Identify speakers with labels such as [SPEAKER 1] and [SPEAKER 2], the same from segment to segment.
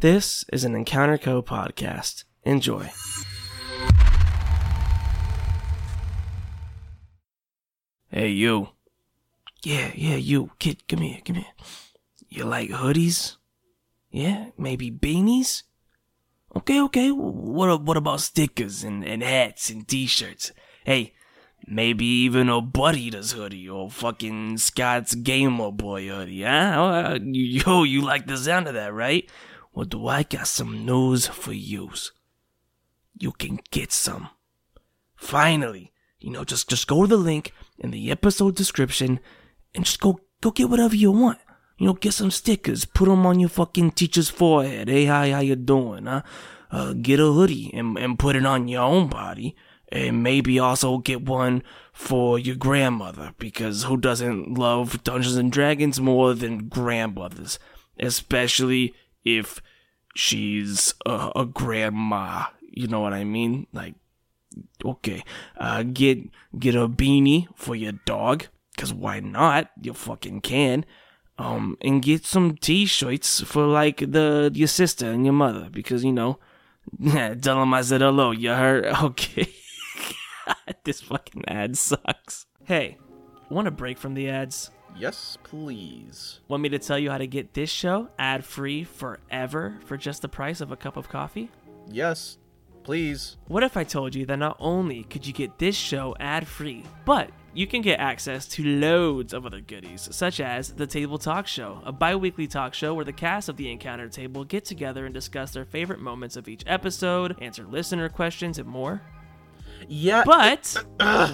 [SPEAKER 1] This is an Encounter Co podcast. Enjoy. Hey, you. Yeah, yeah, you. Kid, come here, come here. You like hoodies? Yeah, maybe beanies? Okay, okay. What, a- what about stickers and, and hats and t shirts? Hey, maybe even a Butt Eaters hoodie or fucking Scott's Gamer Boy hoodie, huh? Oh, uh, Yo, you like the sound of that, right? Well, do I got some news for yous? You can get some. Finally, you know, just just go to the link in the episode description and just go go get whatever you want. You know, get some stickers, put them on your fucking teacher's forehead. Hey, hi, how you doing, huh? Uh, get a hoodie and, and put it on your own body. And maybe also get one for your grandmother, because who doesn't love Dungeons and Dragons more than grandmothers? Especially if she's a, a grandma. You know what I mean? Like, okay, uh, get get a beanie for your dog, cause why not? You fucking can. Um, and get some t-shirts for like the your sister and your mother, because you know, tell them I said hello. You heard? Okay. this fucking ad sucks. Hey, want a break from the ads?
[SPEAKER 2] Yes, please.
[SPEAKER 1] Want me to tell you how to get this show ad free forever for just the price of a cup of coffee?
[SPEAKER 2] Yes, please.
[SPEAKER 1] What if I told you that not only could you get this show ad free, but you can get access to loads of other goodies, such as The Table Talk Show, a bi weekly talk show where the cast of the Encounter Table get together and discuss their favorite moments of each episode, answer listener questions, and more.
[SPEAKER 2] Yeah.
[SPEAKER 1] But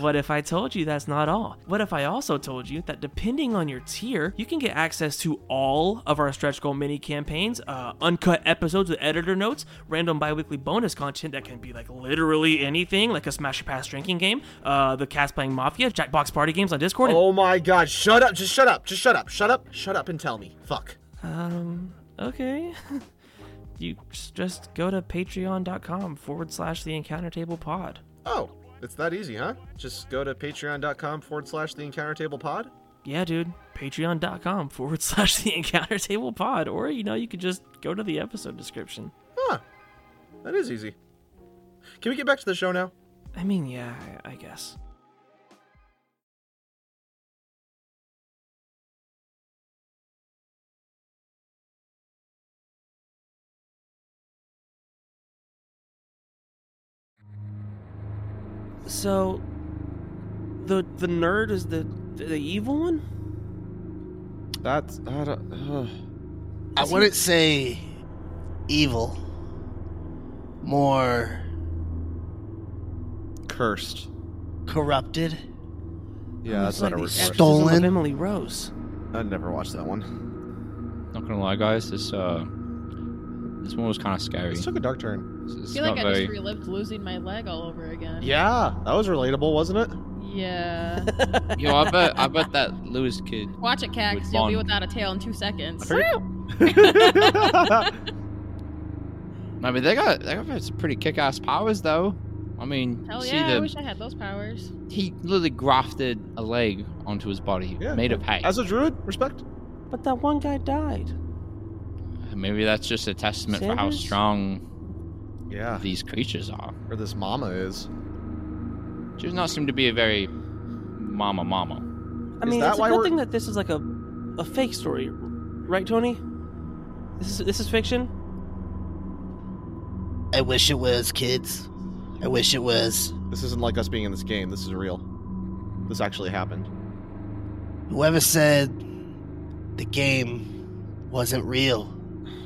[SPEAKER 1] what if I told you that's not all? What if I also told you that depending on your tier, you can get access to all of our stretch goal mini campaigns, uh, uncut episodes with editor notes, random bi-weekly bonus content that can be like literally anything, like a Smash or Pass drinking game, uh, the cast playing Mafia, Jackbox party games on Discord. and-
[SPEAKER 2] oh my god, shut up, just shut up, just shut up, shut up, shut up and tell me. Fuck.
[SPEAKER 1] Um, okay. you s- just go to patreon.com forward slash the encounter table pod.
[SPEAKER 2] Oh, it's that easy, huh? Just go to patreon.com forward slash the encounter table pod.
[SPEAKER 1] yeah, dude, patreon.com forward slash the encounter table pod, or you know, you could just go to the episode description.
[SPEAKER 2] Huh. That is easy. Can we get back to the show now?
[SPEAKER 1] I mean, yeah, I, I guess. So, the the nerd is the the evil one.
[SPEAKER 3] That's I don't.
[SPEAKER 4] I wouldn't say evil. More
[SPEAKER 3] Cursed.
[SPEAKER 4] corrupted.
[SPEAKER 3] Yeah, that's
[SPEAKER 1] Oh, It's like
[SPEAKER 3] not a
[SPEAKER 1] the
[SPEAKER 3] word.
[SPEAKER 4] ex-
[SPEAKER 3] for
[SPEAKER 1] exorcism
[SPEAKER 3] it.
[SPEAKER 4] Stolen.
[SPEAKER 1] of Emily Rose.
[SPEAKER 3] I never watched that one.
[SPEAKER 5] Not gonna lie, guys, this uh, this one was kind of scary.
[SPEAKER 3] This
[SPEAKER 5] It's,
[SPEAKER 3] took a dark turn.
[SPEAKER 5] it's
[SPEAKER 6] I feel
[SPEAKER 5] not
[SPEAKER 6] like I
[SPEAKER 5] very.
[SPEAKER 6] just relived losing my leg all over again.
[SPEAKER 3] Yeah, that was relatable, wasn't it?
[SPEAKER 6] Yeah.
[SPEAKER 5] Yo, I bet, I bet that Lewis kid.
[SPEAKER 6] Watch it,
[SPEAKER 5] With
[SPEAKER 6] Cax. You'll be
[SPEAKER 5] Bond.
[SPEAKER 6] without a tail in two seconds.
[SPEAKER 5] I mean, they got they got some pretty kick-ass powers, though. I mean,
[SPEAKER 6] Hell
[SPEAKER 5] see
[SPEAKER 6] yeah, I
[SPEAKER 5] the
[SPEAKER 6] wish I had those powers.
[SPEAKER 5] he literally grafted a leg onto his body,
[SPEAKER 3] Yeah.
[SPEAKER 5] made of hay.
[SPEAKER 3] As a druid, respect.
[SPEAKER 1] But that one guy died.
[SPEAKER 5] Maybe that's just a testament for how
[SPEAKER 1] Sanders?
[SPEAKER 5] strong
[SPEAKER 3] Yeah,
[SPEAKER 5] these creatures are.
[SPEAKER 3] or this mama is.
[SPEAKER 5] She does not seem to be a very mama mama.
[SPEAKER 1] I
[SPEAKER 3] Is
[SPEAKER 1] mean,
[SPEAKER 3] that
[SPEAKER 1] it's a
[SPEAKER 3] why
[SPEAKER 1] good
[SPEAKER 3] we're-
[SPEAKER 1] thing that this is like a, a fake story, right, Tony? This is this is fiction.
[SPEAKER 4] I wish it was kids. I wish it was
[SPEAKER 3] This isn't like us being in this game. This is real. This actually happened.
[SPEAKER 4] whoever said the game wasn't real.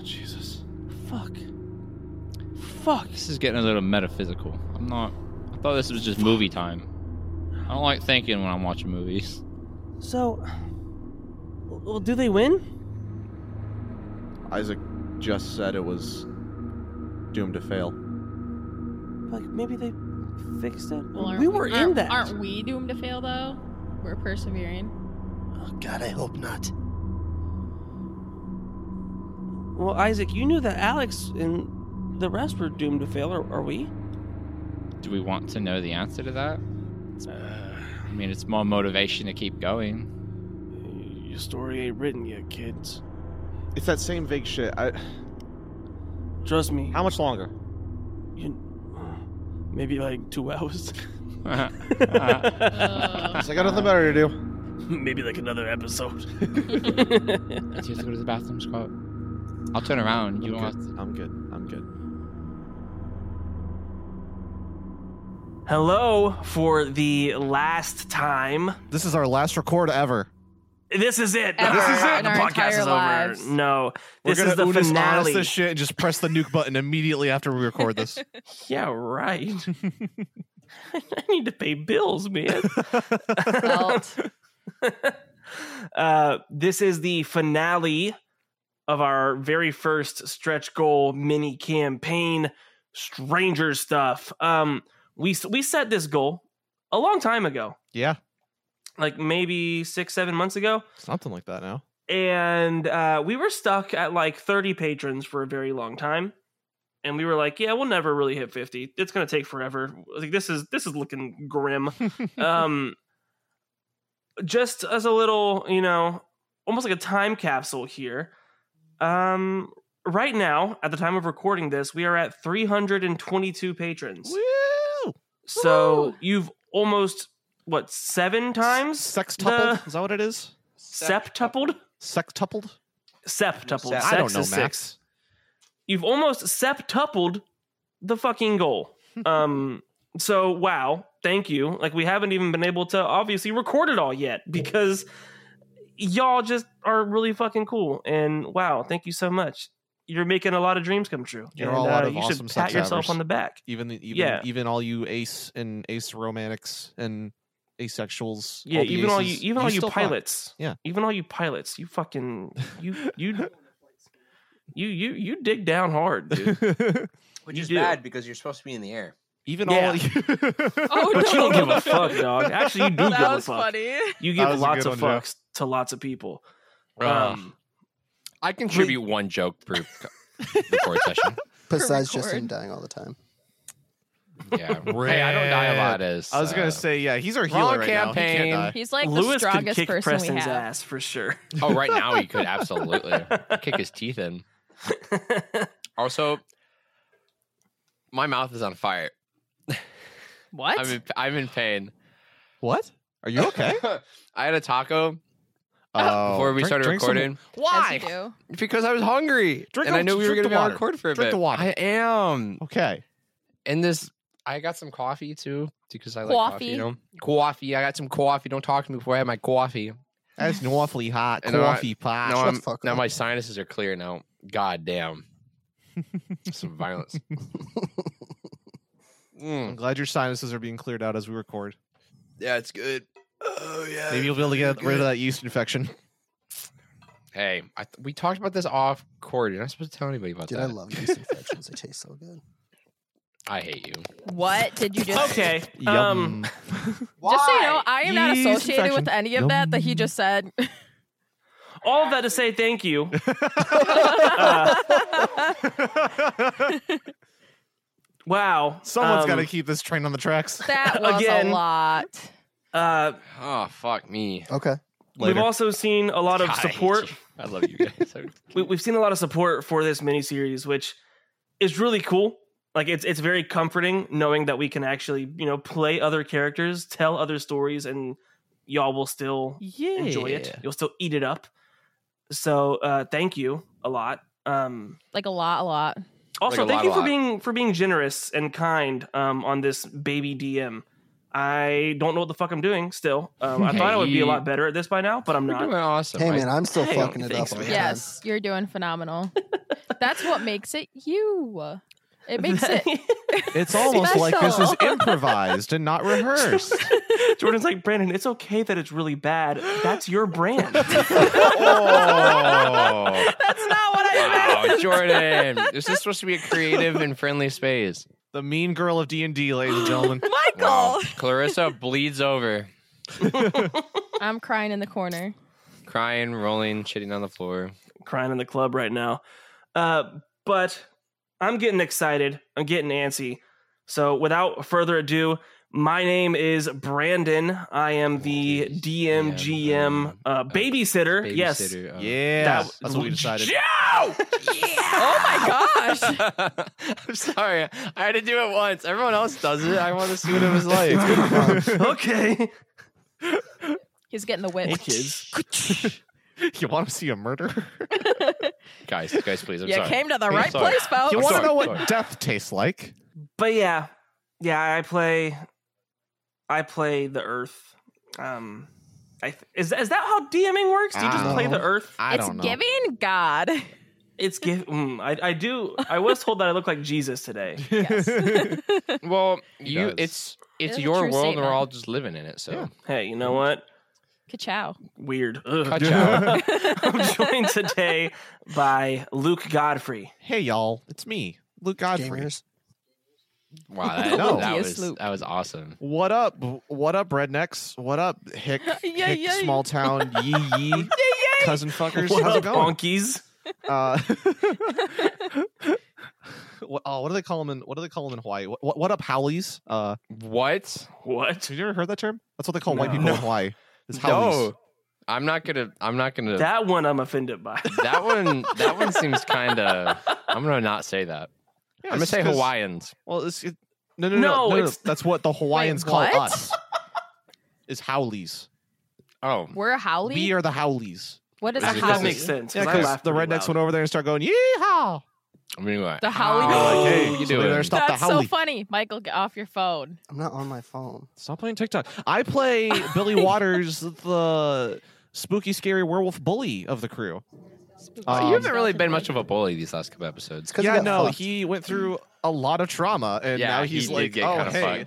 [SPEAKER 3] Jesus.
[SPEAKER 1] Fuck. Fuck.
[SPEAKER 5] This is getting a little metaphysical. I'm not. I thought this was just movie time. I don't like thinking when I'm watching movies.
[SPEAKER 1] So, well, do they win?
[SPEAKER 7] Isaac just said it was doomed to fail.
[SPEAKER 1] Like maybe they fixed it.
[SPEAKER 6] Well, aren't
[SPEAKER 1] we were in
[SPEAKER 6] aren't-
[SPEAKER 1] that.
[SPEAKER 6] Aren't we doomed to fail though? We're persevering.
[SPEAKER 8] Oh, God, I hope not.
[SPEAKER 1] Well, Isaac, you knew that Alex and the rest were doomed to fail. Are, are we?
[SPEAKER 3] Do we want to know the answer to that?
[SPEAKER 5] Uh,
[SPEAKER 3] I mean, it's more motivation to keep going.
[SPEAKER 1] Your story ain't written yet, kids.
[SPEAKER 7] It's that same vague shit. I,
[SPEAKER 1] Trust me.
[SPEAKER 7] how much longer?
[SPEAKER 1] You, maybe like two hours.
[SPEAKER 6] Uh,
[SPEAKER 7] It's like I got nothing better to do.
[SPEAKER 1] maybe like another episode.
[SPEAKER 3] Do you have to go to the bathroom, Scott? I'll turn around. You
[SPEAKER 7] I'm
[SPEAKER 3] don't have
[SPEAKER 7] good.
[SPEAKER 3] to.
[SPEAKER 7] I'm good. I'm good.
[SPEAKER 1] Hello for the last time.
[SPEAKER 7] This is our last record ever.
[SPEAKER 1] This is it.
[SPEAKER 6] Ever
[SPEAKER 1] this is it.
[SPEAKER 6] in
[SPEAKER 1] The
[SPEAKER 6] our
[SPEAKER 1] podcast
[SPEAKER 6] entire
[SPEAKER 1] is over.
[SPEAKER 6] lives.
[SPEAKER 1] No,
[SPEAKER 7] We're
[SPEAKER 1] this
[SPEAKER 7] gonna
[SPEAKER 1] is the
[SPEAKER 7] Unis Honest
[SPEAKER 1] finale.
[SPEAKER 7] this shit and just press the nuke button immediately after we record this.
[SPEAKER 1] yeah, right. I need to pay bills, man.
[SPEAKER 6] Felt.
[SPEAKER 1] uh, this is the finale of our very first stretch goal mini campaign, Stranger Stuff. Um, we we set this goal a long time ago,
[SPEAKER 7] yeah,
[SPEAKER 1] like maybe six, seven months ago,
[SPEAKER 7] something like that. Now
[SPEAKER 1] and uh, we were stuck at like thirty patrons for a very long time. And we were like, yeah, we'll never really hit 50. It's going to take forever. Like this is this is looking grim um just as a little you know almost like a time capsule here um right now at the time of recording this we are at 322 patrons
[SPEAKER 7] Woo!
[SPEAKER 1] so
[SPEAKER 6] Woo!
[SPEAKER 1] you've almost what seven times
[SPEAKER 7] sextupled.
[SPEAKER 1] the-
[SPEAKER 7] Is that what it is?
[SPEAKER 1] septupled
[SPEAKER 7] Sextupled.
[SPEAKER 1] septupled
[SPEAKER 7] I
[SPEAKER 1] Sex
[SPEAKER 7] don't know,
[SPEAKER 1] is
[SPEAKER 7] Max.
[SPEAKER 1] six you've almost septupled the fucking goal um so wow thank you like we haven't even been able to obviously record it all yet because y'all just are really fucking cool and wow thank you so much you're making a lot of dreams come true
[SPEAKER 7] You're
[SPEAKER 1] and, uh,
[SPEAKER 7] all a lot of
[SPEAKER 1] you
[SPEAKER 7] awesome
[SPEAKER 1] should pat
[SPEAKER 7] sex
[SPEAKER 1] yourself
[SPEAKER 7] havers.
[SPEAKER 1] on the back
[SPEAKER 7] Even the, even
[SPEAKER 1] Yeah.
[SPEAKER 7] even all you ace and ace romantics and asexuals.
[SPEAKER 1] yeah
[SPEAKER 7] all the
[SPEAKER 1] even all you
[SPEAKER 7] aces,
[SPEAKER 1] even all you
[SPEAKER 7] still fuck.
[SPEAKER 1] pilots
[SPEAKER 7] Yeah.
[SPEAKER 1] even all you pilots you fucking you you you you you dig down hard dude
[SPEAKER 5] Which
[SPEAKER 1] You
[SPEAKER 5] is
[SPEAKER 1] do.
[SPEAKER 5] bad because you're supposed to be in the air.
[SPEAKER 7] even
[SPEAKER 1] Yeah.
[SPEAKER 7] all you.
[SPEAKER 6] Oh,
[SPEAKER 1] but you don't
[SPEAKER 6] no.
[SPEAKER 1] give a fuck dog actually you do
[SPEAKER 6] that
[SPEAKER 1] give
[SPEAKER 6] was
[SPEAKER 1] a fuck
[SPEAKER 6] funny.
[SPEAKER 1] You
[SPEAKER 7] That
[SPEAKER 1] give
[SPEAKER 7] was a
[SPEAKER 1] lots
[SPEAKER 7] good
[SPEAKER 1] of
[SPEAKER 7] one, Joe.
[SPEAKER 1] fucks to lots of people.
[SPEAKER 5] Ugh.
[SPEAKER 1] Um,
[SPEAKER 3] I
[SPEAKER 5] Contribute one joke per co- record session.
[SPEAKER 4] Besides Justin
[SPEAKER 6] record.
[SPEAKER 4] dying all the time.
[SPEAKER 3] Yeah. hey, I don't die a lot. As
[SPEAKER 7] I was
[SPEAKER 3] uh,
[SPEAKER 7] gonna say yeah, he's our healer
[SPEAKER 3] wrong
[SPEAKER 7] right
[SPEAKER 3] campaign.
[SPEAKER 7] now. He can't die.
[SPEAKER 6] He's like the
[SPEAKER 1] Lewis could
[SPEAKER 6] strongest
[SPEAKER 1] kick
[SPEAKER 6] person we
[SPEAKER 1] Preston's
[SPEAKER 6] have.
[SPEAKER 1] ass for sure.
[SPEAKER 3] Oh, right now he could absolutely kick his teeth in.
[SPEAKER 5] Also, my mouth is on fire.
[SPEAKER 6] What?
[SPEAKER 5] I'm in, I'm in pain.
[SPEAKER 7] What? Are you okay?
[SPEAKER 5] I had a taco
[SPEAKER 7] Oh,
[SPEAKER 5] before we
[SPEAKER 7] drink-
[SPEAKER 5] started
[SPEAKER 7] drink some-
[SPEAKER 5] recording
[SPEAKER 6] As you do.
[SPEAKER 5] because I was hungry
[SPEAKER 7] Drink
[SPEAKER 5] and
[SPEAKER 7] a-
[SPEAKER 5] I knew we were
[SPEAKER 7] drink
[SPEAKER 5] going to
[SPEAKER 7] the
[SPEAKER 5] be on
[SPEAKER 7] water.
[SPEAKER 5] record for a
[SPEAKER 7] Drink
[SPEAKER 5] bit.
[SPEAKER 7] the water.
[SPEAKER 5] I am.
[SPEAKER 7] Okay.
[SPEAKER 5] And this, I got some coffee too because I like coffee. You
[SPEAKER 6] Coffee.
[SPEAKER 5] know, coffee. I got some coffee. Don't talk to me before I have my coffee.
[SPEAKER 7] That's an awfully hot
[SPEAKER 5] And now I-
[SPEAKER 7] coffee pot.
[SPEAKER 5] now
[SPEAKER 4] shut
[SPEAKER 5] I'm
[SPEAKER 4] the fuck
[SPEAKER 5] now
[SPEAKER 4] up.
[SPEAKER 5] my sinuses are clear now. God damn. Some violence. Mm,
[SPEAKER 7] I'm glad your sinuses are being cleared out as we record.
[SPEAKER 5] yeah, it's good. Oh yeah.
[SPEAKER 7] Maybe you'll be able to get rid of that yeast infection.
[SPEAKER 5] Hey, I th- we talked about this off cord. You're not supposed to tell anybody about
[SPEAKER 4] Dude,
[SPEAKER 5] that.
[SPEAKER 4] I love yeast infections. They taste so good.
[SPEAKER 5] I hate you.
[SPEAKER 6] What did you just
[SPEAKER 1] okay. Um,
[SPEAKER 6] Just so you know, I am not
[SPEAKER 7] Yeast
[SPEAKER 6] associated
[SPEAKER 7] infection.
[SPEAKER 6] with any of that that he just said.
[SPEAKER 1] all that to say, thank you. Uh, wow.
[SPEAKER 7] Someone's
[SPEAKER 1] um,
[SPEAKER 7] got to keep this train on the tracks.
[SPEAKER 6] That was
[SPEAKER 1] Again.
[SPEAKER 6] a lot.
[SPEAKER 1] Uh,
[SPEAKER 5] Oh fuck me.
[SPEAKER 4] Okay.
[SPEAKER 1] we've
[SPEAKER 7] Later.
[SPEAKER 1] also seen a lot of
[SPEAKER 5] I hate
[SPEAKER 1] support.
[SPEAKER 5] you. I love you guys. I-
[SPEAKER 1] we, we've seen a lot of support for this miniseries, which is really cool. Like it's it's very comforting knowing that we can actually you know play other characters, tell other stories, and y'all will still enjoy it. You'll still eat it up. So uh, thank you a lot. Um,
[SPEAKER 6] Like a lot, a lot.
[SPEAKER 1] also,
[SPEAKER 5] Like
[SPEAKER 1] thank
[SPEAKER 5] a lot,
[SPEAKER 1] you
[SPEAKER 5] a
[SPEAKER 1] for
[SPEAKER 5] lot.
[SPEAKER 1] being for being generous and kind um, on this baby DM. I don't know what the fuck I'm doing still. Um, I thought I would be a lot better at this by now, but I'm
[SPEAKER 5] We're doing
[SPEAKER 1] not.
[SPEAKER 5] awesome.
[SPEAKER 4] hey,
[SPEAKER 5] I-
[SPEAKER 4] man, I'm still
[SPEAKER 1] hey,
[SPEAKER 4] fucking it
[SPEAKER 5] thanks,
[SPEAKER 4] up. all the
[SPEAKER 5] man.
[SPEAKER 4] time.
[SPEAKER 6] Yes, you're doing phenomenal. That's what makes it you. It makes it.
[SPEAKER 7] It's almost like this is
[SPEAKER 6] Special.
[SPEAKER 7] improvised and not rehearsed.
[SPEAKER 1] Jordan's like, Brandon, it's okay that it's really bad. That's your brand.
[SPEAKER 5] oh.
[SPEAKER 6] That's not what I
[SPEAKER 5] Wow, Oh, Jordan. this is supposed to be a creative and friendly space.
[SPEAKER 7] The mean girl of D and D, ladies and gentlemen.
[SPEAKER 9] Michael.
[SPEAKER 5] Wow. Clarissa bleeds over,
[SPEAKER 6] I'm crying in the corner.
[SPEAKER 5] crying, rolling, shitting on the floor.
[SPEAKER 1] crying in the club right now. Uh, but I'm getting excited. I'm getting antsy. So without further ado, my name is Brandon. I am the DM GM uh, babysitter. Yes.
[SPEAKER 5] Babysitter, uh,
[SPEAKER 7] yeah, that's what we decided.
[SPEAKER 1] Joe!
[SPEAKER 9] Oh my gosh.
[SPEAKER 5] I'm sorry. I had to do it once. Everyone else does it. I want to see what it was like.
[SPEAKER 1] okay.
[SPEAKER 6] He's getting the whip.
[SPEAKER 1] Hey kids.
[SPEAKER 7] you want to see a murder?
[SPEAKER 5] guys, guys, please. I'm
[SPEAKER 9] you
[SPEAKER 5] sorry.
[SPEAKER 9] came to the
[SPEAKER 5] I'm
[SPEAKER 9] right
[SPEAKER 5] sorry.
[SPEAKER 9] place, folks.
[SPEAKER 6] Oh,
[SPEAKER 7] You want to
[SPEAKER 5] sorry,
[SPEAKER 7] know what
[SPEAKER 5] sorry.
[SPEAKER 7] death tastes like?
[SPEAKER 1] But yeah, yeah. I play. I play the Earth. Um, I th- is is that how DMing works? Do you just
[SPEAKER 7] I
[SPEAKER 1] play
[SPEAKER 7] don't
[SPEAKER 1] the
[SPEAKER 5] Uh-huh.
[SPEAKER 7] know.
[SPEAKER 1] Earth?
[SPEAKER 7] I
[SPEAKER 9] it's
[SPEAKER 7] don't know.
[SPEAKER 9] giving God.
[SPEAKER 1] It's give. Mm, I I do. I was told that I look like Jesus today.
[SPEAKER 9] Yes.
[SPEAKER 5] Well, you.
[SPEAKER 3] does.
[SPEAKER 5] It's it's
[SPEAKER 6] It is a
[SPEAKER 5] your
[SPEAKER 6] true
[SPEAKER 5] world, and
[SPEAKER 6] statement.
[SPEAKER 5] we're all just living in it. So
[SPEAKER 1] Hey, you know what?
[SPEAKER 6] Ka-chow.
[SPEAKER 1] Weird. Ugh.
[SPEAKER 5] Cut out.
[SPEAKER 1] I'm joined today by Luke Godfrey.
[SPEAKER 7] hey y'all, it's me, Luke Godfrey.
[SPEAKER 10] Gamers.
[SPEAKER 5] wow, that,
[SPEAKER 7] No.
[SPEAKER 5] that
[SPEAKER 6] Lucky as
[SPEAKER 5] was
[SPEAKER 6] Luke.
[SPEAKER 5] that was awesome.
[SPEAKER 7] What up? What up, rednecks? What up, hick?
[SPEAKER 6] Yeah,
[SPEAKER 7] hick
[SPEAKER 6] yeah.
[SPEAKER 7] Small town yee yee cousin fuckers.
[SPEAKER 1] What
[SPEAKER 7] How's
[SPEAKER 1] up,
[SPEAKER 7] it going?
[SPEAKER 1] bonkies?
[SPEAKER 7] Uh, what, oh, what do they call them in? What do they call them in Hawaii? What, what, up, howlies? Uh,
[SPEAKER 5] What?
[SPEAKER 1] What?
[SPEAKER 7] have you ever heard that term? That's what they call white
[SPEAKER 1] No.
[SPEAKER 7] people in
[SPEAKER 1] No.
[SPEAKER 7] Hawaii. Is howlies.
[SPEAKER 5] No, I'm not gonna. I'm not gonna. That,
[SPEAKER 1] That one I'm offended by.
[SPEAKER 5] one. That one seems kind of. I'm gonna not say that. I'm
[SPEAKER 7] Yeah,
[SPEAKER 5] gonna
[SPEAKER 7] it's
[SPEAKER 5] say
[SPEAKER 7] 'cause-
[SPEAKER 5] Hawaiians.
[SPEAKER 7] Well, it's, it, no, no, no, no,
[SPEAKER 1] No,
[SPEAKER 7] no, no.
[SPEAKER 1] it's-
[SPEAKER 7] That's what the Hawaiians
[SPEAKER 9] what?
[SPEAKER 7] call us. Is howlies.
[SPEAKER 5] Oh,
[SPEAKER 6] We're a howley?
[SPEAKER 7] We are the howlies.
[SPEAKER 6] what is
[SPEAKER 5] Is
[SPEAKER 6] a
[SPEAKER 5] it-
[SPEAKER 1] that
[SPEAKER 5] Howlies.
[SPEAKER 6] howley?
[SPEAKER 1] makes sense.
[SPEAKER 7] Yeah,
[SPEAKER 1] 'cause I
[SPEAKER 7] because
[SPEAKER 1] laugh
[SPEAKER 7] the
[SPEAKER 1] pretty
[SPEAKER 7] rednecks
[SPEAKER 1] loud.
[SPEAKER 7] went over there and started going yeehaw.
[SPEAKER 5] I mean, what?
[SPEAKER 9] The howling.
[SPEAKER 5] Oh,
[SPEAKER 7] Like,
[SPEAKER 5] What
[SPEAKER 7] hey,
[SPEAKER 5] are you
[SPEAKER 7] so they better
[SPEAKER 5] doing?
[SPEAKER 7] stop
[SPEAKER 6] That's
[SPEAKER 7] the
[SPEAKER 6] so
[SPEAKER 7] howlie.
[SPEAKER 6] funny. Michael, get off your phone.
[SPEAKER 10] I'm not on my phone.
[SPEAKER 7] Stop playing TikTok. I play Billy Waters, the spooky, scary werewolf bully of the crew.
[SPEAKER 5] Oh,
[SPEAKER 7] Um,
[SPEAKER 5] you haven't really been much of a bully these last couple episodes.
[SPEAKER 10] It's because
[SPEAKER 7] yeah,
[SPEAKER 10] got
[SPEAKER 7] no,
[SPEAKER 10] fucked.
[SPEAKER 7] he went through a lot of trauma, and
[SPEAKER 5] Yeah,
[SPEAKER 7] now
[SPEAKER 5] he
[SPEAKER 7] he's
[SPEAKER 5] did
[SPEAKER 7] like,
[SPEAKER 5] get
[SPEAKER 7] oh,
[SPEAKER 5] kinda
[SPEAKER 7] hey,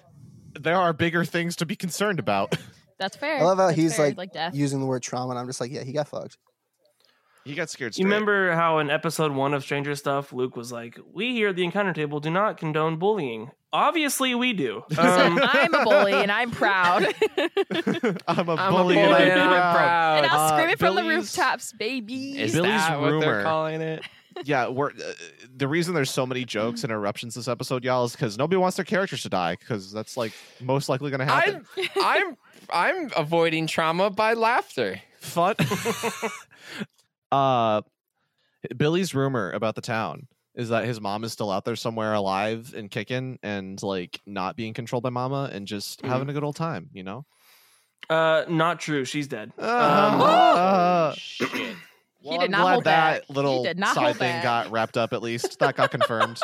[SPEAKER 7] there are bigger things to be concerned about.
[SPEAKER 6] That's fair.
[SPEAKER 10] I love how
[SPEAKER 6] That's
[SPEAKER 10] he's
[SPEAKER 6] fair.
[SPEAKER 10] like,
[SPEAKER 6] death.
[SPEAKER 10] using the word trauma, and I'm just like, yeah, he got fucked.
[SPEAKER 7] he got scared.
[SPEAKER 1] You
[SPEAKER 7] straight.
[SPEAKER 1] remember how in episode one of Stranger Stuff, Luke was like, "We here at the Encounter Table do not condone bullying. Obviously, we do."
[SPEAKER 6] He said,
[SPEAKER 1] Um,
[SPEAKER 6] I'm a bully and I'm proud.
[SPEAKER 7] I'm a
[SPEAKER 5] I'm a
[SPEAKER 7] bully,
[SPEAKER 5] bully
[SPEAKER 7] and I'm
[SPEAKER 5] and I'm
[SPEAKER 7] proud.
[SPEAKER 5] proud.
[SPEAKER 6] and I'll
[SPEAKER 7] Uh,
[SPEAKER 6] scream it from the
[SPEAKER 7] Billy's-
[SPEAKER 6] rooftops, baby.
[SPEAKER 5] Is
[SPEAKER 7] Billy's
[SPEAKER 5] that what
[SPEAKER 7] rumor.
[SPEAKER 5] they're calling it?
[SPEAKER 7] yeah, we're uh, the reason there's so many jokes and eruptions this episode, y'all, is because nobody wants their characters to die because that's like most likely going to happen.
[SPEAKER 5] I'm, I'm, I'm avoiding trauma by laughter.
[SPEAKER 7] Fun. uh, Billy's rumor about the town is that his mom is still out there somewhere alive and kicking and like not being controlled by mama and just having a good old time, you know?
[SPEAKER 1] uh, not true. She's dead.
[SPEAKER 7] Uh,
[SPEAKER 1] Um,
[SPEAKER 7] uh,
[SPEAKER 5] Shit.
[SPEAKER 7] well,
[SPEAKER 6] did
[SPEAKER 7] I'm
[SPEAKER 6] not
[SPEAKER 7] glad
[SPEAKER 6] hold back.
[SPEAKER 7] that
[SPEAKER 6] He
[SPEAKER 7] little
[SPEAKER 6] did not
[SPEAKER 7] side
[SPEAKER 6] hold
[SPEAKER 7] thing
[SPEAKER 6] back.
[SPEAKER 7] got wrapped up at least. That got confirmed.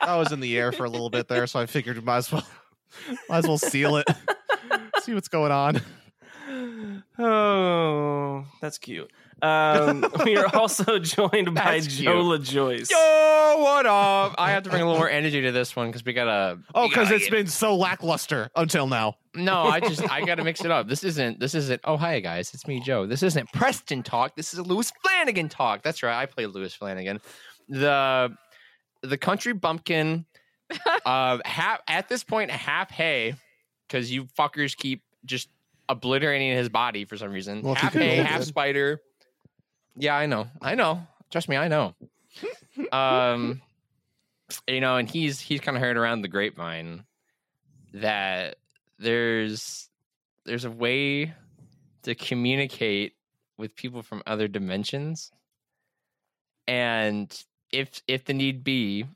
[SPEAKER 7] I was in the air for a little bit there, so I figured we might as well might as well seal it. See what's going on.
[SPEAKER 1] Um, Oh, that's cute. Um, we are also joined by
[SPEAKER 5] That's cute.
[SPEAKER 1] Jola Joyce.
[SPEAKER 5] Yo, what up? I have to bring a little more energy to this one because we gotta.
[SPEAKER 7] Oh, because
[SPEAKER 5] Yeah,
[SPEAKER 7] it's been so lackluster until now.
[SPEAKER 5] No, I just I gotta mix it up. This isn't. This isn't. Oh, hi guys, it's me, Joe. This isn't Preston talk. This is a Lewis Flanagan talk. That's right. I play Lewis Flanagan, the the country bumpkin. uh, half at this point, half hay, because you fuckers keep just obliterating his body for some reason.
[SPEAKER 10] Well, if you
[SPEAKER 5] half
[SPEAKER 10] could
[SPEAKER 5] hay,
[SPEAKER 10] hold
[SPEAKER 5] half
[SPEAKER 10] it.
[SPEAKER 5] spider. Yeah, I know. I know. Trust me, I know. Um, you know, and he's he's kind of heard around the grapevine that there's there's a way to communicate with people from other dimensions and if if the need be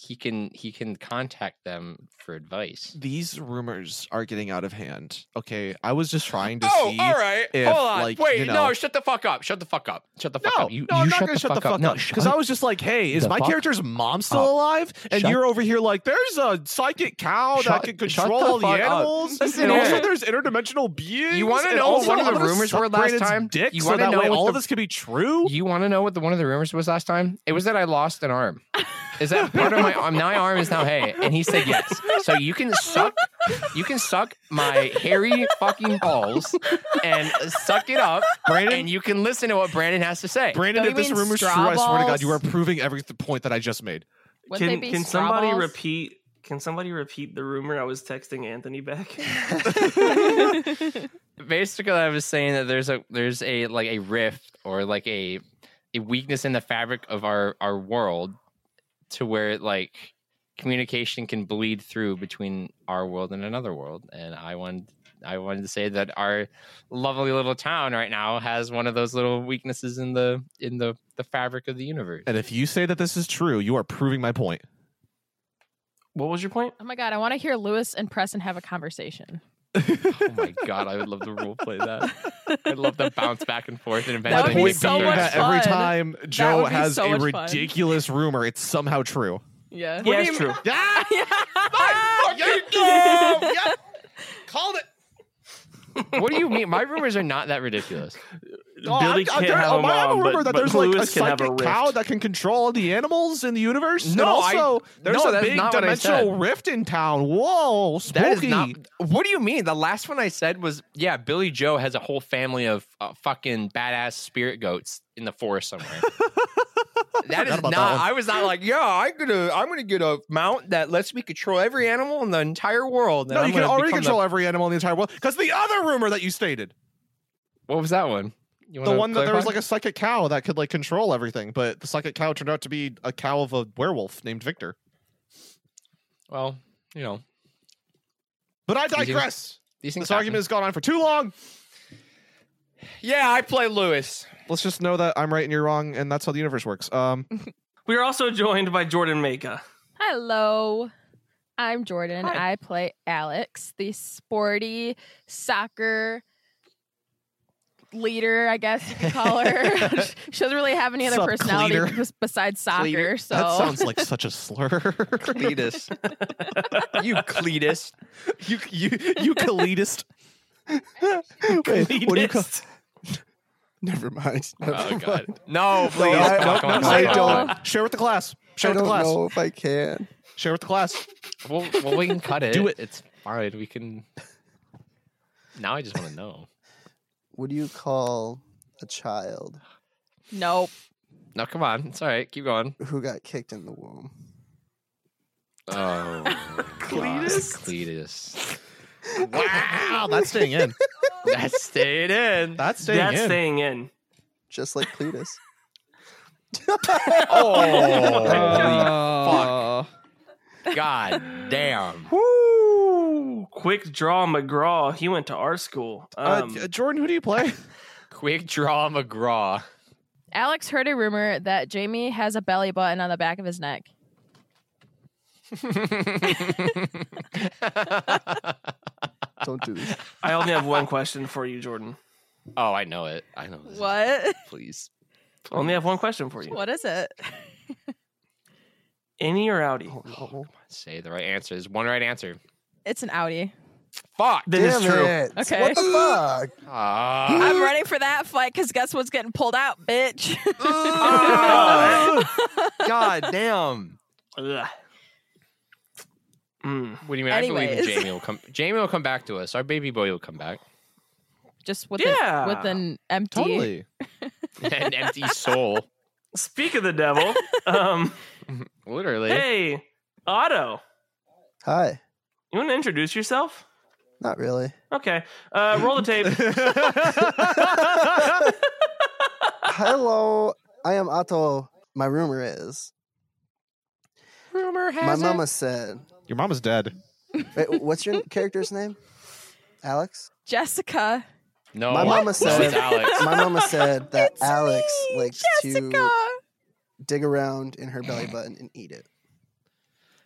[SPEAKER 5] he can he can contact them for advice
[SPEAKER 7] These rumors are getting out of hand. Okay, I was just trying to
[SPEAKER 5] oh
[SPEAKER 7] see.
[SPEAKER 5] all right
[SPEAKER 7] if,
[SPEAKER 5] hold on
[SPEAKER 7] like,
[SPEAKER 5] wait
[SPEAKER 7] you know-
[SPEAKER 5] no shut the fuck up shut the fuck up shut the fuck
[SPEAKER 7] No,
[SPEAKER 5] up you,
[SPEAKER 7] no,
[SPEAKER 5] you
[SPEAKER 7] I'm not
[SPEAKER 5] shut
[SPEAKER 7] gonna
[SPEAKER 5] the
[SPEAKER 7] shut
[SPEAKER 5] fuck
[SPEAKER 7] the fuck
[SPEAKER 5] No,
[SPEAKER 7] up because I was just like, "Hey, is
[SPEAKER 5] the
[SPEAKER 7] my
[SPEAKER 5] fuck
[SPEAKER 7] character's mom still
[SPEAKER 5] up.
[SPEAKER 7] alive?" And
[SPEAKER 5] Shut-
[SPEAKER 7] you're over here like, "There's a psychic cow that
[SPEAKER 5] Shut-
[SPEAKER 7] can
[SPEAKER 5] shut
[SPEAKER 7] control
[SPEAKER 5] the
[SPEAKER 7] all the
[SPEAKER 5] fuck up.
[SPEAKER 7] animals,
[SPEAKER 5] Listen
[SPEAKER 7] and also
[SPEAKER 5] here.
[SPEAKER 7] there's interdimensional beings."
[SPEAKER 5] wanna
[SPEAKER 7] and
[SPEAKER 5] know what
[SPEAKER 7] also
[SPEAKER 5] one of
[SPEAKER 7] I'm
[SPEAKER 5] the
[SPEAKER 7] gonna
[SPEAKER 5] rumors
[SPEAKER 7] suck
[SPEAKER 5] were last
[SPEAKER 7] Brandon's
[SPEAKER 5] time?
[SPEAKER 7] Dick,
[SPEAKER 5] You
[SPEAKER 7] so
[SPEAKER 5] wanna
[SPEAKER 7] that
[SPEAKER 5] know
[SPEAKER 7] way
[SPEAKER 5] what
[SPEAKER 7] all
[SPEAKER 5] the-
[SPEAKER 7] of this could be true.
[SPEAKER 5] You want to know what the, one of the rumors was last time? It was that I lost an arm. Is that part of my arm? Now my arm is now hay. And he said yes. So you can suck You can suck my hairy fucking balls and suck it up, Brandon, and you can listen to what Brandon has to say.
[SPEAKER 7] Brandon,
[SPEAKER 6] Don't
[SPEAKER 7] if
[SPEAKER 6] you
[SPEAKER 7] this
[SPEAKER 6] mean
[SPEAKER 7] rumor's true,
[SPEAKER 6] straw
[SPEAKER 7] I swear to God,
[SPEAKER 6] balls?
[SPEAKER 7] you are proving every th- point that I just made.
[SPEAKER 6] Wouldn't
[SPEAKER 1] Can
[SPEAKER 6] they be
[SPEAKER 1] can
[SPEAKER 6] straw
[SPEAKER 1] somebody
[SPEAKER 6] balls?
[SPEAKER 1] repeat? Can somebody repeat the rumor I was texting Anthony back?
[SPEAKER 5] basically i was saying that there's a there's a like a rift or like a a weakness in the fabric of our our world to where like communication can bleed through between our world and another world and i wanted i wanted to say that our lovely little town right now has one of those little weaknesses in the in the the fabric of the universe
[SPEAKER 7] And if you say that this is true, you are proving my point.
[SPEAKER 1] what was your point?
[SPEAKER 6] Oh my god, I want to hear Lewis and Preston have a conversation.
[SPEAKER 5] oh my god i would love to role play that i'd love to bounce back and forth and
[SPEAKER 6] That
[SPEAKER 5] eventually
[SPEAKER 7] My
[SPEAKER 6] would be
[SPEAKER 7] point
[SPEAKER 6] so
[SPEAKER 7] being
[SPEAKER 6] much
[SPEAKER 7] that every
[SPEAKER 6] fun.
[SPEAKER 7] time Joe
[SPEAKER 11] would be
[SPEAKER 7] has
[SPEAKER 11] so
[SPEAKER 7] a
[SPEAKER 11] much fun.
[SPEAKER 7] ridiculous rumor, it's somehow true.
[SPEAKER 11] Yeah.
[SPEAKER 1] yeah, it's true.
[SPEAKER 7] Yeah,
[SPEAKER 5] called it what do you mean my rumors are not that ridiculous
[SPEAKER 1] Billy can't have a
[SPEAKER 7] Oh, I
[SPEAKER 1] mom,
[SPEAKER 7] remember
[SPEAKER 1] but,
[SPEAKER 7] that
[SPEAKER 1] but
[SPEAKER 7] there's like a
[SPEAKER 1] Clueless can have a
[SPEAKER 7] psychic
[SPEAKER 1] rift.
[SPEAKER 7] cow that can control the animals in the universe. and
[SPEAKER 5] No, I-
[SPEAKER 7] also there's
[SPEAKER 5] no,
[SPEAKER 7] a
[SPEAKER 5] that's
[SPEAKER 7] big
[SPEAKER 5] not what I
[SPEAKER 7] dimensional
[SPEAKER 5] said.
[SPEAKER 7] rift in town. Whoa, spooky.
[SPEAKER 5] That is not. What do you mean? The last one I said was, yeah, Billy Joe has a whole family of uh, fucking badass spirit goats in the forest somewhere. that is
[SPEAKER 7] about that
[SPEAKER 5] not.
[SPEAKER 7] one.
[SPEAKER 5] I was not like, yeah, I'm gonna, I'm gonna get a mount that lets me control every animal in the entire world. and
[SPEAKER 7] no,
[SPEAKER 5] I'm
[SPEAKER 7] you can
[SPEAKER 5] gonna
[SPEAKER 7] already
[SPEAKER 5] become the-"
[SPEAKER 7] control every animal in the entire world. Because the other rumor that you stated,
[SPEAKER 5] what was that one? You
[SPEAKER 7] the one that there was like a psychic cow that could like control everything, but the psychic cow turned out to be a cow of a werewolf named Victor.
[SPEAKER 5] well, you know,
[SPEAKER 7] But I
[SPEAKER 5] Excuse me?
[SPEAKER 7] digress.
[SPEAKER 5] these things.
[SPEAKER 7] This argument has gone on for too long.
[SPEAKER 5] happen. Yeah, I play Lewis.
[SPEAKER 7] Let's just know that I'm right and you're wrong, and that's how the universe works. Um,
[SPEAKER 1] We are also joined by Jordan Maka.
[SPEAKER 6] Hello. I'm Jordan.
[SPEAKER 1] Hi.
[SPEAKER 6] I play Alex, the sporty soccer leader, I guess you could call her. she doesn't really have any other
[SPEAKER 7] Sup,
[SPEAKER 6] personality
[SPEAKER 7] cleaner.
[SPEAKER 6] bes- besides soccer.
[SPEAKER 5] Cleaner.
[SPEAKER 6] So
[SPEAKER 7] That sounds like such a slur.
[SPEAKER 5] Cletus, you Cletus.
[SPEAKER 7] you you you elitist.
[SPEAKER 10] Wait, what do you call? Never mind.
[SPEAKER 5] Oh God, no, please.
[SPEAKER 10] No, I-
[SPEAKER 5] come on,
[SPEAKER 10] no,
[SPEAKER 5] come on,
[SPEAKER 10] no,
[SPEAKER 5] come on,
[SPEAKER 10] I
[SPEAKER 5] come on.
[SPEAKER 10] don't.
[SPEAKER 7] Share with the class. Share
[SPEAKER 10] I
[SPEAKER 7] with the
[SPEAKER 10] don't
[SPEAKER 7] class.
[SPEAKER 10] know if I can.
[SPEAKER 7] Share with the class.
[SPEAKER 5] Well, well, we can cut it.
[SPEAKER 7] Do it.
[SPEAKER 5] It's fine. We can. Now I just want to know.
[SPEAKER 10] What do you call a child
[SPEAKER 6] nope.
[SPEAKER 5] No, come on. It's all right. Keep going.
[SPEAKER 10] who got kicked in the womb?
[SPEAKER 5] Oh, Cletus. Cletus.
[SPEAKER 7] Wow, that's staying in.
[SPEAKER 5] That stayed in.
[SPEAKER 7] That's staying
[SPEAKER 1] That's
[SPEAKER 7] in.
[SPEAKER 1] staying in.
[SPEAKER 10] Just like Plutus.
[SPEAKER 7] Uh,
[SPEAKER 5] Oh, fuck. God damn.
[SPEAKER 1] Woo! Quick draw McGraw. He went to our school.
[SPEAKER 7] Uh,
[SPEAKER 1] Um,
[SPEAKER 7] uh, Jordan, who do you play?
[SPEAKER 5] Quick draw McGraw.
[SPEAKER 6] Alex heard a rumor that Jamie has a belly button on the back of his neck.
[SPEAKER 10] Don't do this.
[SPEAKER 1] I only have one question for you, Jordan.
[SPEAKER 5] oh, I know it. I know this.
[SPEAKER 11] What?
[SPEAKER 5] Please.
[SPEAKER 1] I only have one question for you.
[SPEAKER 11] What is it?
[SPEAKER 1] Any or outie?
[SPEAKER 10] Oh, no.
[SPEAKER 5] Say the right answer. There's one right answer.
[SPEAKER 6] It's an Audi.
[SPEAKER 5] Fuck.
[SPEAKER 1] Then it's
[SPEAKER 10] Damn
[SPEAKER 1] true.
[SPEAKER 10] it.
[SPEAKER 6] Okay.
[SPEAKER 10] What the fuck?
[SPEAKER 5] Ah.
[SPEAKER 11] I'm ready for that fight because guess what's getting pulled out, bitch?
[SPEAKER 5] Ah. God damn.
[SPEAKER 1] Ugh. Mm.
[SPEAKER 5] What do you mean? I believe in
[SPEAKER 11] Anyways.
[SPEAKER 5] Jamie will come. Jamie will come back to us. Our baby boy will come back.
[SPEAKER 6] Just with
[SPEAKER 1] Yeah.
[SPEAKER 6] a, with an empty
[SPEAKER 7] Totally.
[SPEAKER 5] An empty soul,
[SPEAKER 1] Speak of the devil. Um,
[SPEAKER 5] literally.
[SPEAKER 1] hey, Otto,
[SPEAKER 10] Hi.
[SPEAKER 1] you want to introduce yourself?
[SPEAKER 10] Not really.
[SPEAKER 1] Okay. Uh, roll the tape.
[SPEAKER 10] Hello. I am Otto. My rumor is.
[SPEAKER 5] Rumor
[SPEAKER 10] my mama said.
[SPEAKER 7] Your mama's dead.
[SPEAKER 10] Wait, what's your character's name? Alex?
[SPEAKER 6] Jessica.
[SPEAKER 7] Oh,
[SPEAKER 5] No,
[SPEAKER 10] My mama
[SPEAKER 5] no,
[SPEAKER 10] said-
[SPEAKER 5] it's Alex.
[SPEAKER 10] My mama said that
[SPEAKER 11] It's
[SPEAKER 10] Alex
[SPEAKER 11] me,
[SPEAKER 10] likes
[SPEAKER 11] Jessica.
[SPEAKER 10] to dig around in her belly button and eat it.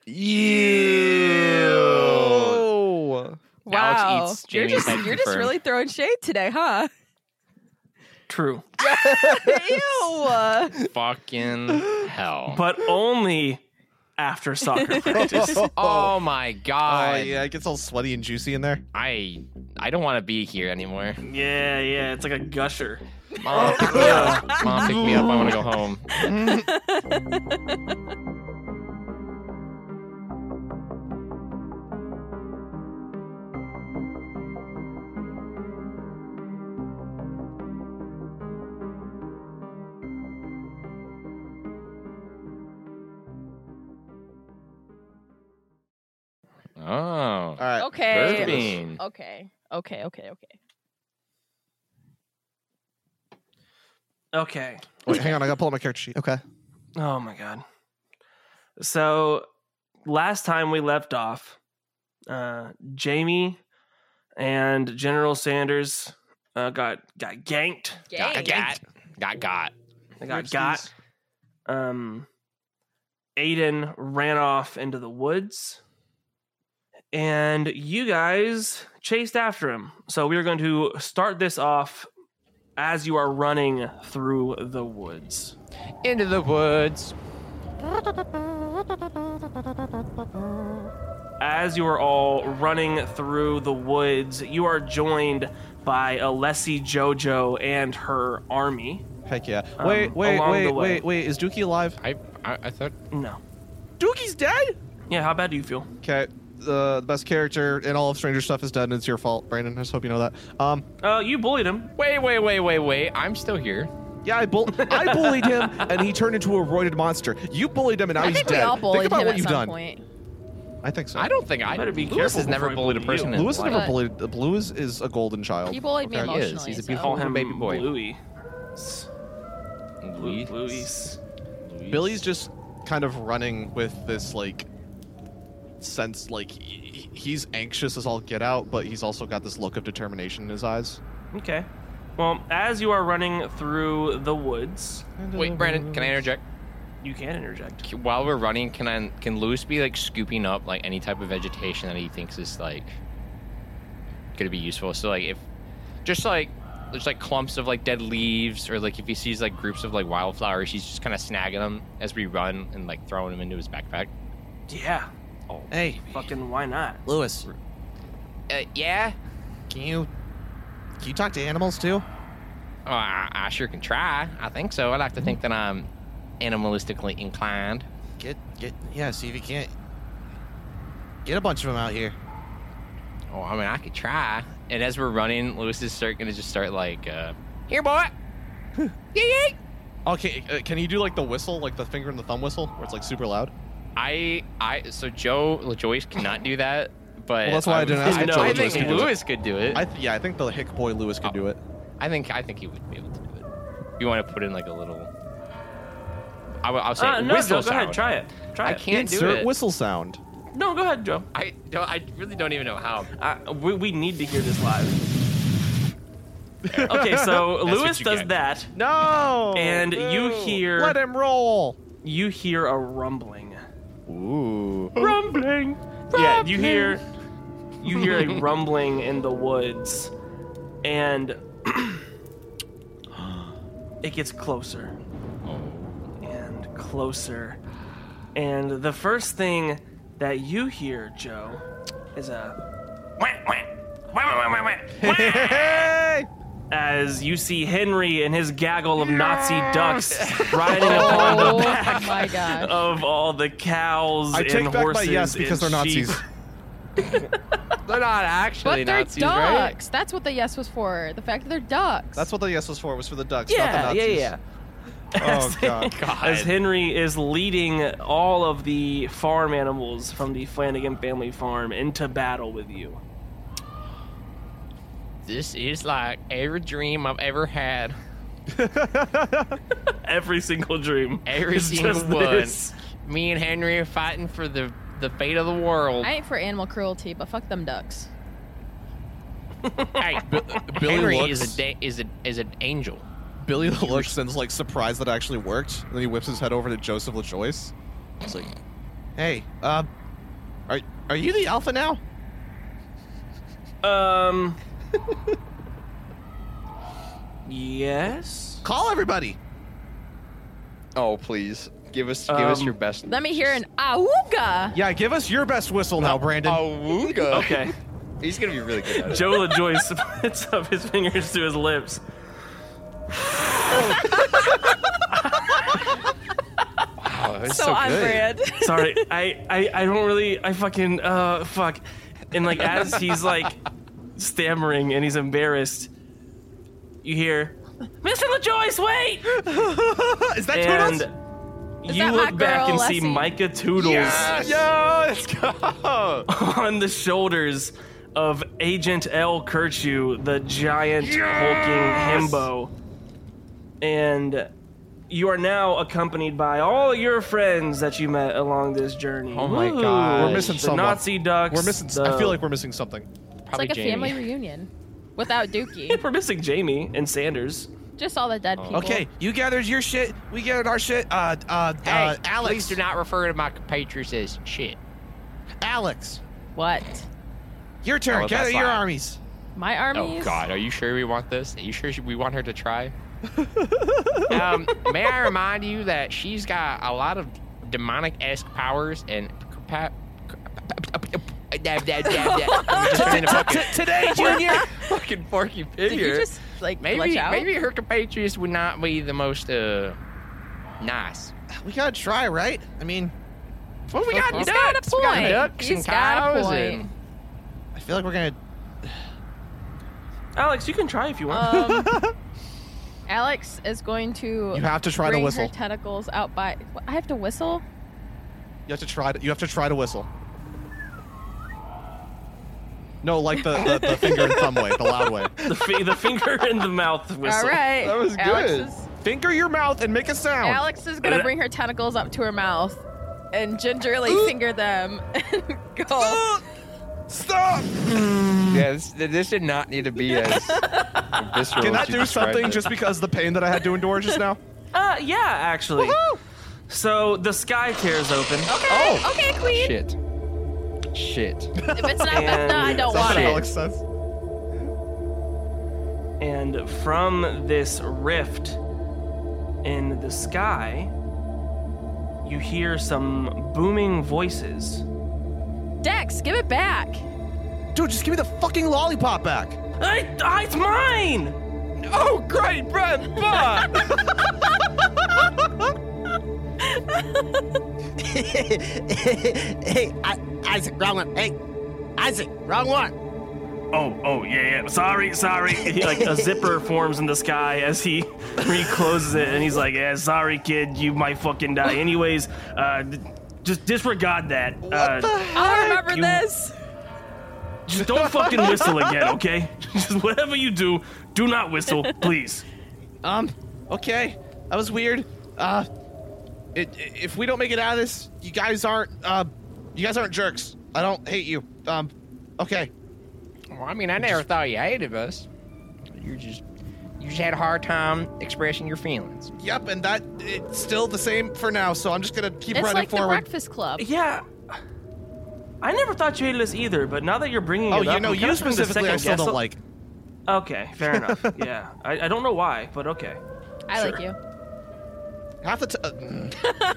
[SPEAKER 7] Ew.
[SPEAKER 6] Wow.
[SPEAKER 5] eats
[SPEAKER 6] you're
[SPEAKER 5] Jamie's
[SPEAKER 6] just
[SPEAKER 5] head
[SPEAKER 6] you're just
[SPEAKER 5] confirmed.
[SPEAKER 6] really throwing shade today, huh?
[SPEAKER 1] True.
[SPEAKER 6] Ew.
[SPEAKER 5] Fucking hell.
[SPEAKER 1] But only after soccer practice.
[SPEAKER 5] oh my
[SPEAKER 7] Oh
[SPEAKER 5] god.
[SPEAKER 7] yeah, it gets all sweaty and juicy in there.
[SPEAKER 5] I I don't want to be here anymore.
[SPEAKER 1] Yeah, yeah. It's like a gusher.
[SPEAKER 5] Mom, pick me up. Mom, pick me up. I want to go home. Oh,
[SPEAKER 6] Okay.
[SPEAKER 5] Burping.
[SPEAKER 6] Okay. Okay. Okay. Okay.
[SPEAKER 1] Okay.
[SPEAKER 3] Wait, hang on. I gotta pull up my character sheet. Okay.
[SPEAKER 1] Oh my god. So last time we left off, uh, Jamie and General Sanders uh, got got ganked.
[SPEAKER 5] Got got got got.
[SPEAKER 1] They got got. Um, Aiden ran off into the woods, and you guys chased after him. So we are going to start this off as you are running through the woods.
[SPEAKER 5] Into the woods.
[SPEAKER 1] As you are all running through the woods, you are joined by Alessi Jojo and her army.
[SPEAKER 3] Heck yeah.
[SPEAKER 1] Um,
[SPEAKER 3] Wait, wait,
[SPEAKER 1] along
[SPEAKER 3] wait,
[SPEAKER 1] the way.
[SPEAKER 3] wait, wait. Is Dookie alive?
[SPEAKER 12] I, I I thought
[SPEAKER 1] No.
[SPEAKER 7] Dookie's dead?
[SPEAKER 1] Yeah, how bad do you feel?
[SPEAKER 3] Okay. The, the best character in all of Stranger Stuff is dead, and it's your fault, Brandon. I just hope you know that. Um,
[SPEAKER 1] Uh, you bullied him.
[SPEAKER 12] wait wait wait wait wait I'm still here.
[SPEAKER 3] yeah, I, bull- I bullied him, and he turned into a roided monster. You bullied him, and now
[SPEAKER 6] I
[SPEAKER 3] he's
[SPEAKER 6] think
[SPEAKER 3] dead.
[SPEAKER 6] we all
[SPEAKER 3] think
[SPEAKER 6] bullied
[SPEAKER 3] about
[SPEAKER 6] him
[SPEAKER 3] what
[SPEAKER 6] at
[SPEAKER 3] you've
[SPEAKER 6] some
[SPEAKER 3] done.
[SPEAKER 6] point.
[SPEAKER 3] I think so.
[SPEAKER 12] I don't think I
[SPEAKER 1] Better be
[SPEAKER 12] Lewis
[SPEAKER 1] careful
[SPEAKER 12] has never
[SPEAKER 1] before I
[SPEAKER 12] bullied a
[SPEAKER 1] bully you.
[SPEAKER 12] person. in his
[SPEAKER 3] Lewis
[SPEAKER 12] life.
[SPEAKER 3] never
[SPEAKER 6] But-
[SPEAKER 3] bullied. Uh, Lewis is a golden child.
[SPEAKER 6] He bullied me
[SPEAKER 3] Okay.
[SPEAKER 12] Oh, He is.
[SPEAKER 6] emotionally.
[SPEAKER 12] He's a
[SPEAKER 6] so-
[SPEAKER 12] beautiful
[SPEAKER 1] Call him
[SPEAKER 12] Baby boy.
[SPEAKER 1] Bluey.
[SPEAKER 12] Luis.
[SPEAKER 1] Luis.
[SPEAKER 3] Billy's just kind of running with this like sense, like he- he's anxious as all get out, but he's also got this look of determination in his eyes.
[SPEAKER 1] Okay. Well, as you are running through the woods,
[SPEAKER 5] Wait, Brandon, can I interject?
[SPEAKER 1] you can interject.
[SPEAKER 5] C- While we're running, can I can Lewis be like scooping up like any type of vegetation that he thinks is like gonna be useful? So like if just like there's like clumps of like dead leaves or like if he sees like groups of like wildflowers, he's just kind of snagging them as we run and like throwing them into his backpack.
[SPEAKER 1] Yeah. Oh,
[SPEAKER 3] Hey,
[SPEAKER 1] fucking why not?
[SPEAKER 3] Lewis,
[SPEAKER 5] Uh, yeah.
[SPEAKER 3] can you can you talk to animals too?
[SPEAKER 5] Oh, I, I sure can try. I think so. I like to think that I'm animalistically inclined.
[SPEAKER 13] Get get
[SPEAKER 3] Yeah, see if you can't get a bunch of them out here.
[SPEAKER 5] Oh, I mean, I could try. And as we're running, Lewis is start, gonna just start like, uh, "Here, boy." yeah, yeah.
[SPEAKER 3] Okay, uh, can you do like the whistle, like the finger and the thumb whistle, where it's like super loud?
[SPEAKER 5] I, I. So Joe, LaJoyce cannot do that, but
[SPEAKER 3] Well, that's why I
[SPEAKER 5] would-
[SPEAKER 3] didn't ask
[SPEAKER 5] I,
[SPEAKER 3] if
[SPEAKER 5] know,
[SPEAKER 1] Joe
[SPEAKER 5] I
[SPEAKER 1] LaJoyce
[SPEAKER 5] think
[SPEAKER 1] could do it.
[SPEAKER 5] Lewis could do it.
[SPEAKER 3] I
[SPEAKER 5] I,
[SPEAKER 3] th- yeah, I think the hick boy Lewis could do it.
[SPEAKER 5] think, I think he would be able to do it. You want to put in like a little? I, will- I'll say
[SPEAKER 1] Uh, no,
[SPEAKER 5] whistle
[SPEAKER 1] Joe, go
[SPEAKER 5] sound.
[SPEAKER 1] ahead, try it. Try
[SPEAKER 5] I
[SPEAKER 1] it.
[SPEAKER 5] can't do
[SPEAKER 7] Oh,
[SPEAKER 3] Insert
[SPEAKER 5] it.
[SPEAKER 3] whistle sound.
[SPEAKER 1] No, go ahead, Joe.
[SPEAKER 5] I don't. I really don't even know how.
[SPEAKER 1] I, we, we need to hear this live. okay, so
[SPEAKER 5] That's what
[SPEAKER 1] Lewis
[SPEAKER 5] you
[SPEAKER 1] does
[SPEAKER 5] get.
[SPEAKER 1] that,
[SPEAKER 3] No.
[SPEAKER 1] and you hear
[SPEAKER 3] Let him roll.
[SPEAKER 1] you hear a rumbling.
[SPEAKER 3] Ooh.
[SPEAKER 1] rumbling. Yeah, you hear you hear a rumbling in the woods, and it gets closer
[SPEAKER 5] Oh.
[SPEAKER 1] and closer. And the first thing that you hear, Joe, is a wah, wah, wah, wah, wah, wah, wah,
[SPEAKER 3] Hey!
[SPEAKER 1] as you see Henry and his gaggle of Nazi ducks riding upon the
[SPEAKER 6] Oh
[SPEAKER 1] back
[SPEAKER 6] my gosh.
[SPEAKER 1] of all the cows
[SPEAKER 3] I
[SPEAKER 1] and
[SPEAKER 3] take back my
[SPEAKER 1] horses
[SPEAKER 3] yes because they're
[SPEAKER 1] and sheep.
[SPEAKER 3] Nazis.
[SPEAKER 5] They're not actually
[SPEAKER 6] But they're
[SPEAKER 5] Nazis, right?
[SPEAKER 6] ducks. That's what the yes was for. The fact that they're ducks.
[SPEAKER 3] That's what the yes was for. Was for the ducks,
[SPEAKER 1] Yeah,
[SPEAKER 3] not the
[SPEAKER 1] yeah,
[SPEAKER 3] Nazis.
[SPEAKER 1] yeah.
[SPEAKER 3] Oh god.
[SPEAKER 1] As Henry is leading all of the farm animals from the Flanagan family farm into battle with you.
[SPEAKER 5] This is like every dream I've ever had.
[SPEAKER 1] Every single dream.
[SPEAKER 5] Every
[SPEAKER 1] is
[SPEAKER 5] single
[SPEAKER 1] just
[SPEAKER 5] one.
[SPEAKER 1] this.
[SPEAKER 5] Me and Henry are fighting for the the fate of the world.
[SPEAKER 6] I ain't for animal cruelty, but fuck them ducks.
[SPEAKER 5] Hey,
[SPEAKER 3] Billy
[SPEAKER 5] Henry
[SPEAKER 3] looks-
[SPEAKER 5] is a da- is a is an angel.
[SPEAKER 3] Billy looks and is like surprised that it actually worked. And then he whips his head over to Joseph LaJoyce. He's like, "Hey, um, are are you the alpha now?"
[SPEAKER 1] Um. yes.
[SPEAKER 3] Call everybody.
[SPEAKER 5] Oh please, give us
[SPEAKER 1] give us Um, your
[SPEAKER 5] best.
[SPEAKER 6] Let me hear an awooga.
[SPEAKER 3] Yeah, give us your best whistle now, Brandon.
[SPEAKER 5] Awooga.
[SPEAKER 1] Okay.
[SPEAKER 5] Uh, He's gonna be really good. At
[SPEAKER 1] Joe LaJoyce puts up his fingers to his lips.
[SPEAKER 14] so, on brand.
[SPEAKER 1] Sorry, I, I, I don't really. I fucking. Uh, fuck. And, like, as he's, like, stammering and he's embarrassed, you hear, Mr. LaJoyce, wait!
[SPEAKER 3] Is that
[SPEAKER 1] and
[SPEAKER 3] Toodles?
[SPEAKER 6] Is
[SPEAKER 1] you
[SPEAKER 6] that my
[SPEAKER 1] look back and
[SPEAKER 6] girl,
[SPEAKER 1] see
[SPEAKER 6] Lessie?
[SPEAKER 1] Micah Toodles
[SPEAKER 10] Yes! Yo, let's go!
[SPEAKER 1] on the shoulders of Agent L. Kurchu, the giant hulking himbo. And you are now accompanied by all your friends that you met along this journey.
[SPEAKER 5] Oh my
[SPEAKER 1] Woo!
[SPEAKER 5] gosh.
[SPEAKER 7] We're missing
[SPEAKER 1] the
[SPEAKER 7] someone.
[SPEAKER 1] Nazi ducks.
[SPEAKER 7] We're missing.
[SPEAKER 1] The,
[SPEAKER 7] I feel like we're missing something.
[SPEAKER 6] It's like a family reunion without Dookie.
[SPEAKER 1] we're missing Jamie and Sanders.
[SPEAKER 6] Just all the dead people.
[SPEAKER 7] Okay, you gathered your shit. We gathered our shit. Uh, uh,
[SPEAKER 5] Hey,
[SPEAKER 7] uh Alex.
[SPEAKER 5] please do not refer to my compatriots as shit.
[SPEAKER 7] Alex,
[SPEAKER 6] What?
[SPEAKER 7] your turn.
[SPEAKER 5] Oh,
[SPEAKER 7] Gather
[SPEAKER 5] that's
[SPEAKER 7] your
[SPEAKER 5] fine.
[SPEAKER 7] armies.
[SPEAKER 6] My
[SPEAKER 5] Oh
[SPEAKER 6] armies?
[SPEAKER 5] God, are you sure we want this? Are you sure we want her to try? um, may I remind you that she's got a lot of demonic-esque powers and. compa- Dab, dab, dab, dab. I'm just trying to fucking-
[SPEAKER 1] Today,
[SPEAKER 5] Junior, fucking Porky
[SPEAKER 6] Did you
[SPEAKER 5] Figure.
[SPEAKER 6] just like
[SPEAKER 5] Maybe
[SPEAKER 6] glitch out?
[SPEAKER 5] maybe her compatriots would not be the most uh nice.
[SPEAKER 7] We gotta try, right? I mean,
[SPEAKER 5] Well, we got
[SPEAKER 6] He's
[SPEAKER 5] ducks.
[SPEAKER 6] got a
[SPEAKER 5] We got
[SPEAKER 6] point.
[SPEAKER 5] ducks
[SPEAKER 6] He's
[SPEAKER 5] and
[SPEAKER 6] got a
[SPEAKER 5] cows
[SPEAKER 6] point.
[SPEAKER 5] and
[SPEAKER 7] I feel like we're gonna.
[SPEAKER 1] Alex, you can try if you want.
[SPEAKER 6] Um, Alex is going to
[SPEAKER 7] You have to try to
[SPEAKER 6] bring
[SPEAKER 7] whistle.
[SPEAKER 6] her tentacles out by. What, I have to whistle.
[SPEAKER 7] You have to try. To, you have to try to whistle. No, like the, the, the finger and thumb way, the loud way.
[SPEAKER 1] the, fi- the finger and the mouth whistle.
[SPEAKER 6] All right.
[SPEAKER 7] That was
[SPEAKER 6] Alex
[SPEAKER 7] good.
[SPEAKER 6] Is,
[SPEAKER 7] Finger your mouth and make a sound.
[SPEAKER 6] Alex is going to bring her tentacles up to her mouth and gingerly finger them and go.
[SPEAKER 7] Stop!
[SPEAKER 10] Yeah, this, this did not need to be as visceral.
[SPEAKER 7] Can I
[SPEAKER 10] as you
[SPEAKER 7] do
[SPEAKER 10] described
[SPEAKER 7] something
[SPEAKER 10] it.
[SPEAKER 7] just because the pain that I had to endure just now?
[SPEAKER 1] Uh, yeah, actually. So the sky tears open.
[SPEAKER 6] Okay,
[SPEAKER 7] Oh,
[SPEAKER 6] okay, queen.
[SPEAKER 10] Shit. Shit.
[SPEAKER 6] If it's not
[SPEAKER 1] And-
[SPEAKER 6] Bethna, I don't
[SPEAKER 7] That's
[SPEAKER 6] want
[SPEAKER 7] what
[SPEAKER 6] it.
[SPEAKER 7] Alex says.
[SPEAKER 1] And from this rift in the sky, you hear some booming voices.
[SPEAKER 6] Dex, give it back.
[SPEAKER 7] Dude, just give me the fucking lollipop back.
[SPEAKER 1] Hey, ah, it's mine!
[SPEAKER 10] Oh, great, Brad! Bob!
[SPEAKER 4] Oh, hey, I, Isaac, wrong one. Hey, Isaac, wrong one.
[SPEAKER 1] Oh, oh, yeah, yeah. Sorry, sorry. He, like a zipper forms in the sky as he recloses it, and he's like, "Yeah, sorry, kid. You might fucking die. Anyways, uh, d- just disregard that. uh,
[SPEAKER 6] I'll remember
[SPEAKER 1] you-
[SPEAKER 6] this.
[SPEAKER 1] Just don't fucking whistle again, okay? Just whatever you do, do not whistle, please.
[SPEAKER 7] Um, okay. That was weird. Uh, it, if we don't make it out of this, you guys aren't, uh, you guys aren't jerks. I don't hate you. Um, okay.
[SPEAKER 5] Well, I mean, I never thought you hated us.
[SPEAKER 10] you just, you just had a hard time expressing your feelings.
[SPEAKER 7] Yep, and that, it's still the same for now, so I'm just gonna keep
[SPEAKER 6] It's
[SPEAKER 7] running
[SPEAKER 6] like the
[SPEAKER 7] forward.
[SPEAKER 6] Breakfast Club.
[SPEAKER 1] Yeah. I never thought you hated us either, but now that you're bringing it
[SPEAKER 7] oh,
[SPEAKER 1] up,
[SPEAKER 7] you know,
[SPEAKER 1] I'm kinda
[SPEAKER 7] you
[SPEAKER 1] starting to
[SPEAKER 7] specifically, I
[SPEAKER 1] second
[SPEAKER 7] still
[SPEAKER 1] guess
[SPEAKER 7] don't
[SPEAKER 1] a-
[SPEAKER 7] like.
[SPEAKER 1] Okay, fair enough. Yeah, I, I don't know why, but okay.
[SPEAKER 6] I
[SPEAKER 1] Sure.
[SPEAKER 6] like you.
[SPEAKER 7] Half the time.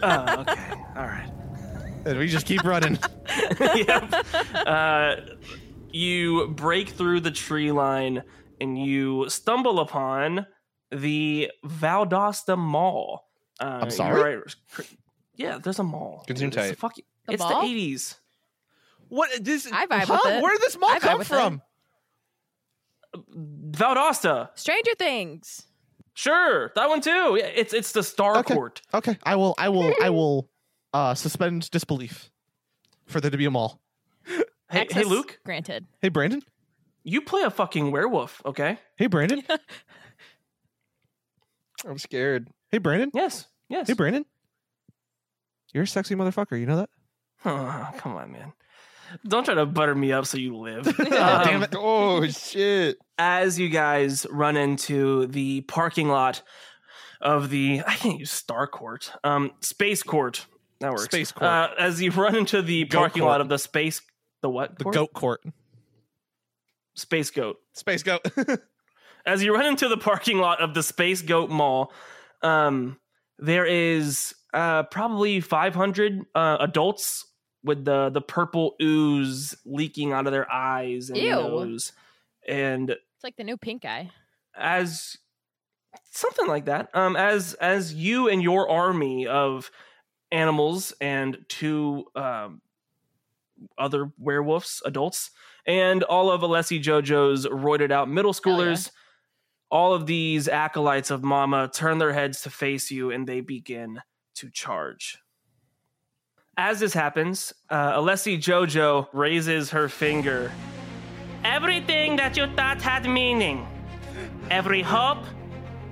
[SPEAKER 1] Uh, okay, all right.
[SPEAKER 7] and we just keep running.
[SPEAKER 1] yep. Uh, you break through the tree line and you stumble upon the Valdosta Mall. Uh,
[SPEAKER 7] I'm sorry?
[SPEAKER 1] you're right- Yeah, there's a mall.
[SPEAKER 10] Consume
[SPEAKER 1] Dude, it's
[SPEAKER 10] tight.
[SPEAKER 1] the fucking-
[SPEAKER 6] The
[SPEAKER 1] it's
[SPEAKER 6] mall?
[SPEAKER 1] the 80s.
[SPEAKER 7] What this?
[SPEAKER 6] I vibe
[SPEAKER 7] huh?
[SPEAKER 6] with it.
[SPEAKER 7] Where did this mall
[SPEAKER 6] I vibe
[SPEAKER 7] come
[SPEAKER 6] with
[SPEAKER 7] from?
[SPEAKER 6] it.
[SPEAKER 1] Valdosta.
[SPEAKER 6] Stranger Things.
[SPEAKER 1] Sure, that one too. Yeah, it's it's the Star
[SPEAKER 7] Okay.
[SPEAKER 1] Court.
[SPEAKER 7] Okay, I will. I will. I will uh, suspend disbelief for there to be a mall.
[SPEAKER 1] Hey, hey,
[SPEAKER 6] Access
[SPEAKER 1] Luke,
[SPEAKER 6] Granted.
[SPEAKER 7] Hey, Brandon.
[SPEAKER 1] you play a fucking werewolf, okay?
[SPEAKER 7] Hey, Brandon.
[SPEAKER 10] I'm scared.
[SPEAKER 7] hey, Brandon.
[SPEAKER 1] Yes, yes.
[SPEAKER 7] Hey, Brandon. You're a sexy motherfucker. You know that?
[SPEAKER 1] Oh, come on, man. Don't try to butter me up so you live. Um,
[SPEAKER 7] damn it.
[SPEAKER 10] Oh, shit.
[SPEAKER 1] As you guys run into the parking lot of the, I can't use Star Court, um, Space Court. That works.
[SPEAKER 7] Space Court.
[SPEAKER 1] Uh, as you run into the
[SPEAKER 7] Goat
[SPEAKER 1] parking lot
[SPEAKER 7] Court.
[SPEAKER 1] of the Space, the what?
[SPEAKER 7] The
[SPEAKER 1] court?
[SPEAKER 7] goat court.
[SPEAKER 1] Space Goat.
[SPEAKER 7] Space goat.
[SPEAKER 1] as you run into the parking lot of the Space Goat Mall, um, there is uh, probably 500 uh, adults with the the purple ooze leaking out of their eyes and
[SPEAKER 6] Ew.
[SPEAKER 1] nose, and
[SPEAKER 6] It's like the new pink eye.
[SPEAKER 1] as something like that. Um, as as you and your army of animals and two um, other werewolves, adults, and all of Alessi JoJo's roided out middle
[SPEAKER 6] Hell yeah.
[SPEAKER 1] schoolers. All of these acolytes of Mama turn their heads to face you, and they begin
[SPEAKER 15] to charge.
[SPEAKER 1] As this happens, uh, Alessi Jojo raises her finger. Everything that you thought had meaning, every hope,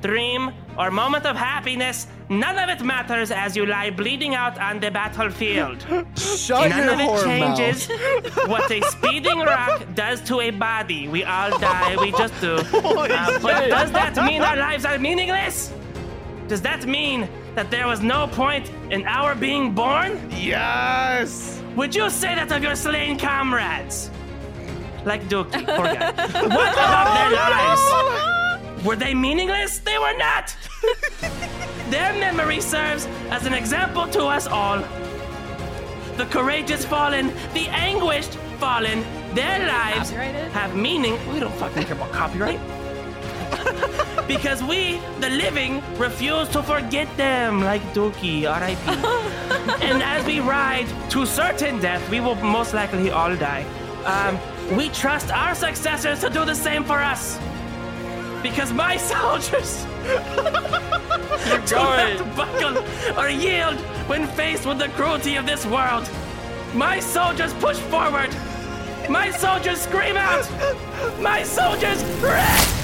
[SPEAKER 1] dream, or moment of happiness, none of it matters as you lie bleeding out on the battlefield.
[SPEAKER 10] Shut
[SPEAKER 1] none
[SPEAKER 10] your
[SPEAKER 1] of
[SPEAKER 10] whore
[SPEAKER 1] it changes
[SPEAKER 10] mouth.
[SPEAKER 1] what a speeding rock does to a body. We all die, we just do. Uh, but does that mean our lives are meaningless? Does that mean that there was no point in our being born?
[SPEAKER 7] Yes!
[SPEAKER 1] Would you say that of your slain comrades? Like Dookie, poor guy. What about their lives? Were they meaningless? They were not! their memory serves as an example to us all. The courageous fallen, the anguished fallen, their lives have meaning. We don't fucking care about copyright. because we, the living, refuse to forget them, like Dookie, RIP. and as we ride to certain death, we will most likely all die. Um, we trust our successors to do the same for us. Because my soldiers do not buckle or yield when faced with the cruelty of this world. My soldiers push forward. My soldiers scream out. My soldiers.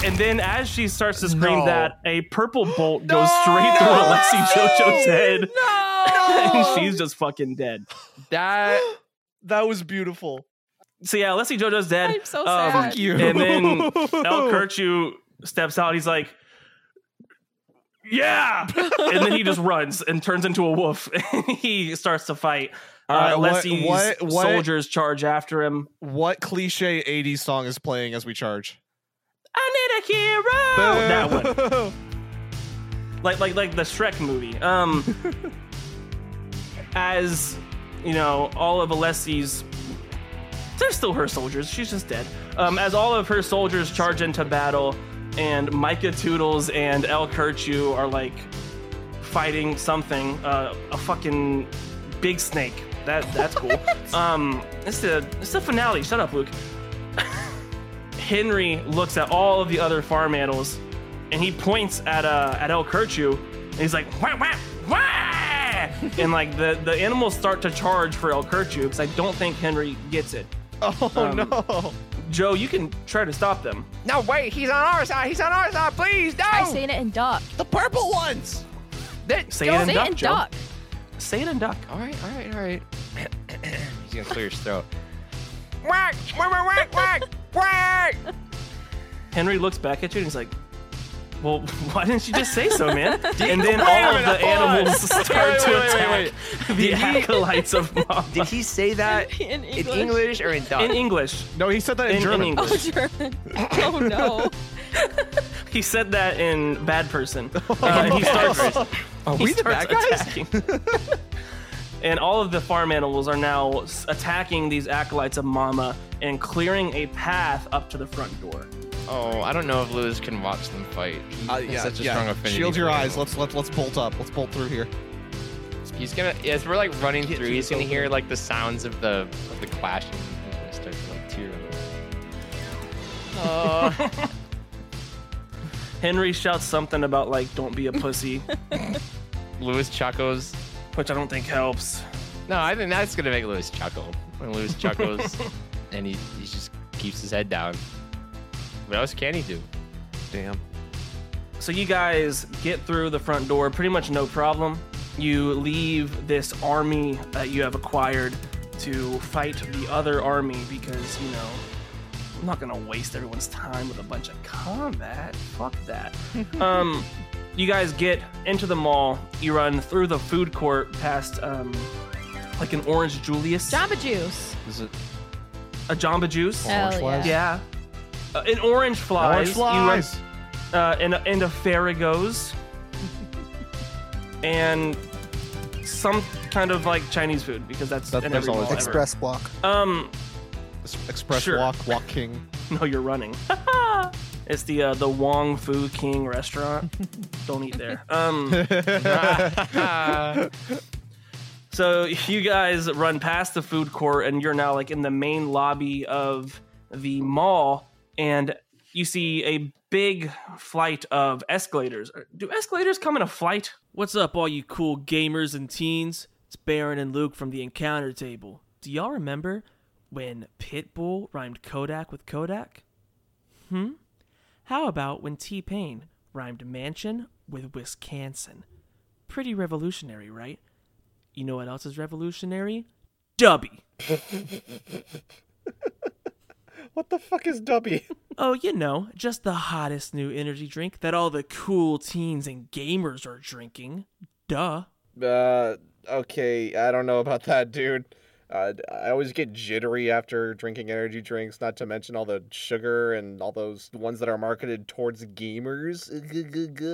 [SPEAKER 1] And then, as she starts to scream
[SPEAKER 15] No.
[SPEAKER 1] that, a purple bolt goes straight through Alexi JoJo's head. and she's just fucking dead.
[SPEAKER 5] That
[SPEAKER 7] that was beautiful.
[SPEAKER 1] So yeah, Alessi JoJo's dead.
[SPEAKER 16] I'm so
[SPEAKER 1] Um,
[SPEAKER 16] sad. Fuck you.
[SPEAKER 1] And then El Kirchu steps out. He's like, "Yeah," and then he just runs and turns into a wolf. And he starts to fight.
[SPEAKER 7] All
[SPEAKER 1] Uh,
[SPEAKER 7] right, what-
[SPEAKER 1] Alessi's
[SPEAKER 7] what- what-
[SPEAKER 1] soldiers charge after him.
[SPEAKER 7] What cliche 80s song is playing as we charge?
[SPEAKER 1] I need a hero. That one. like like like the Shrek movie. Um, as you know, all of Alessi's they're still her soldiers. She's just dead. Um, as all of her soldiers charge into battle, and Micah Toodles and El Kirchu are like fighting something, uh, a fucking big snake. That that's cool. um, it's the it's the finale. Shut up, Luke. Henry looks at all of the other farm animals, and he points at uh, at El Kirchu, and he's like, wah, wah, wah! and like the the animals start to charge for El Kirchu because I don't think Henry gets it. Um,
[SPEAKER 7] Oh no,
[SPEAKER 1] Joe, you can try to stop them.
[SPEAKER 5] No, wait, he's on our side. He's on our side. Please, no.
[SPEAKER 6] I say it and duck.
[SPEAKER 7] The purple ones.
[SPEAKER 5] That,
[SPEAKER 1] Say it and
[SPEAKER 6] say
[SPEAKER 1] duck,
[SPEAKER 6] it and
[SPEAKER 1] Joe.
[SPEAKER 6] duck.
[SPEAKER 1] Say it and duck.
[SPEAKER 5] All right, all right, all right. He's gonna clear his throat. Whack, whack, whack, whack, whack.
[SPEAKER 1] Henry looks back at you and he's like, "Well, why didn't you just say so, man?" and then
[SPEAKER 5] Wait a
[SPEAKER 1] all of
[SPEAKER 5] minute,
[SPEAKER 1] the
[SPEAKER 5] hold on.
[SPEAKER 1] animals
[SPEAKER 5] Wait,
[SPEAKER 1] start to
[SPEAKER 5] wait, wait,
[SPEAKER 1] attack
[SPEAKER 5] wait, wait.
[SPEAKER 1] the
[SPEAKER 5] Did he-
[SPEAKER 1] acolytes of Mama.
[SPEAKER 5] Did he say that
[SPEAKER 16] In
[SPEAKER 5] in English or in Dutch?
[SPEAKER 1] in English?
[SPEAKER 7] No, he said that
[SPEAKER 1] In-
[SPEAKER 7] in,
[SPEAKER 1] in
[SPEAKER 7] German.
[SPEAKER 1] English.
[SPEAKER 16] Oh, German. Oh, no.
[SPEAKER 1] He said that in Bad Person. Uh, he starts.
[SPEAKER 5] Are
[SPEAKER 1] he
[SPEAKER 5] we the
[SPEAKER 1] starts
[SPEAKER 5] bad guys?
[SPEAKER 1] attacking. and all of the farm animals are now s- attacking these acolytes of Mama and clearing a path up to the front door.
[SPEAKER 5] Oh, I don't know if Lewis can watch them fight. He
[SPEAKER 7] Uh,
[SPEAKER 5] has
[SPEAKER 7] yeah,
[SPEAKER 5] such a
[SPEAKER 7] yeah.
[SPEAKER 5] strong affinity.
[SPEAKER 7] Shield your
[SPEAKER 5] for
[SPEAKER 7] eyes.
[SPEAKER 5] animals.
[SPEAKER 7] Let's let let's bolt up. Let's bolt through here.
[SPEAKER 5] He's gonna as we're like running through.
[SPEAKER 1] to
[SPEAKER 5] He's
[SPEAKER 1] the
[SPEAKER 5] gonna
[SPEAKER 1] open.
[SPEAKER 5] hear like the sounds of the of the clash, and he's gonna start to like tear. a little.
[SPEAKER 16] Oh.
[SPEAKER 1] Henry shouts something about like "Don't be a pussy,"
[SPEAKER 5] Lewis chuckles.
[SPEAKER 1] which I don't think helps.
[SPEAKER 5] No, I think that's gonna make Lewis chuckle. When Lewis chuckles, and he, he just keeps his head down. What else can he do?
[SPEAKER 7] Damn.
[SPEAKER 1] So you guys get through the front door pretty much no problem. You leave this army that you have acquired to fight the other army because, you know, I'm not going to waste everyone's time with a bunch of combat. Fuck that. um, you guys get into the mall. You run through the food court past um, like an Orange Julius,
[SPEAKER 6] Jamba Juice.
[SPEAKER 7] Is it
[SPEAKER 1] a Jamba Juice.
[SPEAKER 6] Hell yeah.
[SPEAKER 1] Yeah. Uh, an orange flies.
[SPEAKER 7] Orange flies.
[SPEAKER 1] You run, uh, and, a- and a Farragos. and some kind of like Chinese food because that's
[SPEAKER 7] That-
[SPEAKER 1] in
[SPEAKER 7] there's
[SPEAKER 1] every
[SPEAKER 7] always
[SPEAKER 1] mall ever.
[SPEAKER 10] Express block.
[SPEAKER 1] Um,
[SPEAKER 7] Ex- Express
[SPEAKER 1] Sure.
[SPEAKER 7] walk, walk king.
[SPEAKER 1] no, you're running. it's the uh, the Wong Fu King restaurant. Don't eat there. Um,
[SPEAKER 5] Uh,
[SPEAKER 1] So you guys run past the food court and you're now like in the main lobby of the mall and
[SPEAKER 7] you see a big flight of escalators. uh, Do escalators come in a flight?
[SPEAKER 1] What's up, all you cool gamers and teens? It's Baron and Luke from the Encounter Table. Do y'all remember when Pitbull rhymed Kodak with Kodak? Hmm? How about when T Pain rhymed mansion with Wisconsin? Pretty revolutionary, right? You know what else is revolutionary? Dubby.
[SPEAKER 3] what the fuck is Dubby?
[SPEAKER 1] oh, you know, just the hottest new energy drink that all the cool teens and gamers are drinking. Duh.
[SPEAKER 3] Uh, okay, I don't know about that, dude. Uh, I always get jittery after drinking energy drinks, not to mention all the sugar and all those ones that are marketed towards gamers.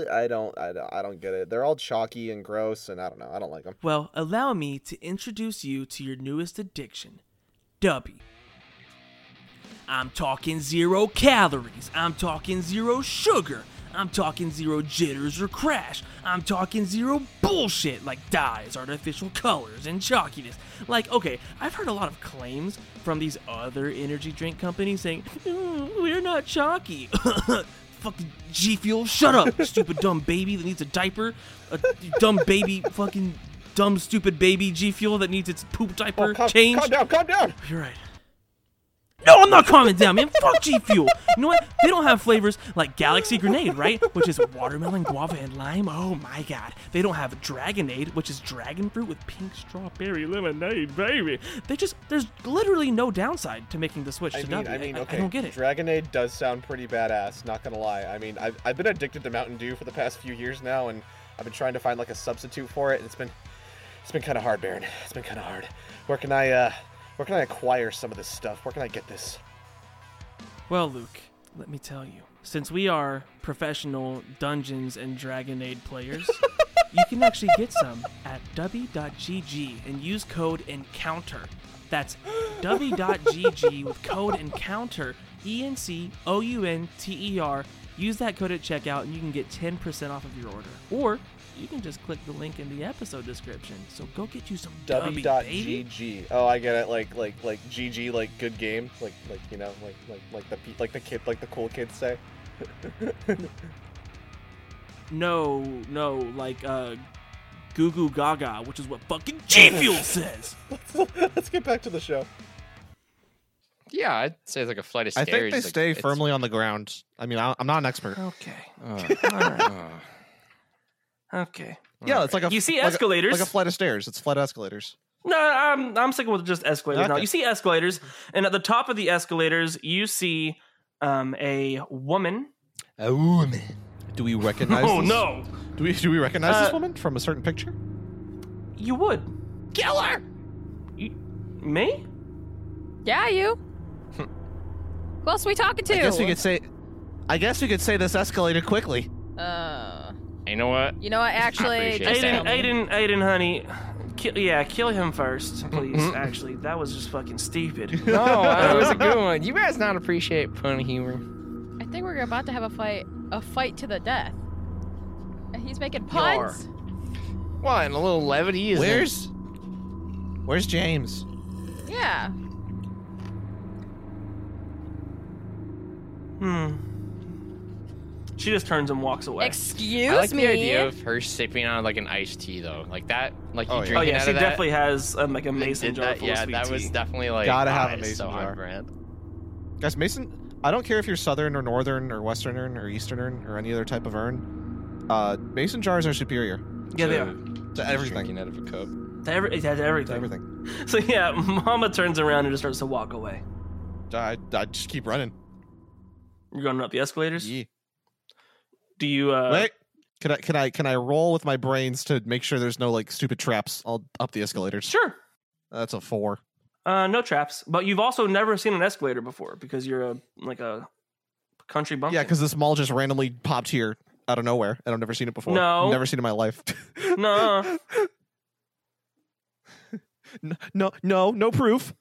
[SPEAKER 3] I don't, I don't, I don't get it. They're all chalky and gross, and I don't know. I don't like them.
[SPEAKER 1] Well, allow me to introduce you to your newest addiction, Dubby. I'm talking zero calories. I'm talking zero sugar. I'm talking zero jitters or crash. I'm talking zero bullshit like dyes, artificial colors, and chalkiness. Like, okay, I've heard a lot of claims from these other energy drink companies saying, mm, we're not chalky. fucking G Fuel, shut up, stupid dumb baby that needs a diaper. A dumb baby, fucking dumb stupid baby G Fuel that needs its poop diaper
[SPEAKER 3] oh, calm,
[SPEAKER 1] changed.
[SPEAKER 3] Calm down, calm down.
[SPEAKER 1] You're right. No, I'm not calming down, man. Fuck G Fuel. You know what? They don't have flavors like Galaxy Grenade, right? Which is watermelon, guava, and lime. Oh my god. They don't have Dragonade, which is dragon fruit with pink strawberry lemonade, baby. They just there's literally no downside to making the switch
[SPEAKER 3] I
[SPEAKER 1] to
[SPEAKER 3] mean,
[SPEAKER 1] Nubby.
[SPEAKER 3] I mean, okay.
[SPEAKER 1] I don't get it.
[SPEAKER 3] Dragonade does sound pretty badass. Not gonna lie. I mean, I've, I've been addicted to Mountain Dew for the past few years now, and I've been trying to find like a substitute for it, and it's been it's been kind of hard, Baron. It's been kind of hard. Where can I uh where can I acquire some of this stuff? Where can I get this?
[SPEAKER 1] Well, Luke, let me tell you. Since we are professional Dungeons and Dragonade players, you can actually get some at w.gg and use code ENCOUNTER. That's w.gg with code ENCOUNTER, E N C O U N T E R. Use that code at checkout and you can get 10% off of your order. Or you can just click the link in the episode description. So go get you some dubby, baby.
[SPEAKER 3] w.gg. Oh, I get it. Like like like GG like good game. Like like you know like like like the pe- like the kid like the cool kids say.
[SPEAKER 1] No, no, like uh Goo Goo Gaga, which is what fucking G Fuel says.
[SPEAKER 3] Let's get back to the show.
[SPEAKER 5] Yeah, I'd say it's like a flight of
[SPEAKER 17] I
[SPEAKER 5] stairs.
[SPEAKER 17] think they
[SPEAKER 5] Like,
[SPEAKER 17] stay
[SPEAKER 5] it's-
[SPEAKER 17] firmly on the ground. I mean, I, I'm not an expert.
[SPEAKER 7] Okay.
[SPEAKER 5] Uh,
[SPEAKER 7] All right.
[SPEAKER 5] uh,
[SPEAKER 7] Okay.
[SPEAKER 17] Yeah, it's like a
[SPEAKER 7] You see
[SPEAKER 17] uh. like a-
[SPEAKER 7] escalators.
[SPEAKER 17] like a flight of stairs. It's flight of escalators.
[SPEAKER 7] No, I'm I'm sticking with just escalators. Now
[SPEAKER 17] Okay.
[SPEAKER 7] you see escalators, and at the top of the escalators, you see um, a woman.
[SPEAKER 17] A woman. Do we recognize?
[SPEAKER 7] Oh
[SPEAKER 17] this?
[SPEAKER 7] no,
[SPEAKER 17] Do we do we recognize
[SPEAKER 7] Uh,
[SPEAKER 17] this woman from a certain picture?
[SPEAKER 7] you would
[SPEAKER 18] Kill her!
[SPEAKER 7] me?
[SPEAKER 6] Yeah, you.
[SPEAKER 5] Hmm.
[SPEAKER 6] Who else are we talking to?
[SPEAKER 17] I guess we could say. I guess we could say this escalated quickly.
[SPEAKER 6] Uh,
[SPEAKER 5] you know what?
[SPEAKER 6] you know what? Actually,
[SPEAKER 5] appreciate
[SPEAKER 6] just
[SPEAKER 5] that.
[SPEAKER 6] tell
[SPEAKER 7] Aiden,
[SPEAKER 6] me.
[SPEAKER 7] Aiden, Aiden, honey. Kill, yeah, kill him first, please. Actually, that was just fucking stupid.
[SPEAKER 5] No, that was a good one. You guys not appreciate pun humor.
[SPEAKER 6] I think we're about to have a fight, a fight to the death. And He's making puns.
[SPEAKER 5] Well, and a little levity is.
[SPEAKER 17] Where's Where's James?
[SPEAKER 6] Yeah.
[SPEAKER 7] Hmm. She just turns and walks away.
[SPEAKER 6] Excuse
[SPEAKER 5] I like
[SPEAKER 6] me.
[SPEAKER 5] the idea of her sipping on like an iced tea though, like that, like you
[SPEAKER 17] Oh, yeah.
[SPEAKER 5] drinking
[SPEAKER 7] oh yeah,
[SPEAKER 5] out
[SPEAKER 7] she
[SPEAKER 5] of that.
[SPEAKER 7] definitely has um, like a
[SPEAKER 5] and
[SPEAKER 7] mason
[SPEAKER 5] did
[SPEAKER 7] jar
[SPEAKER 5] that-
[SPEAKER 7] full of
[SPEAKER 5] Yeah,
[SPEAKER 7] sweet
[SPEAKER 5] that
[SPEAKER 7] tea.
[SPEAKER 5] was definitely like
[SPEAKER 17] Gotta have a
[SPEAKER 5] ah, it's
[SPEAKER 17] mason
[SPEAKER 5] so on
[SPEAKER 17] jar.
[SPEAKER 5] brand.
[SPEAKER 17] Guys, Mason, I don't care if you're Southern or Northern or Western urn or Eastern urn or any other type of urn. Uh, mason jars are superior
[SPEAKER 7] yeah, they
[SPEAKER 5] So,
[SPEAKER 7] are.
[SPEAKER 5] just
[SPEAKER 17] to everything.
[SPEAKER 5] Drinking out of a cup.
[SPEAKER 7] To every- it has
[SPEAKER 17] To
[SPEAKER 7] everything.
[SPEAKER 17] everything.
[SPEAKER 7] So yeah, Mama turns around and just starts to walk away.
[SPEAKER 17] I, I just keep running.
[SPEAKER 7] You're going up the escalators.
[SPEAKER 17] Yeah.
[SPEAKER 7] Do you? Uh,
[SPEAKER 17] Wait, can I can I can I roll with my brains to make sure there's no like stupid traps all up the escalators?
[SPEAKER 7] Sure.
[SPEAKER 17] That's a four.
[SPEAKER 7] Uh, no traps, but you've also never seen an escalator before because you're a like a country bumpkin.
[SPEAKER 17] Yeah, because this mall just randomly popped here out of nowhere, and I've never seen it before.
[SPEAKER 7] No.
[SPEAKER 17] never seen it in my life.
[SPEAKER 7] no,
[SPEAKER 17] N- no, no, no proof.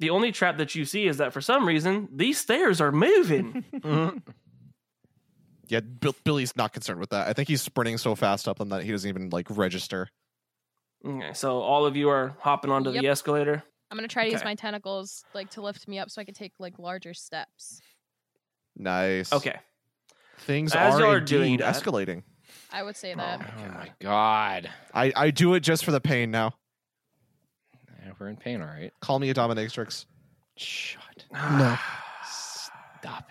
[SPEAKER 7] the only trap that you see is that for some reason these stairs are moving.
[SPEAKER 5] Mm-hmm.
[SPEAKER 17] Yeah, Bill, Billy's not concerned with that. I think he's sprinting so fast up them that he doesn't even like register.
[SPEAKER 7] okay, so all of you are hopping onto
[SPEAKER 6] Yep.
[SPEAKER 7] the escalator.
[SPEAKER 6] I'm gonna try to use
[SPEAKER 7] Okay.
[SPEAKER 6] my tentacles like to lift me up so I can take like larger steps.
[SPEAKER 7] Nice.
[SPEAKER 1] Okay.
[SPEAKER 7] Things
[SPEAKER 1] As
[SPEAKER 7] are
[SPEAKER 1] you're doing
[SPEAKER 7] indeed
[SPEAKER 1] that-
[SPEAKER 7] escalating.
[SPEAKER 6] I would say that.
[SPEAKER 5] Oh my god.
[SPEAKER 7] I, I do it just for the pain now.
[SPEAKER 5] Yeah, we're in pain, all right.
[SPEAKER 7] Call me a dominatrix.
[SPEAKER 5] Shut.
[SPEAKER 7] No.
[SPEAKER 5] Stop it.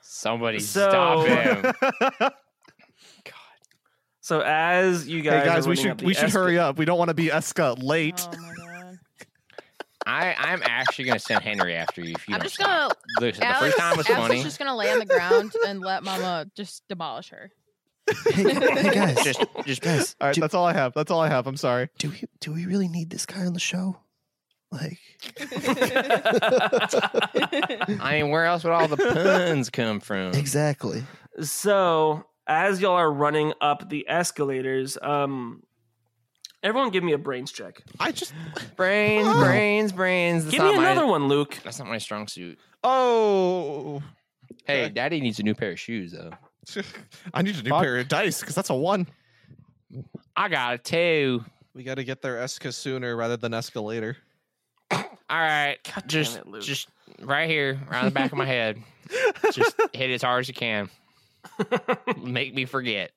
[SPEAKER 5] Somebody
[SPEAKER 1] So-
[SPEAKER 5] stop him.
[SPEAKER 1] So as you guys,
[SPEAKER 7] hey guys,
[SPEAKER 1] are
[SPEAKER 7] we
[SPEAKER 1] running up
[SPEAKER 7] should
[SPEAKER 1] the
[SPEAKER 7] we should
[SPEAKER 1] escal-
[SPEAKER 7] hurry up. We don't want to be Eska late.
[SPEAKER 6] Oh
[SPEAKER 5] I I'm actually gonna send Henry after you if you
[SPEAKER 6] I'm
[SPEAKER 5] don't
[SPEAKER 6] just
[SPEAKER 5] stop.
[SPEAKER 6] gonna.
[SPEAKER 5] Listen, the
[SPEAKER 6] Alex,
[SPEAKER 5] first time was
[SPEAKER 6] Alex is
[SPEAKER 5] funny.
[SPEAKER 6] just gonna lay on the ground and let Mama just demolish her.
[SPEAKER 10] Hey guys,
[SPEAKER 5] Just just
[SPEAKER 10] guys,
[SPEAKER 7] All right, that's all I have. That's all I have. I'm sorry.
[SPEAKER 10] do we do we really need this guy on the show? Like,
[SPEAKER 5] I mean, where else would all the puns come from?
[SPEAKER 10] exactly.
[SPEAKER 1] So as y'all are running up the escalators, um, everyone give me a brains check.
[SPEAKER 7] I just
[SPEAKER 5] Brains,
[SPEAKER 17] Oh.
[SPEAKER 5] brains, brains. That's
[SPEAKER 1] give me
[SPEAKER 5] not my-
[SPEAKER 1] another one, Luke.
[SPEAKER 5] That's not my strong suit.
[SPEAKER 7] Oh,
[SPEAKER 5] Hey, Daddy needs a new pair of shoes though.
[SPEAKER 7] I need a new pair of dice because that's a one.
[SPEAKER 5] I got a two.
[SPEAKER 7] We got to get their Eska sooner rather than Eska later.
[SPEAKER 5] All right,
[SPEAKER 1] damn
[SPEAKER 5] just
[SPEAKER 1] it, Luke.
[SPEAKER 5] just right here, right on the back of my head. Just hit it as hard as you can. Make me forget.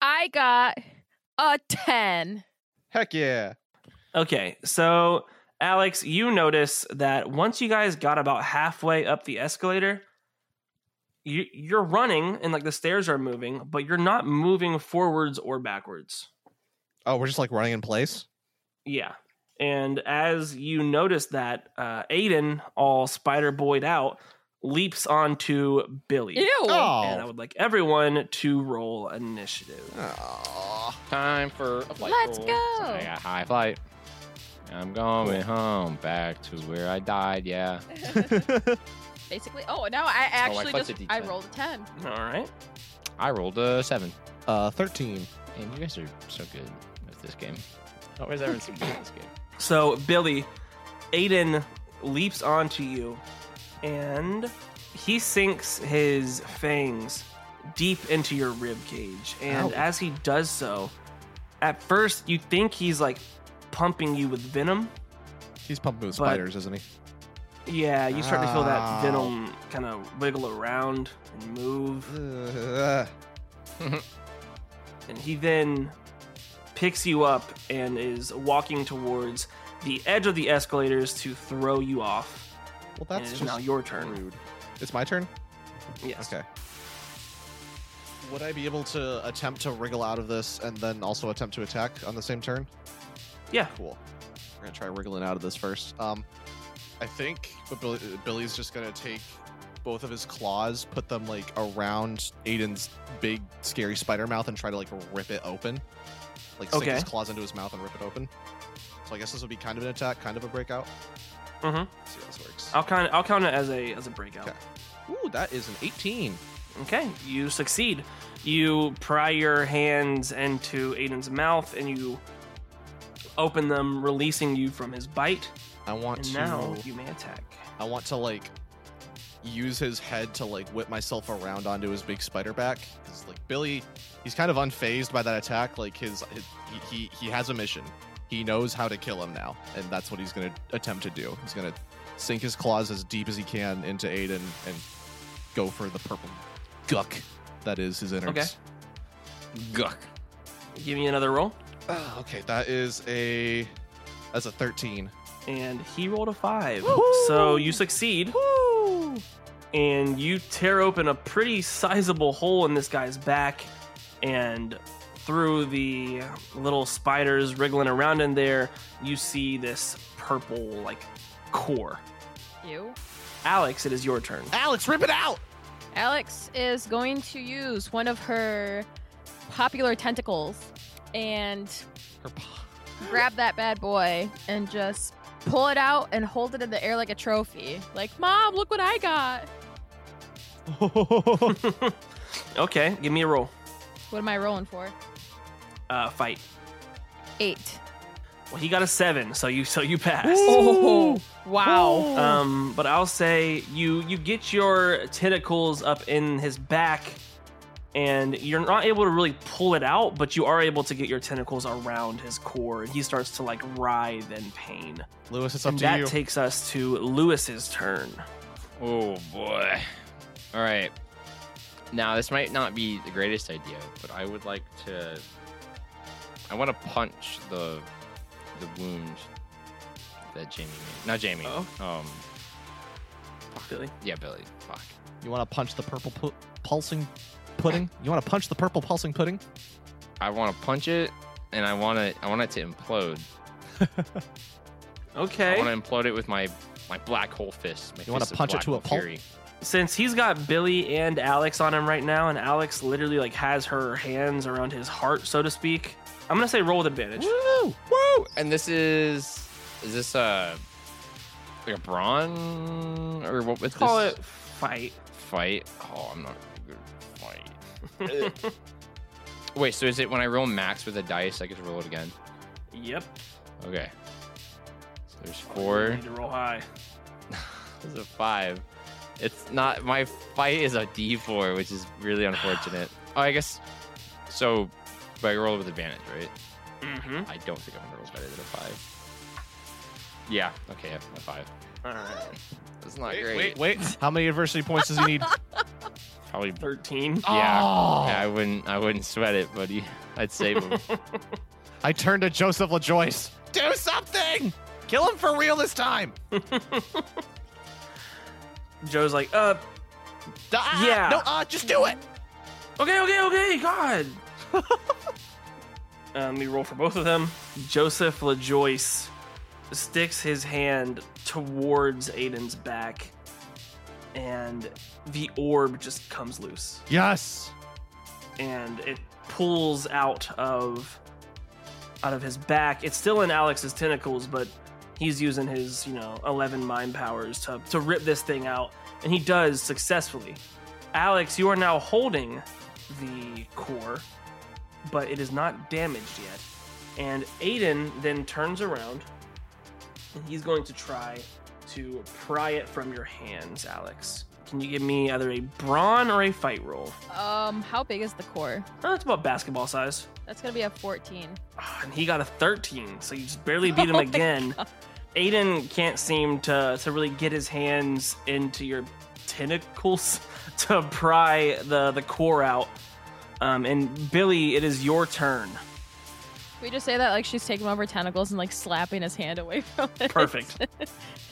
[SPEAKER 6] I got a ten.
[SPEAKER 7] Heck yeah!
[SPEAKER 1] Okay, so Alex, you notice that once you guys got about halfway up the escalator, you you're running and like the stairs are moving, but you're not moving forwards or backwards.
[SPEAKER 7] Oh, we're just like running in place.
[SPEAKER 1] Yeah. And as you notice that, uh, Aiden, all spider boyed out, leaps onto Billy.
[SPEAKER 6] Ew.
[SPEAKER 1] And I
[SPEAKER 7] Oh,
[SPEAKER 1] would like everyone to roll initiative.
[SPEAKER 5] Time for a flight.
[SPEAKER 6] Let's
[SPEAKER 5] roll.
[SPEAKER 6] go.
[SPEAKER 5] So I got high flight. I'm going home back to where I died. Yeah.
[SPEAKER 6] Basically, oh no, I actually
[SPEAKER 5] flipped
[SPEAKER 6] just
[SPEAKER 5] a
[SPEAKER 6] I
[SPEAKER 5] D10.
[SPEAKER 6] rolled a ten.
[SPEAKER 1] All right.
[SPEAKER 5] I rolled a seven.
[SPEAKER 7] uh, thirteen.
[SPEAKER 5] And you guys are so good at this game. Always everyone's so good at this game.
[SPEAKER 1] So, Billy, Aiden leaps onto you and he sinks his fangs deep into your rib cage. And
[SPEAKER 7] Ow.
[SPEAKER 1] as he does so, at first you think he's like pumping you with venom.
[SPEAKER 7] He's pumping with
[SPEAKER 1] But-
[SPEAKER 7] spiders, isn't he?
[SPEAKER 1] Yeah, you start to feel
[SPEAKER 7] Ow.
[SPEAKER 1] that venom kind of wiggle around and move.
[SPEAKER 7] Ugh.
[SPEAKER 1] And he then picks you up and is walking towards the edge of the escalators to throw you off.
[SPEAKER 7] well,
[SPEAKER 1] And
[SPEAKER 7] that's
[SPEAKER 1] it is
[SPEAKER 7] just
[SPEAKER 1] now your turn.
[SPEAKER 7] rude. It's my turn.
[SPEAKER 1] Yes.
[SPEAKER 7] Okay. Would I be able to attempt to wriggle out of this and then also attempt to attack on the same turn?
[SPEAKER 1] Yeah.
[SPEAKER 7] Cool. We're gonna try wriggling out of this first. Um, I think but Billy, Billy's just gonna take both of his claws, put them like around Aiden's big scary spider mouth, and try to like rip it open. Like stick
[SPEAKER 1] Okay.
[SPEAKER 7] his claws into his mouth and rip it open. So I guess this would be kind of an attack, kind of a breakout.
[SPEAKER 5] Mm-hmm.
[SPEAKER 1] Mhm.
[SPEAKER 7] Let's see how this works.
[SPEAKER 1] I'll count. I'll count it as a as a breakout.
[SPEAKER 7] Okay.
[SPEAKER 5] Oh.
[SPEAKER 7] Ooh, that is an 18.
[SPEAKER 1] Okay, you succeed. You pry your hands into Aiden's mouth and you open them, releasing you from his bite.
[SPEAKER 7] I want
[SPEAKER 1] And
[SPEAKER 7] to.
[SPEAKER 1] now you may attack.
[SPEAKER 7] I want to like use his head to like whip myself around onto his big spider back because like Billy, he's kind of unfazed by that attack. Like his, his he, he he has a mission. He knows how to kill him now, and that's what he's gonna attempt to do. He's gonna sink his claws as deep as he can into Aiden and go for the purple guck that is his innards.
[SPEAKER 1] Okay.
[SPEAKER 5] Guck.
[SPEAKER 1] Give me another roll.
[SPEAKER 7] Ah, okay, that is a that's a thirteen.
[SPEAKER 1] And he rolled a five. So you succeed. And you tear open a pretty sizable hole in this guy's back. And through the little spiders wriggling around in there, you see this purple, like, core.
[SPEAKER 6] You.
[SPEAKER 1] Alex, it is your turn.
[SPEAKER 19] Alex, rip it out.
[SPEAKER 6] Alex is going to use one of her popular tentacles and grab that bad boy and just pull it out and hold it in the air like a trophy. Like, Mom, look what I got.
[SPEAKER 1] okay, give me a roll.
[SPEAKER 6] What am I rolling for?
[SPEAKER 1] Uh, fight.
[SPEAKER 6] Eight.
[SPEAKER 1] Well, he got a seven, so you so you pass.
[SPEAKER 6] Oh, wow.
[SPEAKER 1] Um, but I'll say you you get your tentacles up in his back, and you're not able to really pull it out, but you are able to get your tentacles around his core, and he starts to like writhe in pain.
[SPEAKER 7] Lewis, it's up
[SPEAKER 1] and
[SPEAKER 7] to
[SPEAKER 1] that
[SPEAKER 7] you.
[SPEAKER 1] takes us to Lewis's turn.
[SPEAKER 5] Oh boy. All right. Now this might not be the greatest idea, but I would like to. I want to punch the the wound that Jamie made. Not Jamie.
[SPEAKER 1] Oh.
[SPEAKER 5] Um.
[SPEAKER 1] Billy.
[SPEAKER 5] Yeah, Billy. Fuck.
[SPEAKER 7] You want to punch the purple pu- pulsing pudding? You want to punch the purple pulsing pudding?
[SPEAKER 5] I want to punch it, and I want to. I want it to implode.
[SPEAKER 1] Okay.
[SPEAKER 5] I want to implode it with my my black hole fist. My
[SPEAKER 7] You wanna
[SPEAKER 5] fist of
[SPEAKER 7] punch
[SPEAKER 5] black
[SPEAKER 7] it to a
[SPEAKER 5] hole
[SPEAKER 7] pulp?
[SPEAKER 5] fury.
[SPEAKER 1] Since he's got Billy and Alex on him right now, and Alex literally like has her hands around his heart, so to speak. I'm gonna say roll with advantage.
[SPEAKER 5] Woo! Woo! And this is is this uh like a brawn or what was
[SPEAKER 1] Call
[SPEAKER 5] this?
[SPEAKER 1] it fight.
[SPEAKER 5] Fight. Oh, I'm not good at fight. Wait, so is it when I roll max with a dice, I get to roll it again?
[SPEAKER 1] Yep.
[SPEAKER 5] Okay. So there's
[SPEAKER 1] You
[SPEAKER 5] four.
[SPEAKER 1] need to roll high.
[SPEAKER 5] There's a five. It's not my fight is a D4, which is really unfortunate. oh, I guess. So, but I roll with advantage, right?
[SPEAKER 1] Mm-hmm.
[SPEAKER 5] I don't think I'm gonna roll better than a five. Yeah. Okay. A five.
[SPEAKER 1] All right.
[SPEAKER 5] That's not
[SPEAKER 7] Wait,
[SPEAKER 5] great.
[SPEAKER 7] wait, wait. How many adversity points does he need?
[SPEAKER 5] Probably
[SPEAKER 1] thirteen.
[SPEAKER 5] Yeah.
[SPEAKER 7] Oh.
[SPEAKER 5] Yeah, I wouldn't. I wouldn't sweat it, buddy. I'd save him.
[SPEAKER 7] I turned to Joseph LaJoyce. Do something! Kill him for real this time.
[SPEAKER 1] Joe's like, uh, yeah.
[SPEAKER 7] No, uh, just do it.
[SPEAKER 1] Okay, okay, okay. God. um, we Uh, roll for both of them. Joseph LaJoyce sticks his hand towards Aiden's back, and the orb just comes loose.
[SPEAKER 7] Yes.
[SPEAKER 1] and it pulls out of out of his back. It's still in Alex's tentacles, but he's using his, you know, 11 mind powers to to rip this thing out, and he does successfully. Alex, you are now holding the core, but it is not damaged yet. And Aiden then turns around and he's going to try to pry it from your hands, Alex. Can you give me either a brawn or a fight roll?
[SPEAKER 6] Um, how big is the core?
[SPEAKER 1] Oh, it's about basketball size. Ah,
[SPEAKER 6] That's gonna be a 14.
[SPEAKER 1] And he got a 13, so you just barely beat him
[SPEAKER 6] Oh my
[SPEAKER 1] again. Aiden can't seem to, to really get his hands into your tentacles to pry the, the core out. Um, and Billy, it is your turn.
[SPEAKER 6] We just say that like she's taking over tentacles and like slapping his hand away from it.
[SPEAKER 1] Perfect.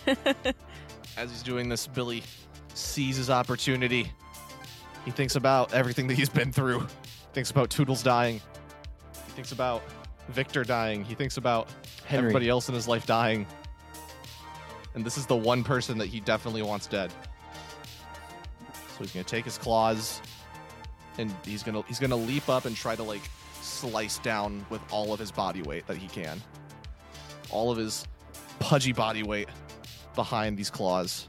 [SPEAKER 7] As he's doing this, Billy sees his opportunity. He thinks about everything that he's been through. He thinks about Toodles dying. He thinks about Victor dying. He thinks about
[SPEAKER 5] Henry.
[SPEAKER 7] everybody else in his life dying. And this is the one person that he definitely wants dead. So he's gonna take his claws and he's gonna he's gonna leap up and try to like slice down with all of his body weight that he can. All of his pudgy body weight behind these claws.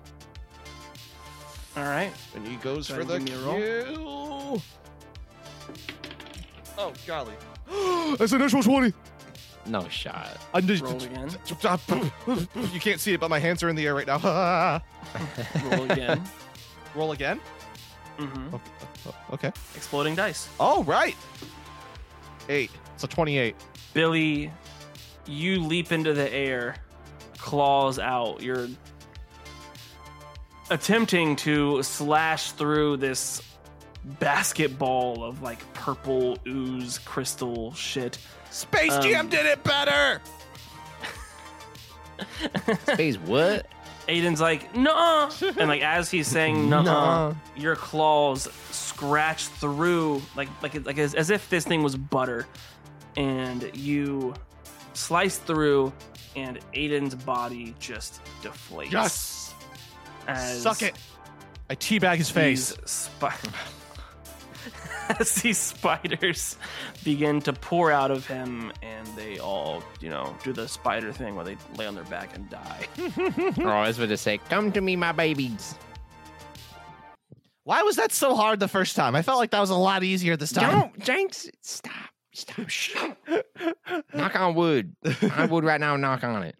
[SPEAKER 1] All right.
[SPEAKER 7] And he goes
[SPEAKER 1] Go ahead and give me a roll.
[SPEAKER 7] kill.
[SPEAKER 3] Oh, golly.
[SPEAKER 7] That's a natural 20.
[SPEAKER 5] No shot.
[SPEAKER 7] I'm just,
[SPEAKER 1] Roll again.
[SPEAKER 7] You can't see it, but my hands are in the air right now.
[SPEAKER 1] Roll again.
[SPEAKER 7] Roll again.
[SPEAKER 1] hmm
[SPEAKER 7] Oh, okay.
[SPEAKER 1] Exploding dice.
[SPEAKER 7] All right. Eight. It's a 28.
[SPEAKER 1] Billy, you leap into the air, claws out. You're attempting to slash through this basketball of like purple ooze crystal shit.
[SPEAKER 7] Space
[SPEAKER 1] Um,
[SPEAKER 7] Jam did it better.
[SPEAKER 5] Space what?
[SPEAKER 1] Aiden's like, no, and like as he's saying, no,
[SPEAKER 5] Nuh-uh.
[SPEAKER 1] your claws scratch through, like like it- like as, as if this thing was butter, and you slice through, and Aiden's body just deflates.
[SPEAKER 7] Yes.
[SPEAKER 1] as
[SPEAKER 7] Suck it. I teabag his face.
[SPEAKER 1] these spi- as these spiders begin to pour out of him, and they all, you know, do the spider thing where they lay on their back and die.
[SPEAKER 5] oh, I was about to say, come to me, my babies.
[SPEAKER 7] Why was that so hard the first time? I felt like that was a lot easier this time.
[SPEAKER 5] Don't, Jinx. Stop. Stop. Shh. knock on wood. I would right now. Knock on it.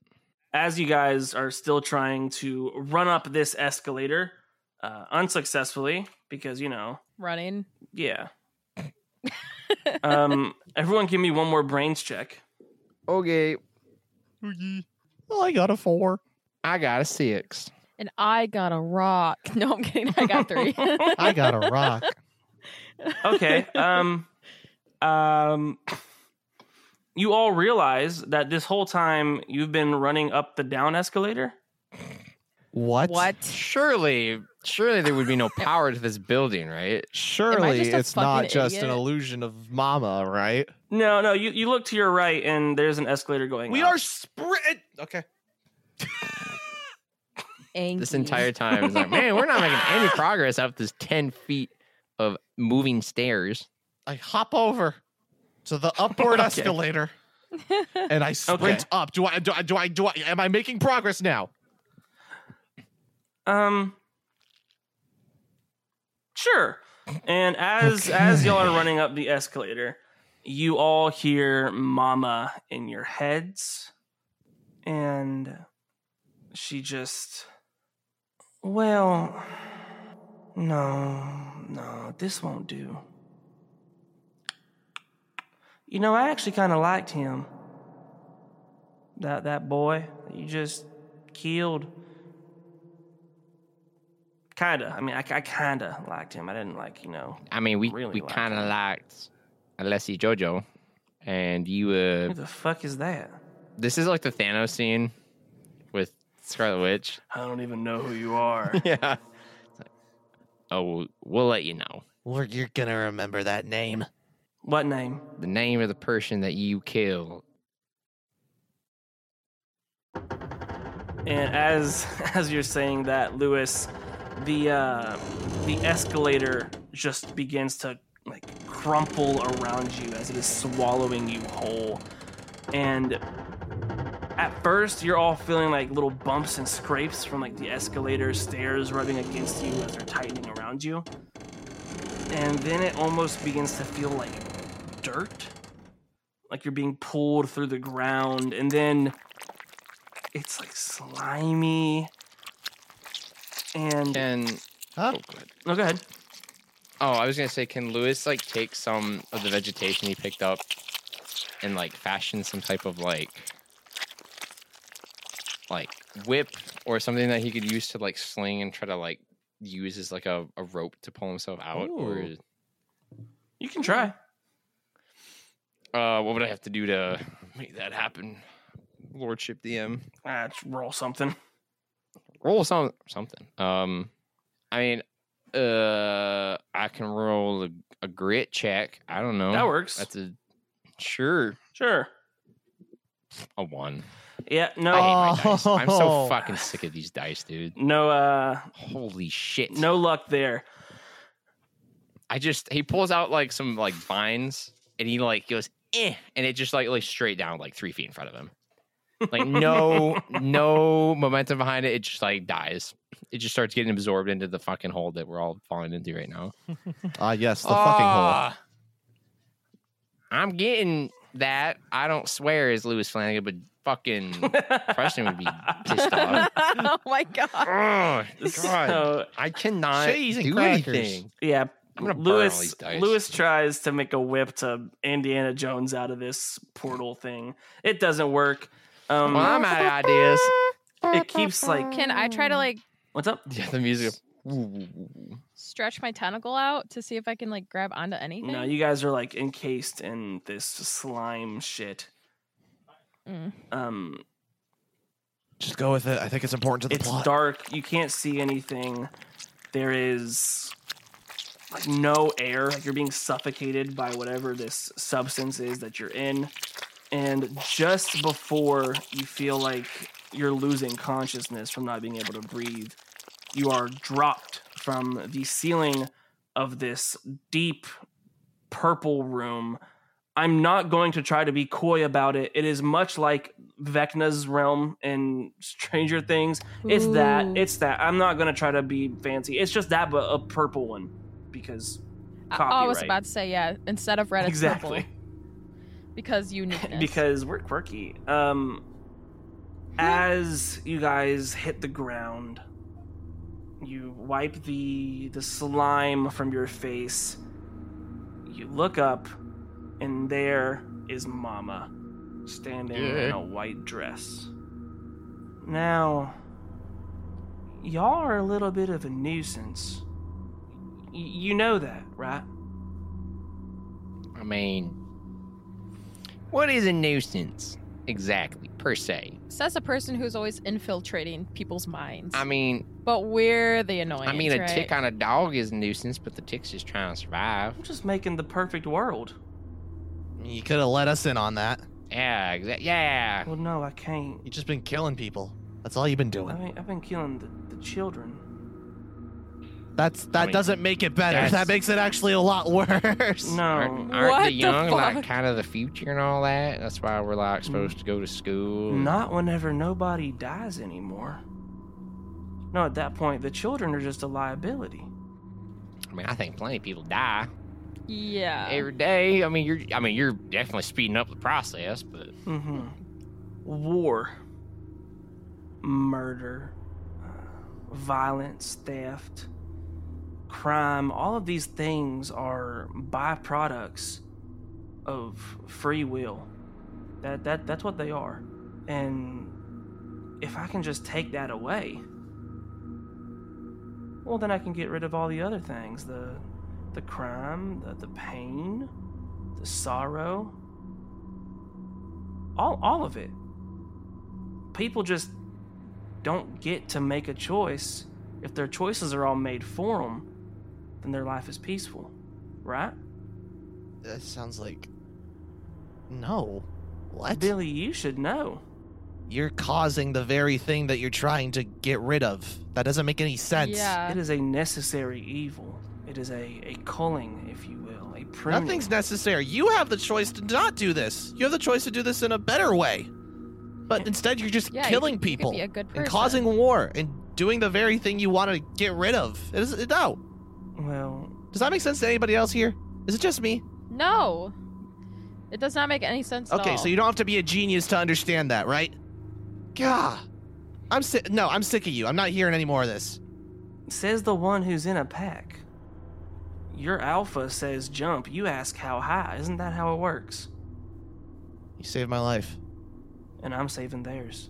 [SPEAKER 1] as you guys are still trying to run up this escalator uh, unsuccessfully because you know
[SPEAKER 6] Running.
[SPEAKER 1] yeah um everyone give me one more brains check
[SPEAKER 5] Okay.
[SPEAKER 7] Well, I got a four.
[SPEAKER 5] I got a six.
[SPEAKER 6] And I got a rock. No, I'm kidding. I got three.
[SPEAKER 7] I got a rock.
[SPEAKER 1] okay. Um, um, you all realize that this whole time you've been running up the down escalator.
[SPEAKER 7] What?
[SPEAKER 6] What?
[SPEAKER 5] Surely, surely there would be no power to this building, right?
[SPEAKER 7] Surely
[SPEAKER 6] just a
[SPEAKER 7] it's not
[SPEAKER 6] fucking
[SPEAKER 7] just an
[SPEAKER 6] idiot?
[SPEAKER 7] illusion of mama, right?
[SPEAKER 1] No, no. You you look to your right, and there's an escalator going.
[SPEAKER 3] We
[SPEAKER 1] up.
[SPEAKER 3] are sprint. Okay.
[SPEAKER 5] This entire time, it's like, man, we're not making any progress up this ten feet of moving stairs.
[SPEAKER 7] I hop over to the upward
[SPEAKER 5] Okay.
[SPEAKER 7] escalator and I sprint
[SPEAKER 5] Okay.
[SPEAKER 7] up. Do I do I do I do I am I making progress now?
[SPEAKER 1] Um. Sure. And as as y'all are running up the escalator, you all hear Mama in your heads, and she just, well, no, no, this won't do. You know, I actually kind of liked him. That that boy that you just killed. Kinda. I mean, I, I kinda liked him. I didn't like, you know.
[SPEAKER 5] I mean, we
[SPEAKER 1] Really
[SPEAKER 5] we
[SPEAKER 1] liked
[SPEAKER 5] kind of liked Alessi Jojo, and you uh,
[SPEAKER 1] Who the fuck is that?
[SPEAKER 5] this is like the Thanos scene with Scarlet Witch.
[SPEAKER 1] I don't even know who you are.
[SPEAKER 5] yeah. Oh, we'll, we'll let you know
[SPEAKER 4] Well, you're gonna remember that name.
[SPEAKER 1] What name?
[SPEAKER 5] the name of the person that you killed.
[SPEAKER 1] And as as you're saying that, Lewis, the uh, the escalator just begins to like crumple around you as it is swallowing you whole. And at first, you're all feeling like little bumps and scrapes from like the escalator stairs rubbing against you as they're tightening around you. And then it almost begins to feel like dirt, like you're being pulled through the ground. And then it's like slimy. And
[SPEAKER 5] Can
[SPEAKER 7] Huh?
[SPEAKER 1] no, go ahead.
[SPEAKER 5] oh, I was gonna say, can Lewis like take some of the vegetation he picked up and like fashion some type of like like whip or something that he could use to like sling and try to like use as like a, a rope to pull himself out
[SPEAKER 1] Ooh. You can try.
[SPEAKER 5] or uh what would I have to do to make that happen? Lordship DM.
[SPEAKER 1] Ah, just roll something.
[SPEAKER 5] roll some something. Um, I mean, uh, I can roll a, a grit check. I don't know.
[SPEAKER 1] That works.
[SPEAKER 5] Oh, That's a sure
[SPEAKER 1] Sure.
[SPEAKER 5] a one.
[SPEAKER 1] Yeah. No.
[SPEAKER 5] I hate my dice. I'm
[SPEAKER 7] Oh.
[SPEAKER 5] so fucking sick of these dice, dude.
[SPEAKER 1] No. Uh.
[SPEAKER 5] Holy shit!
[SPEAKER 1] No luck there.
[SPEAKER 5] I just he pulls out like some like vines and he like goes eh, and it just like like straight down like three feet in front of him. Like no no momentum behind it. It just like dies. It just starts getting absorbed into the fucking hole that we're all falling into right now.
[SPEAKER 7] Ah yes, the fucking hole.
[SPEAKER 5] Ah. I'm getting that. I don't swear as Lewis Flanagan, but fucking Preston would be pissed off.
[SPEAKER 6] oh my god.
[SPEAKER 5] Oh, God.
[SPEAKER 1] So
[SPEAKER 5] I cannot
[SPEAKER 7] Cheese and
[SPEAKER 5] do
[SPEAKER 7] crackers.
[SPEAKER 5] anything.
[SPEAKER 1] yeah.
[SPEAKER 5] I'm gonna burn all
[SPEAKER 1] Lewis
[SPEAKER 5] these dice.
[SPEAKER 1] Lewis tries to make a whip to Indiana Jones out of this portal thing. It doesn't work. Um,
[SPEAKER 5] Well, I'm out of ideas.
[SPEAKER 1] it keeps like
[SPEAKER 6] Can I try to like
[SPEAKER 1] what's up?
[SPEAKER 5] Yeah, the music.
[SPEAKER 6] stretch my tentacle out to see if I can like grab onto anything?
[SPEAKER 1] No, you guys are like encased in this slime shit.
[SPEAKER 6] Mm.
[SPEAKER 1] Um,
[SPEAKER 7] Just go with it. I think it's important to the
[SPEAKER 1] it's
[SPEAKER 7] plot.
[SPEAKER 1] dark you can't see anything there is like no air like you're being suffocated by whatever this substance is that you're in and just before you feel like you're losing consciousness from not being able to breathe you are dropped from the ceiling of this deep purple room I'm not going to try to be coy about it. It is much like Vecna's realm and Stranger Things. It's that.
[SPEAKER 6] Ooh.
[SPEAKER 1] It's that. I'm not going to try to be fancy. It's just that, but a purple one because copyright.
[SPEAKER 6] I, I was about to say yeah. Instead of red, it's
[SPEAKER 1] exactly
[SPEAKER 6] purple because uniqueness.
[SPEAKER 1] because we're quirky. Um, as you guys hit the ground, you wipe the the slime from your face. You look up, and there is Mama, standing in
[SPEAKER 5] Yeah.
[SPEAKER 1] a white dress. Now, y'all are a little bit of a nuisance. Y- you know that, right?
[SPEAKER 5] I mean, what is a nuisance exactly, per se?
[SPEAKER 6] Says a person who's always infiltrating people's minds.
[SPEAKER 5] I mean,
[SPEAKER 6] but we're the annoying.
[SPEAKER 5] I mean, a tick on a dog is a nuisance, but the tick's just trying to survive.
[SPEAKER 1] I'm just making the perfect world.
[SPEAKER 7] You could have let us in on that.
[SPEAKER 5] Yeah, exactly. Yeah.
[SPEAKER 1] Well, no, I can't.
[SPEAKER 7] You've just been killing people. That's all you've been doing.
[SPEAKER 1] I mean, I've been killing the, the children.
[SPEAKER 7] That's that
[SPEAKER 5] I mean,
[SPEAKER 7] doesn't make it better.
[SPEAKER 5] that's-
[SPEAKER 7] That makes it actually a lot worse.
[SPEAKER 1] No.
[SPEAKER 5] Aren't, aren't the young like kind of the future and all that? That's why we're like supposed to go to school.
[SPEAKER 7] Mm.
[SPEAKER 1] Not whenever nobody dies anymore. No, at that point, the children are just a liability.
[SPEAKER 5] I mean, I think plenty of people die
[SPEAKER 6] Yeah.
[SPEAKER 5] every day. I mean, you're I mean, you're definitely speeding up the process, but
[SPEAKER 1] Mm-hmm. War, murder, uh, violence, theft, crime, all of these things are byproducts of free will. That, that that's what they are. And if I can just take that away, well then I can get rid of all the other things, the the crime, the, the pain, the sorrow, all all of it. People just don't get to make a choice. If their choices are all made for them, then their life is peaceful, right?
[SPEAKER 7] That sounds like no. What?
[SPEAKER 1] Billy, you should know.
[SPEAKER 7] You're causing the very thing that you're trying to get rid of. That doesn't make any sense.
[SPEAKER 6] Yeah.
[SPEAKER 1] It is a necessary evil. It is a, a culling, if you will, a pruning.
[SPEAKER 7] Nothing's necessary. You have the choice to not do this. You have the choice to do this in a better way. But instead, you're just
[SPEAKER 6] Yeah, you
[SPEAKER 7] killing
[SPEAKER 6] could- you could
[SPEAKER 7] people
[SPEAKER 6] be a good
[SPEAKER 7] and
[SPEAKER 6] person.
[SPEAKER 7] causing war and doing the very thing you want to get rid of. It is, it, no.
[SPEAKER 1] Well,
[SPEAKER 7] Does that make sense to anybody else here? Is it just me?
[SPEAKER 6] No. It does not make any sense.
[SPEAKER 7] Okay, so you don't have to be a genius to understand that, right? Gah. I'm sick. No, I'm sick of you. I'm not hearing any more of this.
[SPEAKER 1] says the one who's in a pack. Your alpha says jump. You ask how high. Isn't that how it works?
[SPEAKER 7] You saved my life.
[SPEAKER 1] And I'm saving theirs.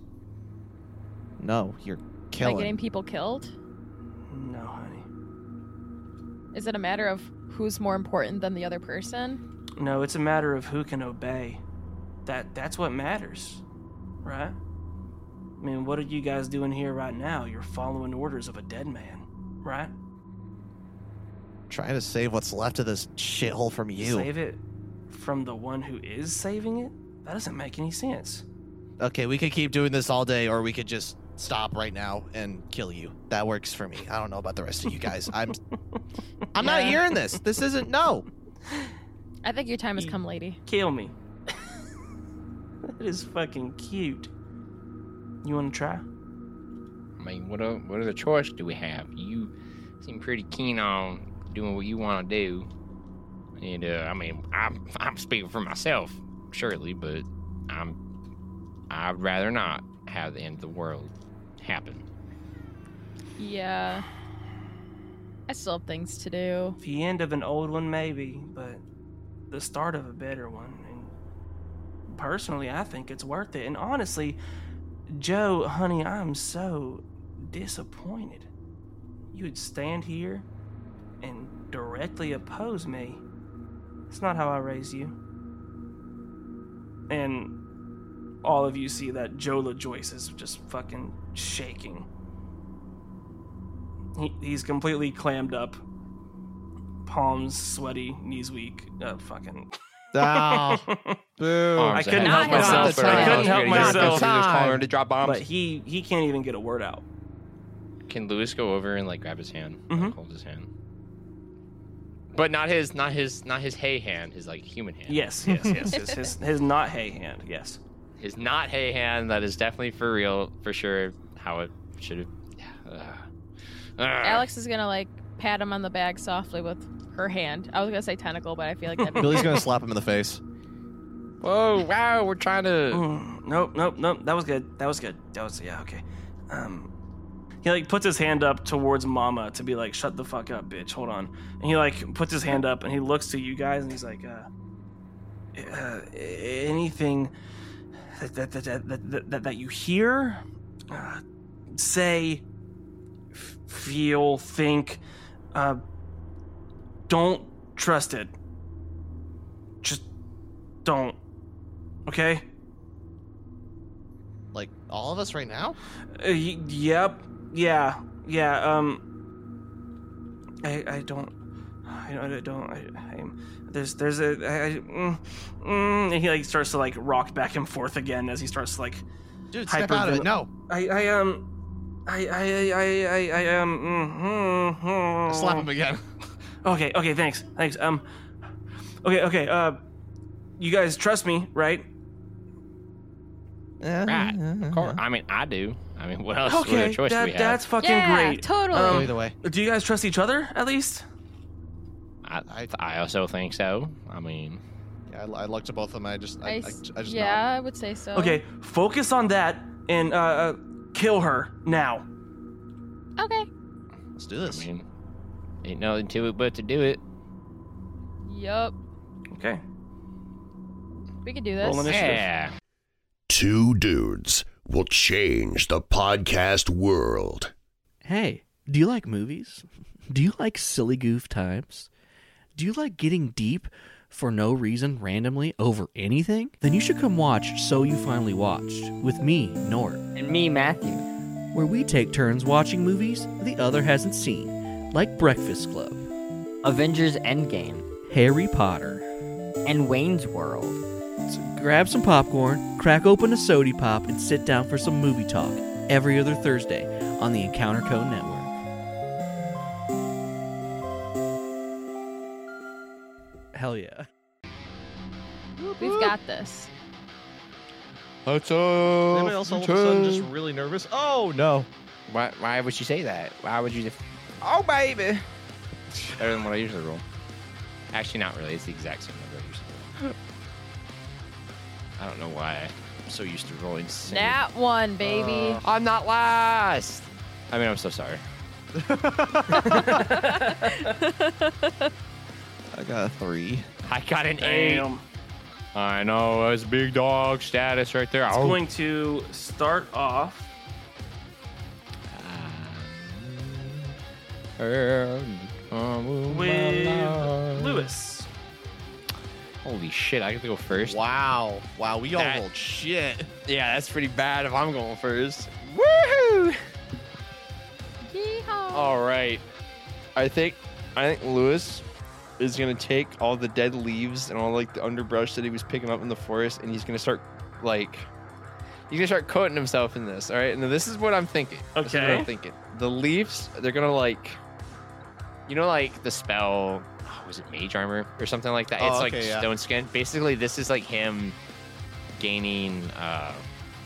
[SPEAKER 7] No, you're
[SPEAKER 6] By
[SPEAKER 7] killing.
[SPEAKER 6] getting people killed,
[SPEAKER 1] No, honey.
[SPEAKER 6] is it a matter of who's more important than the other person?
[SPEAKER 1] No, it's a matter of who can obey. That that's what matters, right? I mean, what are you guys doing here right now? You're following orders of a dead man, right?
[SPEAKER 7] Trying to save what's left of this shithole from you.
[SPEAKER 1] Save it from the one who is saving it? That doesn't make any sense.
[SPEAKER 7] okay, we could keep doing this all day, or we could just stop right now and kill you. That works for me. I don't know about the rest of you guys. I'm, I'm not
[SPEAKER 6] Yeah.
[SPEAKER 7] hearing this. This isn't no.
[SPEAKER 6] I think your time has come, lady.
[SPEAKER 1] Kill me. that is fucking cute. You want to try?
[SPEAKER 5] I mean, what o- what other choice do we have? You seem pretty keen on doing what you want to do, and uh, I mean, I'm I'm speaking for myself, surely, but I'm I'd rather not have the end of the world happen.
[SPEAKER 6] Yeah. I still have things to do.
[SPEAKER 1] The end of an old one, maybe, but the start of a better one. And personally, I think it's worth it. And honestly, Joe, honey, I'm so disappointed. You would stand here and directly oppose me. It's not how I raise you. And all of you see that Jola Joyce is just fucking shaking. He, he's completely clammed up palms sweaty, knees weak. Uh, fucking. I couldn't help myself. I couldn't help myself.
[SPEAKER 5] to drop bombs.
[SPEAKER 1] But he he can't even get a word out.
[SPEAKER 5] Can Lewis go over and like grab his hand,
[SPEAKER 1] Mhm.
[SPEAKER 5] like, hold his hand,
[SPEAKER 1] Mm-hmm.
[SPEAKER 5] but not his not his not his hay hand, his like human hand.
[SPEAKER 1] Yes, yes, yes. his, his his not hay hand. Yes.
[SPEAKER 5] is not hay hand. That is definitely for real, for sure. How it should have.
[SPEAKER 6] Alex is gonna like pat him on the back softly with her hand. I was gonna say tentacle, but I feel like that'd be
[SPEAKER 7] Billy's gonna slap him in the face.
[SPEAKER 5] Whoa! Wow! We're trying to.
[SPEAKER 1] Mm, nope, nope, nope. That was good. That was good. That was yeah. Okay. Um, he like puts his hand up towards Mama to be like, "Shut the fuck up, bitch. Hold on." And he like puts his hand up and he looks to you guys and he's like, uh, uh anything that that that that that, that, that you hear, uh, say, feel, think. Uh, don't trust it. Just don't. Okay?
[SPEAKER 20] Like all of us right now?
[SPEAKER 1] Uh, y- yep. Yeah. Yeah. Um. I I don't. I don't. I don't. I, I'm. There's there's a. I, I, mm, mm, and he like starts to like rock back and forth again as he starts to like.
[SPEAKER 21] Dude, step out of it.
[SPEAKER 1] hypervigil-
[SPEAKER 21] No.
[SPEAKER 1] I I um. I I I I I, I um. Mm, mm, mm.
[SPEAKER 21] Slap him again.
[SPEAKER 1] Okay. Okay. Thanks. Thanks. Um. Okay. Okay. Uh. You guys trust me, right?
[SPEAKER 5] Right. Of course. I mean, I do. I mean, what else
[SPEAKER 1] okay,
[SPEAKER 5] okay, choice
[SPEAKER 1] that-
[SPEAKER 5] we have?
[SPEAKER 1] that's fucking
[SPEAKER 6] Yeah,
[SPEAKER 1] great.
[SPEAKER 6] totally.
[SPEAKER 1] Um,
[SPEAKER 6] Go either
[SPEAKER 20] way.
[SPEAKER 1] Do you guys trust each other at least?
[SPEAKER 5] I, I, I also think so. I mean,
[SPEAKER 20] yeah, I, I looked at both of them. I just, I, I, I just nod.
[SPEAKER 6] yeah, I would say so.
[SPEAKER 1] Okay, focus on that and uh, uh, kill her now.
[SPEAKER 6] Okay.
[SPEAKER 20] Let's do this.
[SPEAKER 5] I mean, ain't nothing to it but to do it.
[SPEAKER 6] Yup.
[SPEAKER 1] Okay.
[SPEAKER 6] We could do this.
[SPEAKER 5] Yeah.
[SPEAKER 3] Two dudes will change the podcast world.
[SPEAKER 7] Hey, do you like movies? Do you like silly goof times? Do you like getting deep for no reason randomly over anything? Then you should come watch So You Finally Watched with me, Nort. And me, Matthew. Where we take turns watching movies the other hasn't seen, like Breakfast Club, Avengers Endgame, Harry Potter, and Wayne's World. So grab some popcorn, crack open a sody pop, and sit down for some movie talk every other Thursday on the Encounter Code Network. Hell yeah.
[SPEAKER 6] We've got this.
[SPEAKER 20] That's all. Anybody else all of a sudden just really nervous? Oh no!
[SPEAKER 5] Why? Why would you say that? Why would you? Def- oh baby. Better than what I usually roll. Actually, not really. It's the exact same number I usually roll. I don't know why I'm so used to rolling. same-
[SPEAKER 6] That one, baby.
[SPEAKER 5] Uh, I'm not last. I mean, I'm so sorry.
[SPEAKER 20] I got a three.
[SPEAKER 5] I got an
[SPEAKER 1] Damn.
[SPEAKER 5] eight. I know that's big dog status right there.
[SPEAKER 1] It's
[SPEAKER 5] Oh.
[SPEAKER 1] going to start off.
[SPEAKER 5] With
[SPEAKER 1] Lewis.
[SPEAKER 5] Holy shit! I get to go first.
[SPEAKER 20] Wow! Wow! We all
[SPEAKER 5] That-
[SPEAKER 20] rolled shit.
[SPEAKER 5] Yeah, that's pretty bad if I'm going first. Woohoo! All right. I think I think Lewis is gonna take all the dead leaves and all like the underbrush that he was picking up in the forest, and he's gonna start like he's gonna start coating himself in this. All right, and this is what I'm thinking. This is what
[SPEAKER 1] Okay.
[SPEAKER 5] I'm thinking the leaves they're gonna like you know like the spell oh, was it mage armor or something like that.
[SPEAKER 20] Oh,
[SPEAKER 5] it's like
[SPEAKER 20] okay, yeah.
[SPEAKER 5] stone skin. Basically, this is like him gaining. uh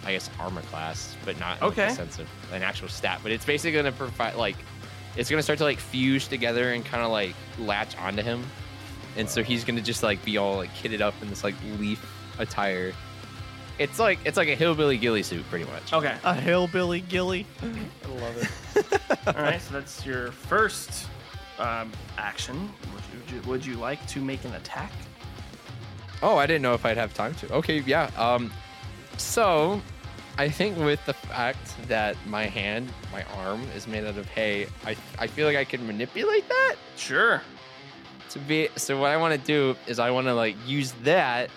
[SPEAKER 5] I guess armor class, but not in, like,
[SPEAKER 1] Okay.
[SPEAKER 5] the sense of an actual stat. But it's basically going to provide like it's going to start to like fuse together and kind of like latch onto him, and so he's going to just like be all like kitted up in this like leaf attire. It's like it's like a hillbilly ghillie suit, pretty much.
[SPEAKER 1] Okay.
[SPEAKER 20] A hillbilly gilly.
[SPEAKER 1] I love it. All right, so that's your first um, action. Would you would you like to make an attack?
[SPEAKER 5] Oh, I didn't know if I'd have time to. Okay, yeah. Um, so I think with the fact that my hand, my arm is made out of hay, I, I feel like I can manipulate that.
[SPEAKER 1] Sure.
[SPEAKER 5] To be so, what I want to do is I want to like use that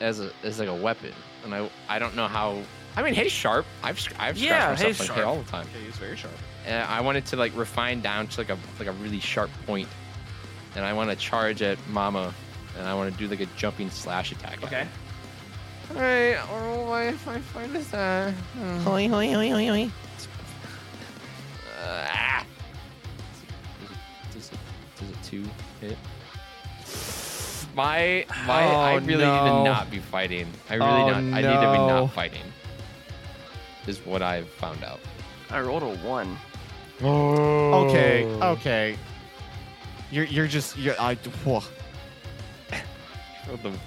[SPEAKER 5] as a as like a weapon, and I I don't know how. I mean, hay's sharp. I've sc- I've
[SPEAKER 1] Yeah,
[SPEAKER 5] scratched
[SPEAKER 1] hay's
[SPEAKER 5] myself on hay
[SPEAKER 1] sharp.
[SPEAKER 5] all the time.
[SPEAKER 20] Okay, he's very sharp.
[SPEAKER 5] And I wanted to like refine down to like a like a really sharp point, and I want to charge at Mama, and I want to do like a jumping slash attack. Okay. Alright, or oh, why if I find this uh
[SPEAKER 4] Hoi, hoi, hoi, hoi, hoi.
[SPEAKER 5] Uh, ah. Does it, does it two hit? My my I
[SPEAKER 20] Oh,
[SPEAKER 5] really
[SPEAKER 20] no.
[SPEAKER 5] need to not be fighting. I really
[SPEAKER 20] Oh,
[SPEAKER 5] not. I need to be
[SPEAKER 20] no.
[SPEAKER 5] not fighting. Is what I've found out.
[SPEAKER 1] I rolled a one.
[SPEAKER 20] Okay. Okay. You're you're just you're I. Whoa.
[SPEAKER 5] the, the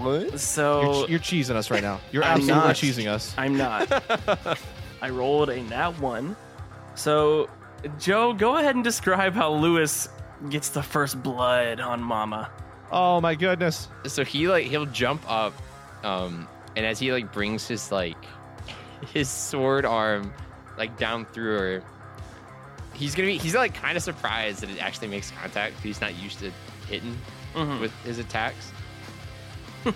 [SPEAKER 5] what?
[SPEAKER 1] So
[SPEAKER 5] Oh.
[SPEAKER 20] You're, you're cheesing us right now. You're
[SPEAKER 1] I'm
[SPEAKER 20] absolutely
[SPEAKER 1] not.
[SPEAKER 20] cheesing us.
[SPEAKER 1] I'm not. I rolled a nat one. So, Joe, go ahead and describe how Lewis gets the first blood on Mama.
[SPEAKER 20] Oh my goodness.
[SPEAKER 5] So he like he'll jump up, um, and as he like brings his like his sword arm like down through her, he's gonna be he's like kind of surprised that it actually makes contact. He's not used to hitting
[SPEAKER 1] Hmm.
[SPEAKER 5] with his attacks.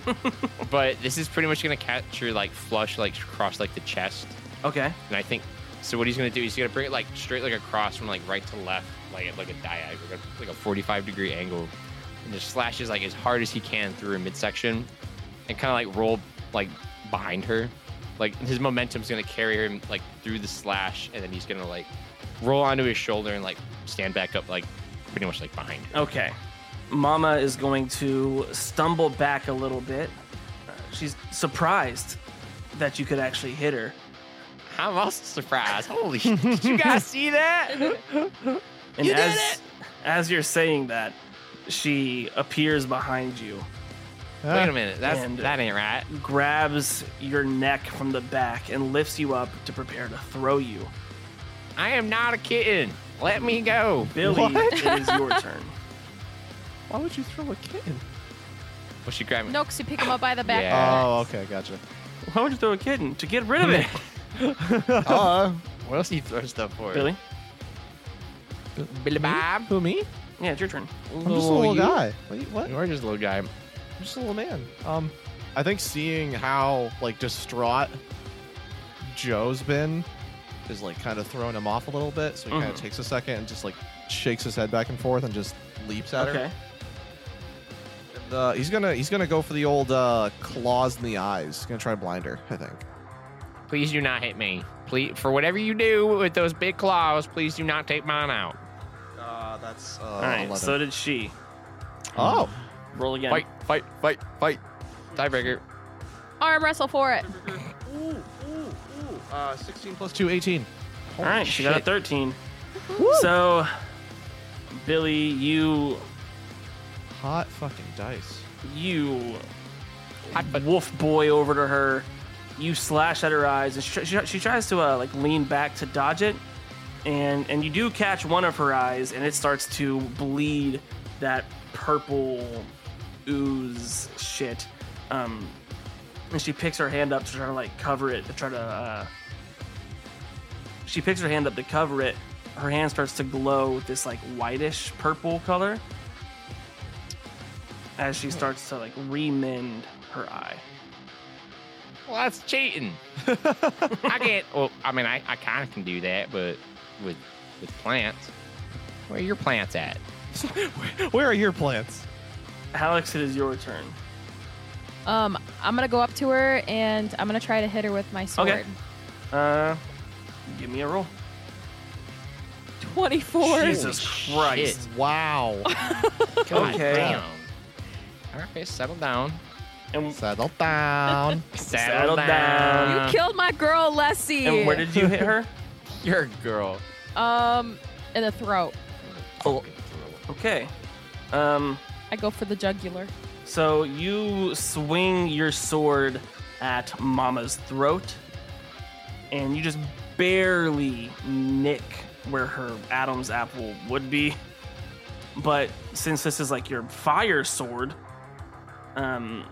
[SPEAKER 5] but this is pretty much gonna catch your like flush like cross like the chest.
[SPEAKER 1] Okay.
[SPEAKER 5] And I think so. What he's gonna do is he's gonna bring it like straight like across from like right to left like like a diag like a, like a 45 degree angle, and just slashes like as hard as he can through her midsection, and kind of like roll like behind her. Like his momentum's gonna carry him like through the slash, and then he's gonna like roll onto his shoulder and like stand back up like pretty much like behind her.
[SPEAKER 1] Okay. Mama is going to stumble back a little bit. Uh, She's surprised that you could actually hit her.
[SPEAKER 5] I'm also surprised. Holy shit. Did you guys see that?
[SPEAKER 1] And as, as you're saying that, she appears behind you.
[SPEAKER 5] Wait a minute, that's- that ain't right.
[SPEAKER 1] Grabs your neck from the back and lifts you up to prepare to throw you.
[SPEAKER 5] I am not a kitten. Let me go.
[SPEAKER 1] Billy,
[SPEAKER 5] What?
[SPEAKER 1] it is your turn.
[SPEAKER 7] Why would you throw a kitten?
[SPEAKER 5] Well, she grabbed me.
[SPEAKER 6] No, because you pick him up by the back.
[SPEAKER 7] Oh, okay, gotcha.
[SPEAKER 1] Why would you throw a kitten? To get rid of it.
[SPEAKER 7] Uh,
[SPEAKER 5] what else do you throw stuff for?
[SPEAKER 1] Billy?
[SPEAKER 5] Billy Bob? Who, me?
[SPEAKER 1] Yeah, it's your turn.
[SPEAKER 7] I'm just a little guy. What? you- what?
[SPEAKER 5] You are just a little guy.
[SPEAKER 7] I'm just a little man. Um, I think seeing how like distraught Joe's been is like kind of throwing him off a little bit. So he kind
[SPEAKER 1] Mhm.
[SPEAKER 7] of takes a second and just like shakes his head back and forth and just leaps at
[SPEAKER 1] Okay.
[SPEAKER 7] her. And, uh, he's gonna he's gonna go for the old uh, claws in the eyes. He's gonna try and blind her. I think.
[SPEAKER 5] Please do not hit me. Please, for whatever you do with those big claws, please do not take mine out.
[SPEAKER 7] Uh, that's uh,
[SPEAKER 3] Oh,
[SPEAKER 1] All right, so did she.
[SPEAKER 7] oh,
[SPEAKER 1] Roll again.
[SPEAKER 5] Fight, fight, fight, fight. Tiebreaker.
[SPEAKER 6] Arm wrestle for it.
[SPEAKER 7] Ooh, ooh, ooh. Uh, 16 plus 2, 18.
[SPEAKER 1] All right, she got a 13. So, Billy, you
[SPEAKER 7] Hot fucking dice.
[SPEAKER 1] you wolf boy over to her. You slash at her eyes, and she, she, she tries to uh, like lean back to dodge it, and and you do catch one of her eyes, and it starts to bleed that purple ooze shit. Um, and she picks her hand up to try to like cover it, to try to. Uh, she picks her hand up to cover it. Her hand starts to glow with this like whitish purple color as she starts to like remend her eye.
[SPEAKER 5] Well, that's cheating. I can't. Well, I mean, I, I kind of can do that, but with with plants. Where are your plants at?
[SPEAKER 7] Where are your plants?
[SPEAKER 1] Alex, it is your turn.
[SPEAKER 6] Um, I'm gonna go up to her and I'm gonna try to hit her with my sword.
[SPEAKER 1] Okay. Uh, give me a roll.
[SPEAKER 6] 24.
[SPEAKER 1] Jesus Christ!
[SPEAKER 7] Wow.
[SPEAKER 5] God
[SPEAKER 1] Okay.
[SPEAKER 5] damn. All right, settle down.
[SPEAKER 1] And
[SPEAKER 7] Settle down.
[SPEAKER 5] Settle down.
[SPEAKER 6] You killed my girl, Lessie.
[SPEAKER 1] And where did you hit her?
[SPEAKER 5] You're a girl.
[SPEAKER 6] Um, in the throat.
[SPEAKER 1] Okay. Um,
[SPEAKER 6] I go for the jugular.
[SPEAKER 1] so you swing your sword at Mama's throat, and you just barely nick where her Adam's apple would be. But since this is like your fire sword, um,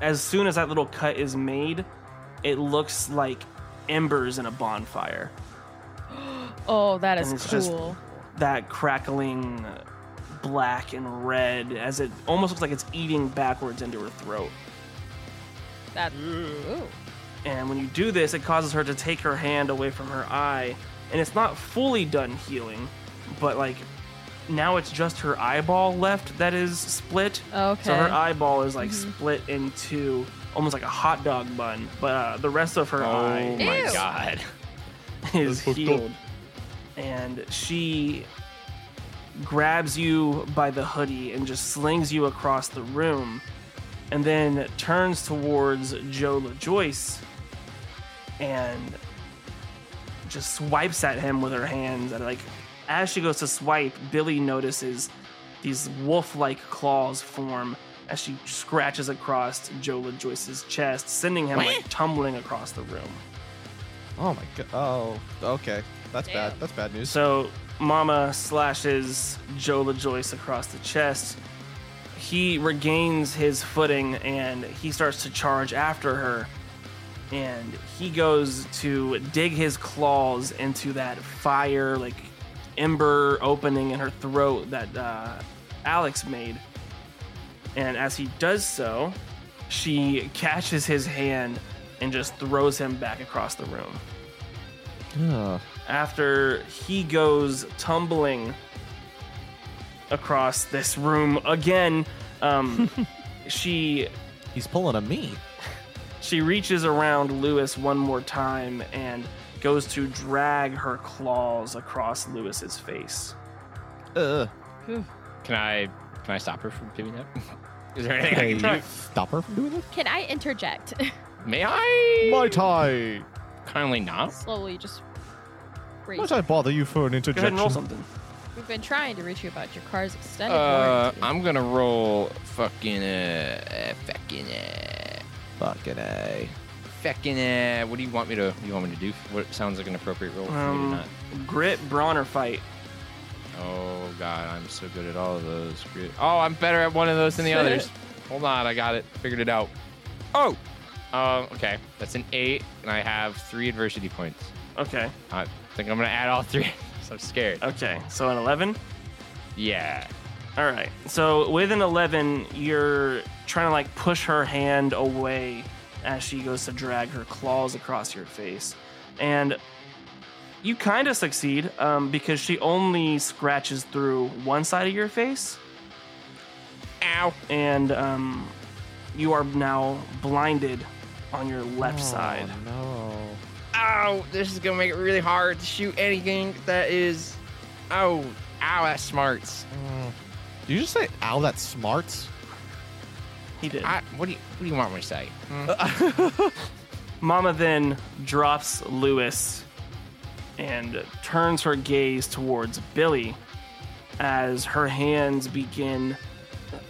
[SPEAKER 1] as soon as that little cut is made, it looks like embers in a bonfire.
[SPEAKER 6] Oh, that is
[SPEAKER 1] And it's just
[SPEAKER 6] cool.
[SPEAKER 1] that crackling black and red as it almost looks like it's eating backwards into her throat.
[SPEAKER 6] That.
[SPEAKER 1] And when you do this, it causes her to take her hand away from her eye, and it's not fully done healing, but like now it's just her eyeball left that is split.
[SPEAKER 6] Okay.
[SPEAKER 1] So her eyeball is like
[SPEAKER 6] Mhm.
[SPEAKER 1] split in two, almost like a hot dog bun, but uh, the rest of her eye
[SPEAKER 5] Oh my
[SPEAKER 6] Ew.
[SPEAKER 5] god.
[SPEAKER 1] is healed. And she grabs you by the hoodie and just slings you across the room and then turns towards Joe LaJoyce and just swipes at him with her hands. And like, as she goes to swipe, Billy notices these wolf-like claws form as she scratches across Joe LaJoyce's chest, sending him like tumbling across the room.
[SPEAKER 7] Oh my god. Oh, okay. That's bad. That's bad news.
[SPEAKER 1] So Mama slashes Joe LaJoyce across the chest. He regains his footing and he starts to charge after her. and he goes to dig his claws into that fire like ember opening in her throat that uh, Alex made. And as he does so, she catches his hand and just throws him back across the room.
[SPEAKER 22] Ugh.
[SPEAKER 1] After he goes tumbling across this room again, um, she.
[SPEAKER 7] He's pulling a me.
[SPEAKER 1] She reaches around Lewis one more time and goes to drag her claws across Lewis's face.
[SPEAKER 7] Ugh.
[SPEAKER 5] Can I can I stop her from doing that? Is there anything I can
[SPEAKER 7] Can you
[SPEAKER 5] do?
[SPEAKER 7] stop her from doing that?
[SPEAKER 6] Can I interject?
[SPEAKER 5] May I?
[SPEAKER 7] Might I?
[SPEAKER 5] Kindly not.
[SPEAKER 6] Slowly, just. raise-
[SPEAKER 7] Might I bother you for an interjection?
[SPEAKER 6] We've been trying to reach you about your car's extended
[SPEAKER 5] Uh,
[SPEAKER 6] warranty.
[SPEAKER 5] I'm gonna roll fucking uh, uh fucking uh
[SPEAKER 7] Fucking a.
[SPEAKER 5] fucking uh. What do you want me to? You want me to do? What sounds like an appropriate roll for me
[SPEAKER 1] Um,
[SPEAKER 5] to not?
[SPEAKER 1] Grit Bronner fight.
[SPEAKER 5] Oh god, I'm so good at all of those. Great. Oh, I'm better at one of those than the others. Hold on, I got it. Figured it out. Oh. Um. Okay, that's an eight, and I have three adversity points.
[SPEAKER 1] Okay.
[SPEAKER 5] I think I'm gonna add all three. so I'm scared.
[SPEAKER 1] Okay, so an 11?
[SPEAKER 5] Yeah.
[SPEAKER 1] All right. So with an 11, you're trying to like push her hand away as she goes to drag her claws across your face. And you kind of succeed um, because she only scratches through one side of your face.
[SPEAKER 5] Ow.
[SPEAKER 1] And um, you are now blinded on your left
[SPEAKER 7] Oh,
[SPEAKER 1] side.
[SPEAKER 7] No.
[SPEAKER 5] Ow! This is gonna make it really hard to shoot anything that is. Oh, ow! That smarts.
[SPEAKER 7] Mm. Did you just say, ow, that smarts?
[SPEAKER 1] He did.
[SPEAKER 5] I, what do you What do you want me to say? Hmm?
[SPEAKER 1] Mama then drops Lewis and turns her gaze towards Billy as her hands begin.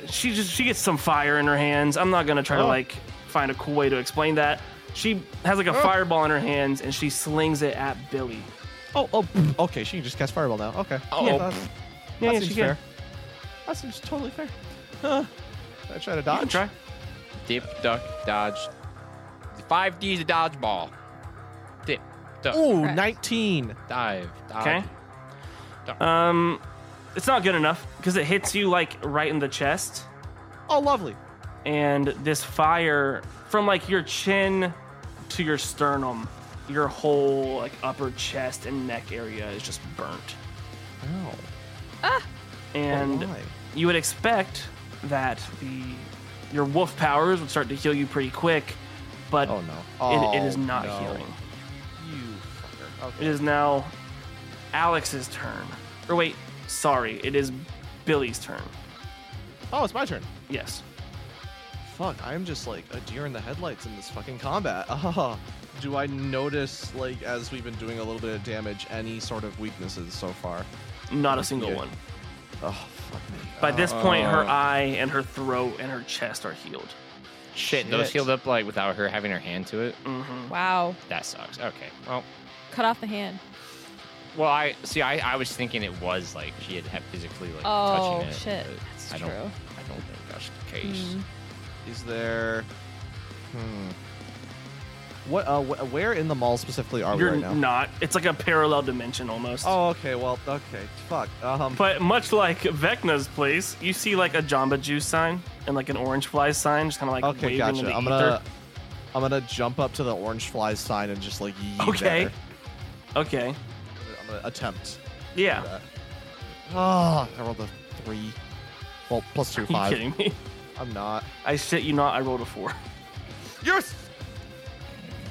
[SPEAKER 1] She just she gets some fire in her hands. I'm not gonna try to
[SPEAKER 23] Oh.
[SPEAKER 1] like find a cool way to explain that. She has like a
[SPEAKER 7] Oh.
[SPEAKER 1] fireball in her hands and she slings it at Billy.
[SPEAKER 7] Oh, oh, pff, okay. She can just cast fireball now. Okay.
[SPEAKER 1] Oh, oh,
[SPEAKER 7] that,
[SPEAKER 1] pff.
[SPEAKER 7] that
[SPEAKER 1] Yeah, yeah,
[SPEAKER 7] seems
[SPEAKER 1] she
[SPEAKER 7] fair.
[SPEAKER 1] can.
[SPEAKER 7] That seems totally fair. Huh. I try to dodge.
[SPEAKER 1] Try.
[SPEAKER 5] Dip, duck, dodge. Five D's a dodgeball. Dip, duck.
[SPEAKER 7] Ooh, 19.
[SPEAKER 5] Dive, dive.
[SPEAKER 1] Okay. Um, it's not good enough because it hits you like right in the chest.
[SPEAKER 7] Oh, lovely.
[SPEAKER 1] and this fire from like your chin to your sternum, your whole like upper chest and neck area is just burnt.
[SPEAKER 7] Ow.
[SPEAKER 1] And
[SPEAKER 7] why?
[SPEAKER 1] you would expect that the your wolf powers would start to heal you pretty quick, but
[SPEAKER 7] Oh, no.
[SPEAKER 1] it, it is
[SPEAKER 7] Oh,
[SPEAKER 1] not
[SPEAKER 7] no.
[SPEAKER 1] healing.
[SPEAKER 7] You fucker.
[SPEAKER 1] It is now Alex's turn. Or wait, sorry, it is Billy's turn.
[SPEAKER 7] Oh, it's my turn.
[SPEAKER 1] Yes.
[SPEAKER 7] Fuck, I'm just like a deer in the headlights in this fucking combat. Ah, do I notice, like, as we've been doing a little bit of damage, any sort of weaknesses so far?
[SPEAKER 1] Not a single one.
[SPEAKER 7] Oh, fuck me.
[SPEAKER 1] By this point, her
[SPEAKER 7] Uh,
[SPEAKER 1] eye and her throat and her chest are healed.
[SPEAKER 5] Shit, those
[SPEAKER 1] Shit.
[SPEAKER 5] healed up like without her having her hand to it.
[SPEAKER 1] Mm-hmm.
[SPEAKER 6] Wow.
[SPEAKER 5] That sucks. Okay. Well,
[SPEAKER 6] Cut off the hand.
[SPEAKER 5] well, I see. I, I was thinking it was like she had had physically like
[SPEAKER 6] Oh,
[SPEAKER 5] touching it.
[SPEAKER 6] shit.
[SPEAKER 5] but
[SPEAKER 6] That's
[SPEAKER 5] I don't,
[SPEAKER 6] true.
[SPEAKER 5] I don't think that's the case.
[SPEAKER 6] Mm.
[SPEAKER 7] Is there. Hmm. What, uh, wh- where in the mall specifically are
[SPEAKER 1] You're
[SPEAKER 7] we right now?
[SPEAKER 1] not. It's like a parallel dimension almost.
[SPEAKER 7] Oh, okay. Well, okay. Fuck. Um,
[SPEAKER 1] But much like Vecna's place, you see like a Jamba Juice sign and like an orange fly sign, just kind of like
[SPEAKER 7] okay,
[SPEAKER 1] waving in
[SPEAKER 7] gotcha.
[SPEAKER 1] the
[SPEAKER 7] I'm
[SPEAKER 1] ether.
[SPEAKER 7] gonna, I'm gonna jump up to the orange fly sign and just like. yeet
[SPEAKER 1] Okay.
[SPEAKER 7] at her.
[SPEAKER 1] Okay.
[SPEAKER 7] I'm gonna attempt.
[SPEAKER 1] Yeah.
[SPEAKER 7] Ah, I rolled a three. Well, plus two,
[SPEAKER 1] Are you
[SPEAKER 7] five.
[SPEAKER 1] kidding me?
[SPEAKER 7] I'm not.
[SPEAKER 1] I shit you not. I rolled a four.
[SPEAKER 7] Yes.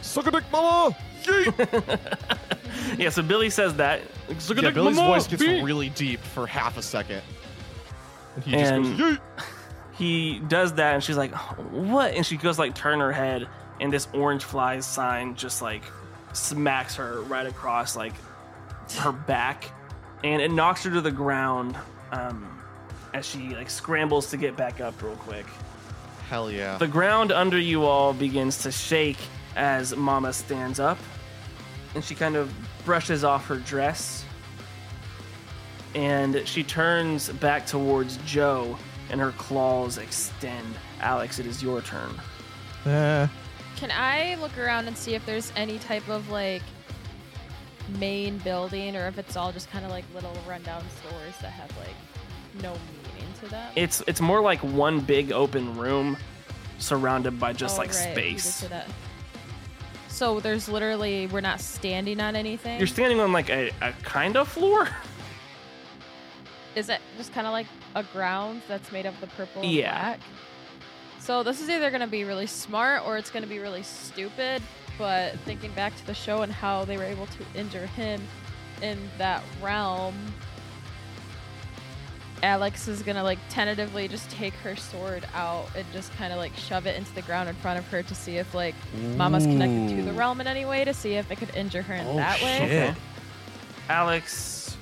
[SPEAKER 7] Suck a dick, mama.
[SPEAKER 1] yeah. So Billy says that.
[SPEAKER 7] Yeah, Billy's voice gets really deep for half a second. And he just goes,
[SPEAKER 1] and he does that, and she's like, "What?" And she goes like turn her head, and this orange fly sign just like smacks her right across like her back, and it knocks her to the ground. Um, as she like scrambles to get back up real quick.
[SPEAKER 7] Hell yeah.
[SPEAKER 1] The ground under you all begins to shake as Mama stands up and she kind of brushes off her dress and she turns back towards Joe and her claws extend. Alex, it is your turn.
[SPEAKER 7] Eh.
[SPEAKER 6] Can I look around and see if there's any type of like main building or if it's all just kind of like little rundown stores that have like no meaning to them?
[SPEAKER 1] It's it's more like one big open room surrounded by just
[SPEAKER 6] Oh,
[SPEAKER 1] like
[SPEAKER 6] right, you did
[SPEAKER 1] space.
[SPEAKER 6] say that. So there's literally we're not standing on anything.
[SPEAKER 1] You're standing on like a, a kind of floor?
[SPEAKER 6] Is it just kind of like a ground that's made of the purple? and
[SPEAKER 1] Yeah.
[SPEAKER 6] black? So this is either going to be really smart or it's going to be really stupid. But thinking back to the show and how they were able to injure him in that realm, Alex is going to like tentatively just take her sword out and just kind of like shove it into the ground in front of her to see if like Mama's connected to the
[SPEAKER 1] Ooh. Oh,
[SPEAKER 6] realm in any way to see if it could injure her in that way.
[SPEAKER 1] Okay. Alex,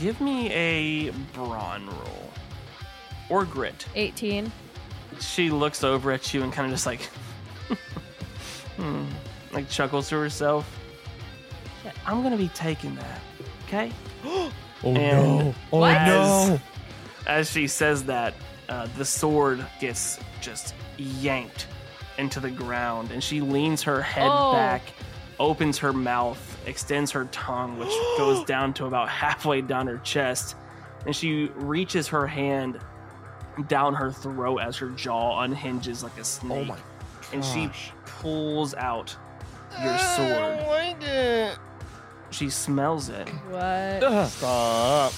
[SPEAKER 1] give me a brawn roll or grit.
[SPEAKER 6] 18.
[SPEAKER 1] She looks over at you and kind of just like, hmm, like chuckles to herself. Yeah, I'm gonna be taking that, okay? oh
[SPEAKER 7] no. Oh, no.
[SPEAKER 1] As she says that, uh, the sword gets just yanked into the ground, and she leans her head
[SPEAKER 6] Oh.
[SPEAKER 1] back, opens her mouth, extends her tongue, which goes down to about halfway down her chest, and she reaches her hand down her throat as her jaw unhinges like a
[SPEAKER 7] Oh,
[SPEAKER 1] snake. And she pulls out your sword. She smells it.
[SPEAKER 6] What?
[SPEAKER 1] Stop.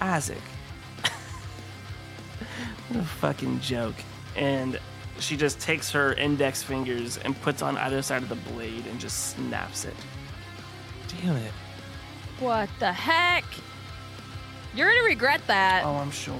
[SPEAKER 1] Isaac. what a fucking joke. And she just takes her index fingers and puts on either side of the blade and just snaps it. Damn it.
[SPEAKER 6] What the heck? You're gonna regret that.
[SPEAKER 1] Oh, I'm sure.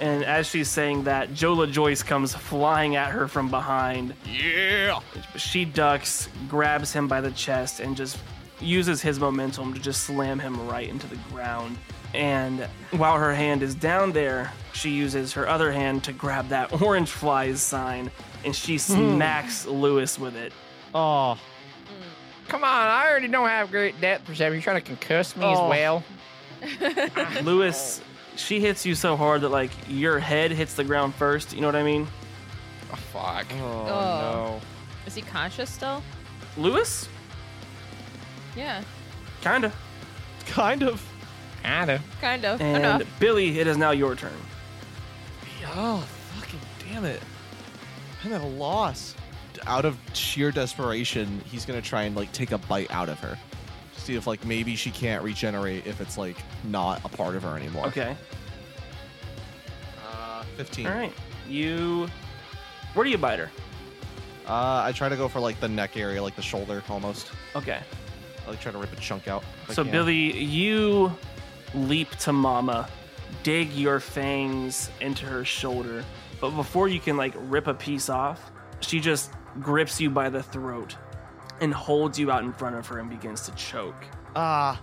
[SPEAKER 1] And as she's saying that, Jola Joyce comes flying at her from behind. Yeah! She ducks, grabs him by the chest, and just uses his momentum to just slam him right into the ground. And while her hand is down there, she uses her other hand to grab that orange flies sign and she smacks Lewis with it. Oh.
[SPEAKER 5] Come on, I already don't have great depth perception. You're trying to concuss me
[SPEAKER 1] Oh.
[SPEAKER 5] as well.
[SPEAKER 1] Lewis, she hits you so hard that, like, your head hits the ground first. You know what I mean? Oh, fuck.
[SPEAKER 6] Oh. Is he conscious still?
[SPEAKER 1] Lewis?
[SPEAKER 6] Yeah,
[SPEAKER 1] Kind of. Kind of. Kind of.
[SPEAKER 6] kind of.
[SPEAKER 1] And
[SPEAKER 6] Enough.
[SPEAKER 1] Billy, it is now your turn.
[SPEAKER 7] Oh, fucking damn it. I'm at a loss. Out of sheer desperation, he's gonna try and like take a bite out of her. See if like maybe she can't regenerate if it's like not a part of her anymore.
[SPEAKER 1] Okay.
[SPEAKER 7] Uh, 15.
[SPEAKER 1] All right. You. Where do you bite her?
[SPEAKER 7] Uh, I try to go for like the neck area, like the shoulder almost.
[SPEAKER 1] Okay.
[SPEAKER 7] I like try to rip a chunk out. if I
[SPEAKER 1] So,
[SPEAKER 7] can.
[SPEAKER 1] Billy, you leap to Mama, dig your fangs into her shoulder, but before you can, like, rip a piece off, she just grips you by the throat and holds you out in front of her and begins to choke.
[SPEAKER 7] Ah.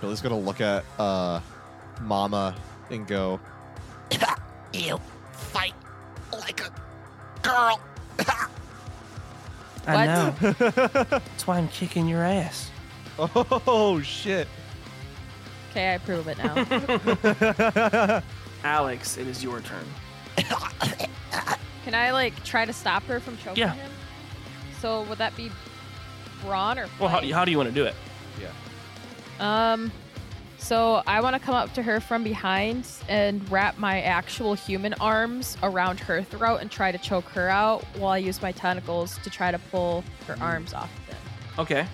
[SPEAKER 7] Billy's gonna look at uh, Mama and go,
[SPEAKER 4] You fight like a girl.
[SPEAKER 1] I know. That's why I'm kicking your ass.
[SPEAKER 7] Oh, shit.
[SPEAKER 6] Okay, I approve it now.
[SPEAKER 1] Alex, it is your turn.
[SPEAKER 6] Can I like try to stop her from choking
[SPEAKER 1] Yeah.
[SPEAKER 6] him? So would that be brawn or?
[SPEAKER 1] Well, how,
[SPEAKER 6] fight?
[SPEAKER 1] how do you want to do it?
[SPEAKER 7] Yeah.
[SPEAKER 6] Um, so I want to come up to her from behind and wrap my actual human arms around her throat and try to choke her out while I use my tentacles to try to pull
[SPEAKER 1] Mm.
[SPEAKER 6] her arms off of him.
[SPEAKER 1] Okay.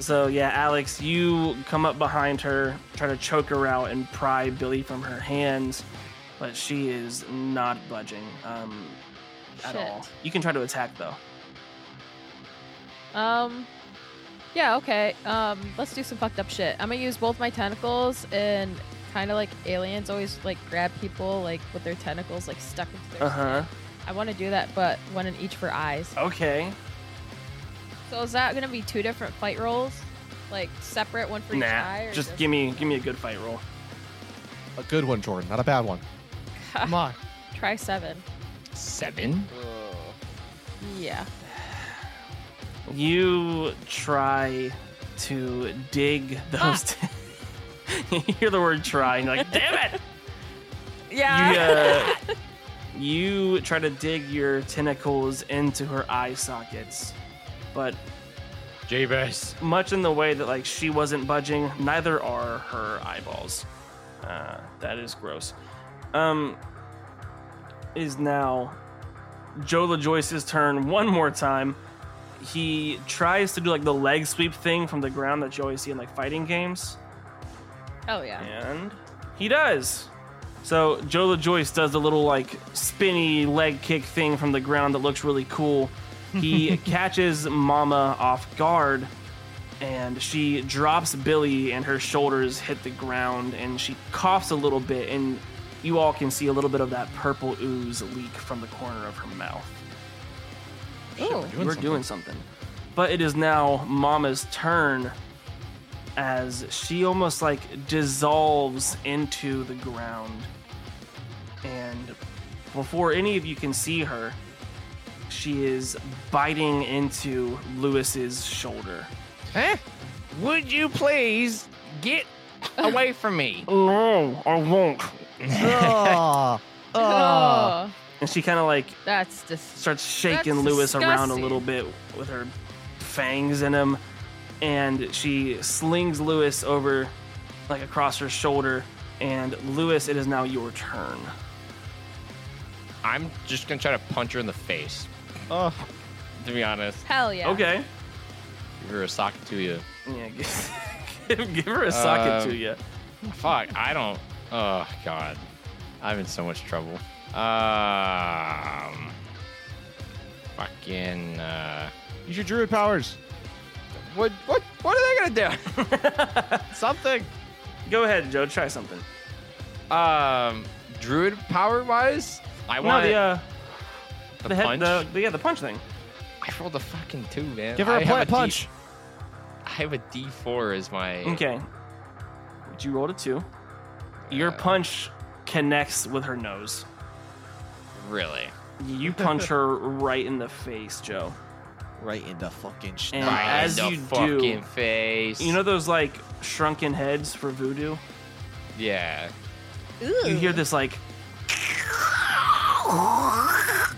[SPEAKER 1] So yeah, Alex, you come up behind her, try to choke her out and pry Billy from her hands, but she is not budging um, at
[SPEAKER 6] Shit.
[SPEAKER 1] all. You can try to attack though.
[SPEAKER 6] Um, yeah, okay. Um, let's do some fucked up shit. I'm gonna use both my tentacles and kind of like aliens always like grab people like with their tentacles like stuck into their.
[SPEAKER 1] Uh huh.
[SPEAKER 6] I want to do that, but one in each for eyes.
[SPEAKER 1] Oh. Okay.
[SPEAKER 6] So is that gonna be two different fight rolls, like separate one for each eye?
[SPEAKER 1] Nah.
[SPEAKER 6] Or
[SPEAKER 1] Just give me give me a good fight roll.
[SPEAKER 7] A good one, Jordan, not a bad one.
[SPEAKER 6] Come
[SPEAKER 7] on.
[SPEAKER 6] Try seven.
[SPEAKER 5] Seven.
[SPEAKER 6] Yeah.
[SPEAKER 1] You try to dig those. you hear the word "try" and you're like, "Damn it!"
[SPEAKER 6] Yeah.
[SPEAKER 1] You, uh, You try to dig your tentacles into her eye sockets, but
[SPEAKER 5] Jabez,
[SPEAKER 1] much in the way that like she wasn't budging, neither are her eyeballs. Uh, that is gross. Um, is now Joe Joyce's turn one more time. He tries to do like the leg sweep thing from the ground that you always see in like fighting games.
[SPEAKER 6] Oh yeah.
[SPEAKER 1] And he does. So Jola Joyce does the little like spinny leg kick thing from the ground that looks really cool. He catches Mama off guard and she drops Billy and her shoulders hit the ground and she coughs a little bit and you all can see a little bit of that purple ooze leak from the corner of her mouth.
[SPEAKER 6] Ooh.
[SPEAKER 1] We're doing something. But it is now Mama's turn as she almost like dissolves into the ground. And before any of you can see her, she is biting into Lewis's shoulder.
[SPEAKER 5] Huh? Would you please get away from me?
[SPEAKER 1] No, I won't.
[SPEAKER 5] Oh.
[SPEAKER 6] Oh.
[SPEAKER 1] And she kind of like
[SPEAKER 6] That's dis-
[SPEAKER 1] starts shaking
[SPEAKER 6] That's
[SPEAKER 1] Lewis around a
[SPEAKER 6] disgusting.
[SPEAKER 1] little bit with her fangs in him, and she slings Lewis over, like across her shoulder. And Lewis, it is now your turn.
[SPEAKER 5] I'm just gonna try to punch her in the face.
[SPEAKER 1] Oh,
[SPEAKER 5] To be honest,
[SPEAKER 6] Hell yeah.
[SPEAKER 1] okay.
[SPEAKER 5] give her a sock to you.
[SPEAKER 1] Yeah, give, give, give her a socket
[SPEAKER 5] Um,
[SPEAKER 1] to you.
[SPEAKER 5] Fuck, I don't. Oh god, I'm in so much trouble. Um, fucking. Uh,
[SPEAKER 7] Use your druid powers.
[SPEAKER 5] what? What? What are they gonna do? Something.
[SPEAKER 1] Go ahead, Joe. Try something.
[SPEAKER 5] Um, druid power wise, I
[SPEAKER 1] no,
[SPEAKER 5] want
[SPEAKER 1] the uh,
[SPEAKER 5] the
[SPEAKER 1] the, head-
[SPEAKER 5] punch.
[SPEAKER 1] the- the- yeah, the punch thing.
[SPEAKER 5] I rolled a fucking two, man.
[SPEAKER 7] Give her
[SPEAKER 5] I
[SPEAKER 7] a
[SPEAKER 5] have
[SPEAKER 7] plant
[SPEAKER 5] D-
[SPEAKER 7] punch.
[SPEAKER 5] I have a D4 as my.
[SPEAKER 1] Okay. You rolled a two. Your
[SPEAKER 5] Uh,
[SPEAKER 1] punch connects with her nose.
[SPEAKER 5] Really?
[SPEAKER 1] You punch her right in the face, Joe.
[SPEAKER 7] Right in the fucking sh-
[SPEAKER 1] And
[SPEAKER 5] Right in
[SPEAKER 1] as
[SPEAKER 5] the
[SPEAKER 1] you
[SPEAKER 5] fucking
[SPEAKER 1] do,
[SPEAKER 5] face.
[SPEAKER 1] you know those like shrunken heads for voodoo.
[SPEAKER 5] Yeah.
[SPEAKER 1] You hear this like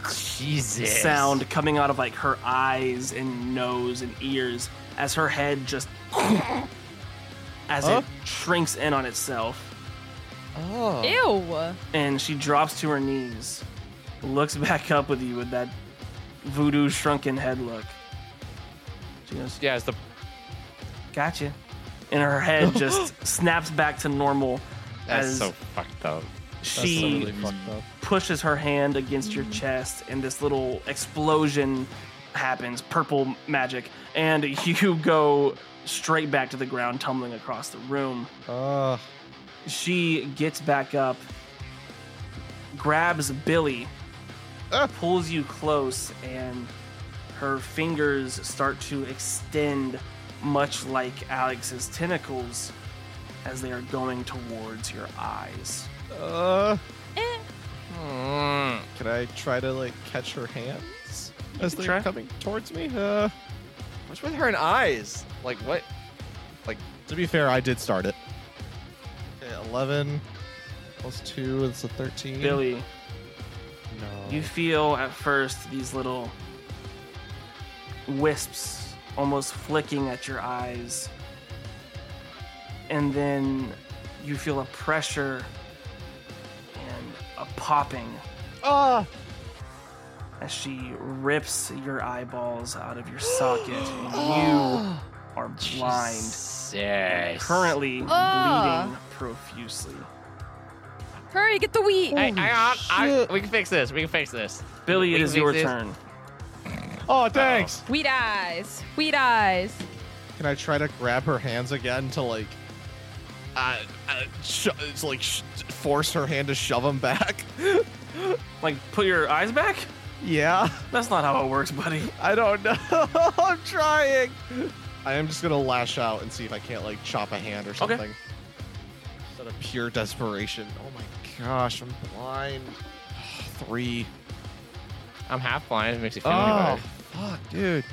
[SPEAKER 5] Jesus.
[SPEAKER 1] sound coming out of like her eyes and nose and ears as her head just as
[SPEAKER 6] Huh?
[SPEAKER 1] it shrinks in on itself.
[SPEAKER 7] Oh.
[SPEAKER 6] Ew.
[SPEAKER 1] and she drops to her knees, looks back up with you with that voodoo shrunken head look. She goes,
[SPEAKER 5] Yeah, it's the.
[SPEAKER 1] "Gotcha," and her head just snaps back to normal
[SPEAKER 5] That's
[SPEAKER 1] as
[SPEAKER 5] so fucked up.
[SPEAKER 1] she pushes her hand against your chest, and this little explosion happens, purple magic, and you go straight back to the ground, tumbling across the room.
[SPEAKER 7] Uh,
[SPEAKER 1] She gets back up, grabs Billy, pulls you close, and her fingers start to extend, much like Alex's tentacles, as they are going towards your eyes.
[SPEAKER 7] uh,
[SPEAKER 6] Eh.
[SPEAKER 5] Mm.
[SPEAKER 7] can I try to like catch her hands as
[SPEAKER 1] can
[SPEAKER 7] they're
[SPEAKER 1] try.
[SPEAKER 7] coming towards me? Uh,
[SPEAKER 5] What's with her and eyes? Like what? Like
[SPEAKER 7] to be fair, I did start it. Okay, Eleven plus two, it's a thirteen.
[SPEAKER 1] Billy,
[SPEAKER 7] no.
[SPEAKER 1] you feel at first these little wisps almost flicking at your eyes. And then you feel a pressure and a popping
[SPEAKER 7] Ah,
[SPEAKER 1] as she rips your eyeballs out of your socket and you are blind,
[SPEAKER 5] Yes.
[SPEAKER 1] currently
[SPEAKER 6] Ah.
[SPEAKER 1] bleeding profusely.
[SPEAKER 6] Hurry, get the wheat.
[SPEAKER 5] Hey, hang on. I, we can fix this. We can fix this.
[SPEAKER 1] Billy, it
[SPEAKER 5] We
[SPEAKER 1] is
[SPEAKER 5] can
[SPEAKER 1] your
[SPEAKER 5] fix this.
[SPEAKER 1] turn.
[SPEAKER 7] oh, thanks.
[SPEAKER 6] Wheat eyes. Wheat eyes.
[SPEAKER 7] Can I try to grab her hands again to like, uh, uh sho- it's like sh- force her hand to shove them back?
[SPEAKER 1] Like, put your eyes back?
[SPEAKER 7] yeah,
[SPEAKER 1] That's not how it works, buddy.
[SPEAKER 7] I don't know. I'm trying. I am just gonna lash out and see if I can't like chop a hand or something. Just out of pure desperation. Oh my gosh, I'm blind. Three.
[SPEAKER 5] I'm half blind. It makes you feel any
[SPEAKER 7] Oh
[SPEAKER 5] better.
[SPEAKER 7] fuck, dude.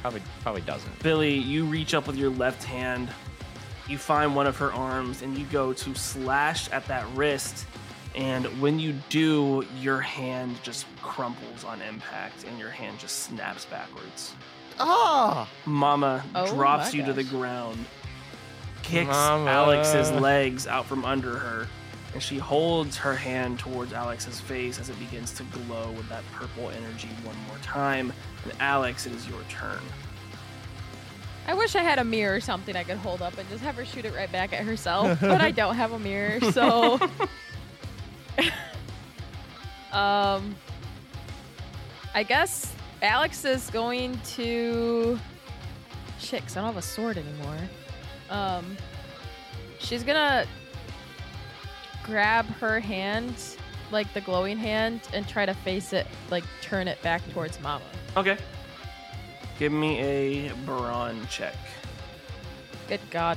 [SPEAKER 5] Probably probably doesn't.
[SPEAKER 1] Billy, you reach up with your left hand, you find one of her arms, and you go to slash at that wrist, And when you do, your hand just crumples on impact and your hand just snaps backwards.
[SPEAKER 3] Ah!
[SPEAKER 1] Mama
[SPEAKER 3] Oh
[SPEAKER 1] drops
[SPEAKER 3] my
[SPEAKER 1] you to the
[SPEAKER 3] gosh.
[SPEAKER 1] ground, kicks
[SPEAKER 3] Mama.
[SPEAKER 1] Alex's legs out from under her, and she holds her hand towards Alex's face as it begins to glow with that purple energy one more time. And Alex, it is your turn.
[SPEAKER 6] I wish I had a mirror or something I could hold up and just have her shoot it right back at herself, but I don't have a mirror, so. um, I guess Alex is going to. Shit, 'cause I don't have a sword anymore. Um, she's gonna grab her hand, like the glowing hand, and try to face it, like turn it back towards Mama.
[SPEAKER 1] Okay. Give me a brawn check.
[SPEAKER 6] Good God.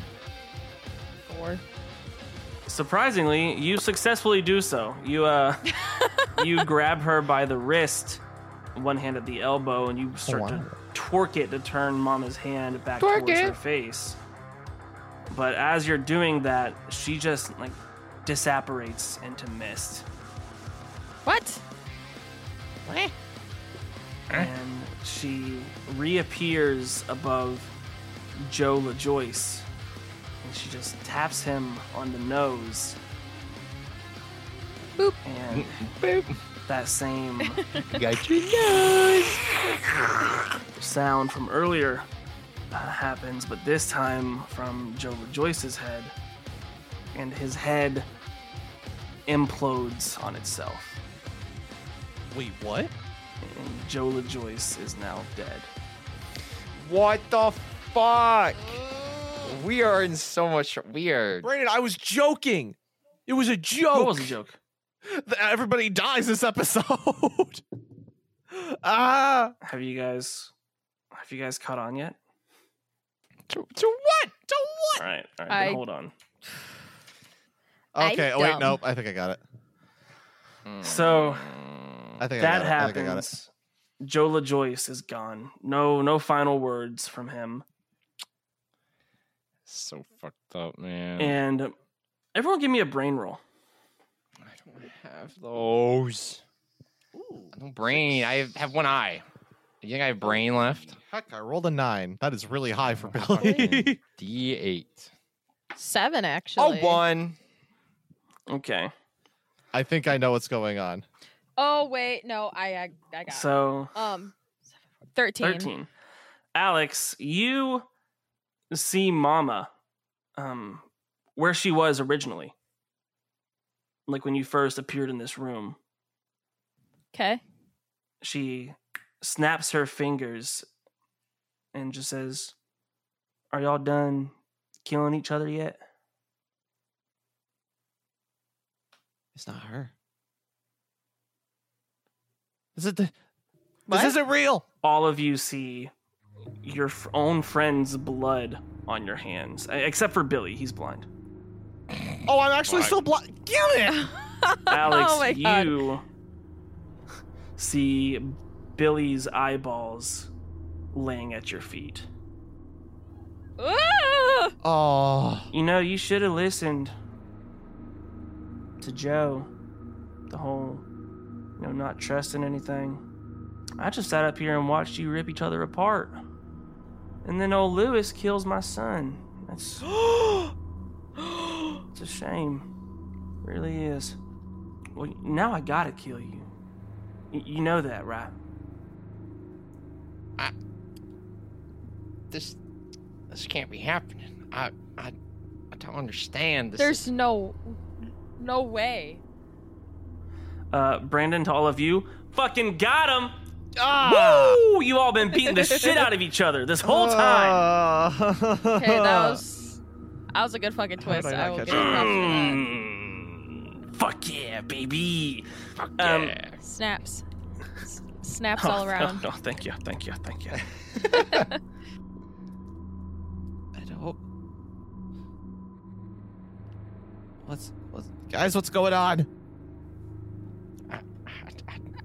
[SPEAKER 6] Four.
[SPEAKER 1] Surprisingly, you successfully do so. You uh, you grab her by the wrist, one hand at the elbow, and you start to twerk it to turn Mama's hand back
[SPEAKER 5] Twerk
[SPEAKER 1] towards her
[SPEAKER 5] it.
[SPEAKER 1] face. But as you're doing that, she just like disapparates into mist,
[SPEAKER 6] What? Eh, What?
[SPEAKER 1] and she reappears above Joe LaJoyce, and she just taps him on the nose.
[SPEAKER 6] Boop.
[SPEAKER 1] And that same
[SPEAKER 5] Got
[SPEAKER 1] sound from earlier uh, happens, but this time from Joe Rejoice's head, and his head implodes on itself.
[SPEAKER 7] Wait, what?
[SPEAKER 1] And Joe LaJoyce is now dead.
[SPEAKER 5] What the fuck? We are in so much. We are.
[SPEAKER 7] Brandon, I was joking. It was a joke.
[SPEAKER 1] What was the joke?
[SPEAKER 7] Everybody dies this episode. ah.
[SPEAKER 1] Have you guys have you guys caught on yet?
[SPEAKER 5] To, to what? To what?
[SPEAKER 1] All right, all right, then
[SPEAKER 5] I-
[SPEAKER 1] hold on.
[SPEAKER 7] Okay.
[SPEAKER 1] I'm
[SPEAKER 7] oh wait,
[SPEAKER 1] dumb.
[SPEAKER 7] nope. I think I got it.
[SPEAKER 5] Hmm.
[SPEAKER 1] So
[SPEAKER 7] I think
[SPEAKER 1] that
[SPEAKER 7] I
[SPEAKER 1] happens.
[SPEAKER 7] got It. I think I got it.
[SPEAKER 1] Joe LaJoyce is gone. No, no final words from him.
[SPEAKER 5] So fucked up, man.
[SPEAKER 1] And everyone, give me a brain roll.
[SPEAKER 5] have those. No brain. I have one eye. You think I have brain left?
[SPEAKER 7] Heck, I rolled a nine. That is really high for Billy.
[SPEAKER 5] D eight.
[SPEAKER 6] Seven,
[SPEAKER 7] Oh,
[SPEAKER 6] actually.
[SPEAKER 5] one.
[SPEAKER 1] Okay.
[SPEAKER 7] I think I know what's going on.
[SPEAKER 6] Oh wait, no, I I, I got. it.
[SPEAKER 1] So-
[SPEAKER 6] um, thirteen.
[SPEAKER 1] 13. Alex, you see Mama um where she was originally. Like when you first appeared in this room,
[SPEAKER 6] Okay.
[SPEAKER 1] she snaps her fingers and just says, "Are y'all done killing each other yet?"
[SPEAKER 24] It's not her.
[SPEAKER 7] Is it the? This isn't real.
[SPEAKER 1] All of you see your f- own friend's blood on your hands, e- except for Billy. He's blind.
[SPEAKER 7] Oh, I'm actually still blind. Damn it!
[SPEAKER 1] Alex,
[SPEAKER 7] Oh my God.
[SPEAKER 1] you see Billy's eyeballs laying at your feet.
[SPEAKER 6] Ooh!
[SPEAKER 7] Oh.
[SPEAKER 1] You know, you should have listened to Joe. The whole, you know, not trusting anything. I just sat up here and watched you rip each other apart. And then old Lewis kills my son. That's. it's a shame. really is. Well, now I gotta kill you. Y- you know that, right?
[SPEAKER 5] This this can't be happening. I I I don't understand. This
[SPEAKER 6] There's no, no way.
[SPEAKER 1] Uh, Brandon, to all of you, fucking got him!
[SPEAKER 5] Ah!
[SPEAKER 1] Woo! You all been beating the shit out of each other this whole time.
[SPEAKER 6] Okay, that was that was a good fucking twist. I, will give you props for that.
[SPEAKER 1] Mm, Fuck yeah, baby. Fuck yeah.
[SPEAKER 6] Snaps, S- snaps all around.
[SPEAKER 1] Oh, No, thank you, thank you, thank you.
[SPEAKER 7] I don't. What's what's guys? What's going on?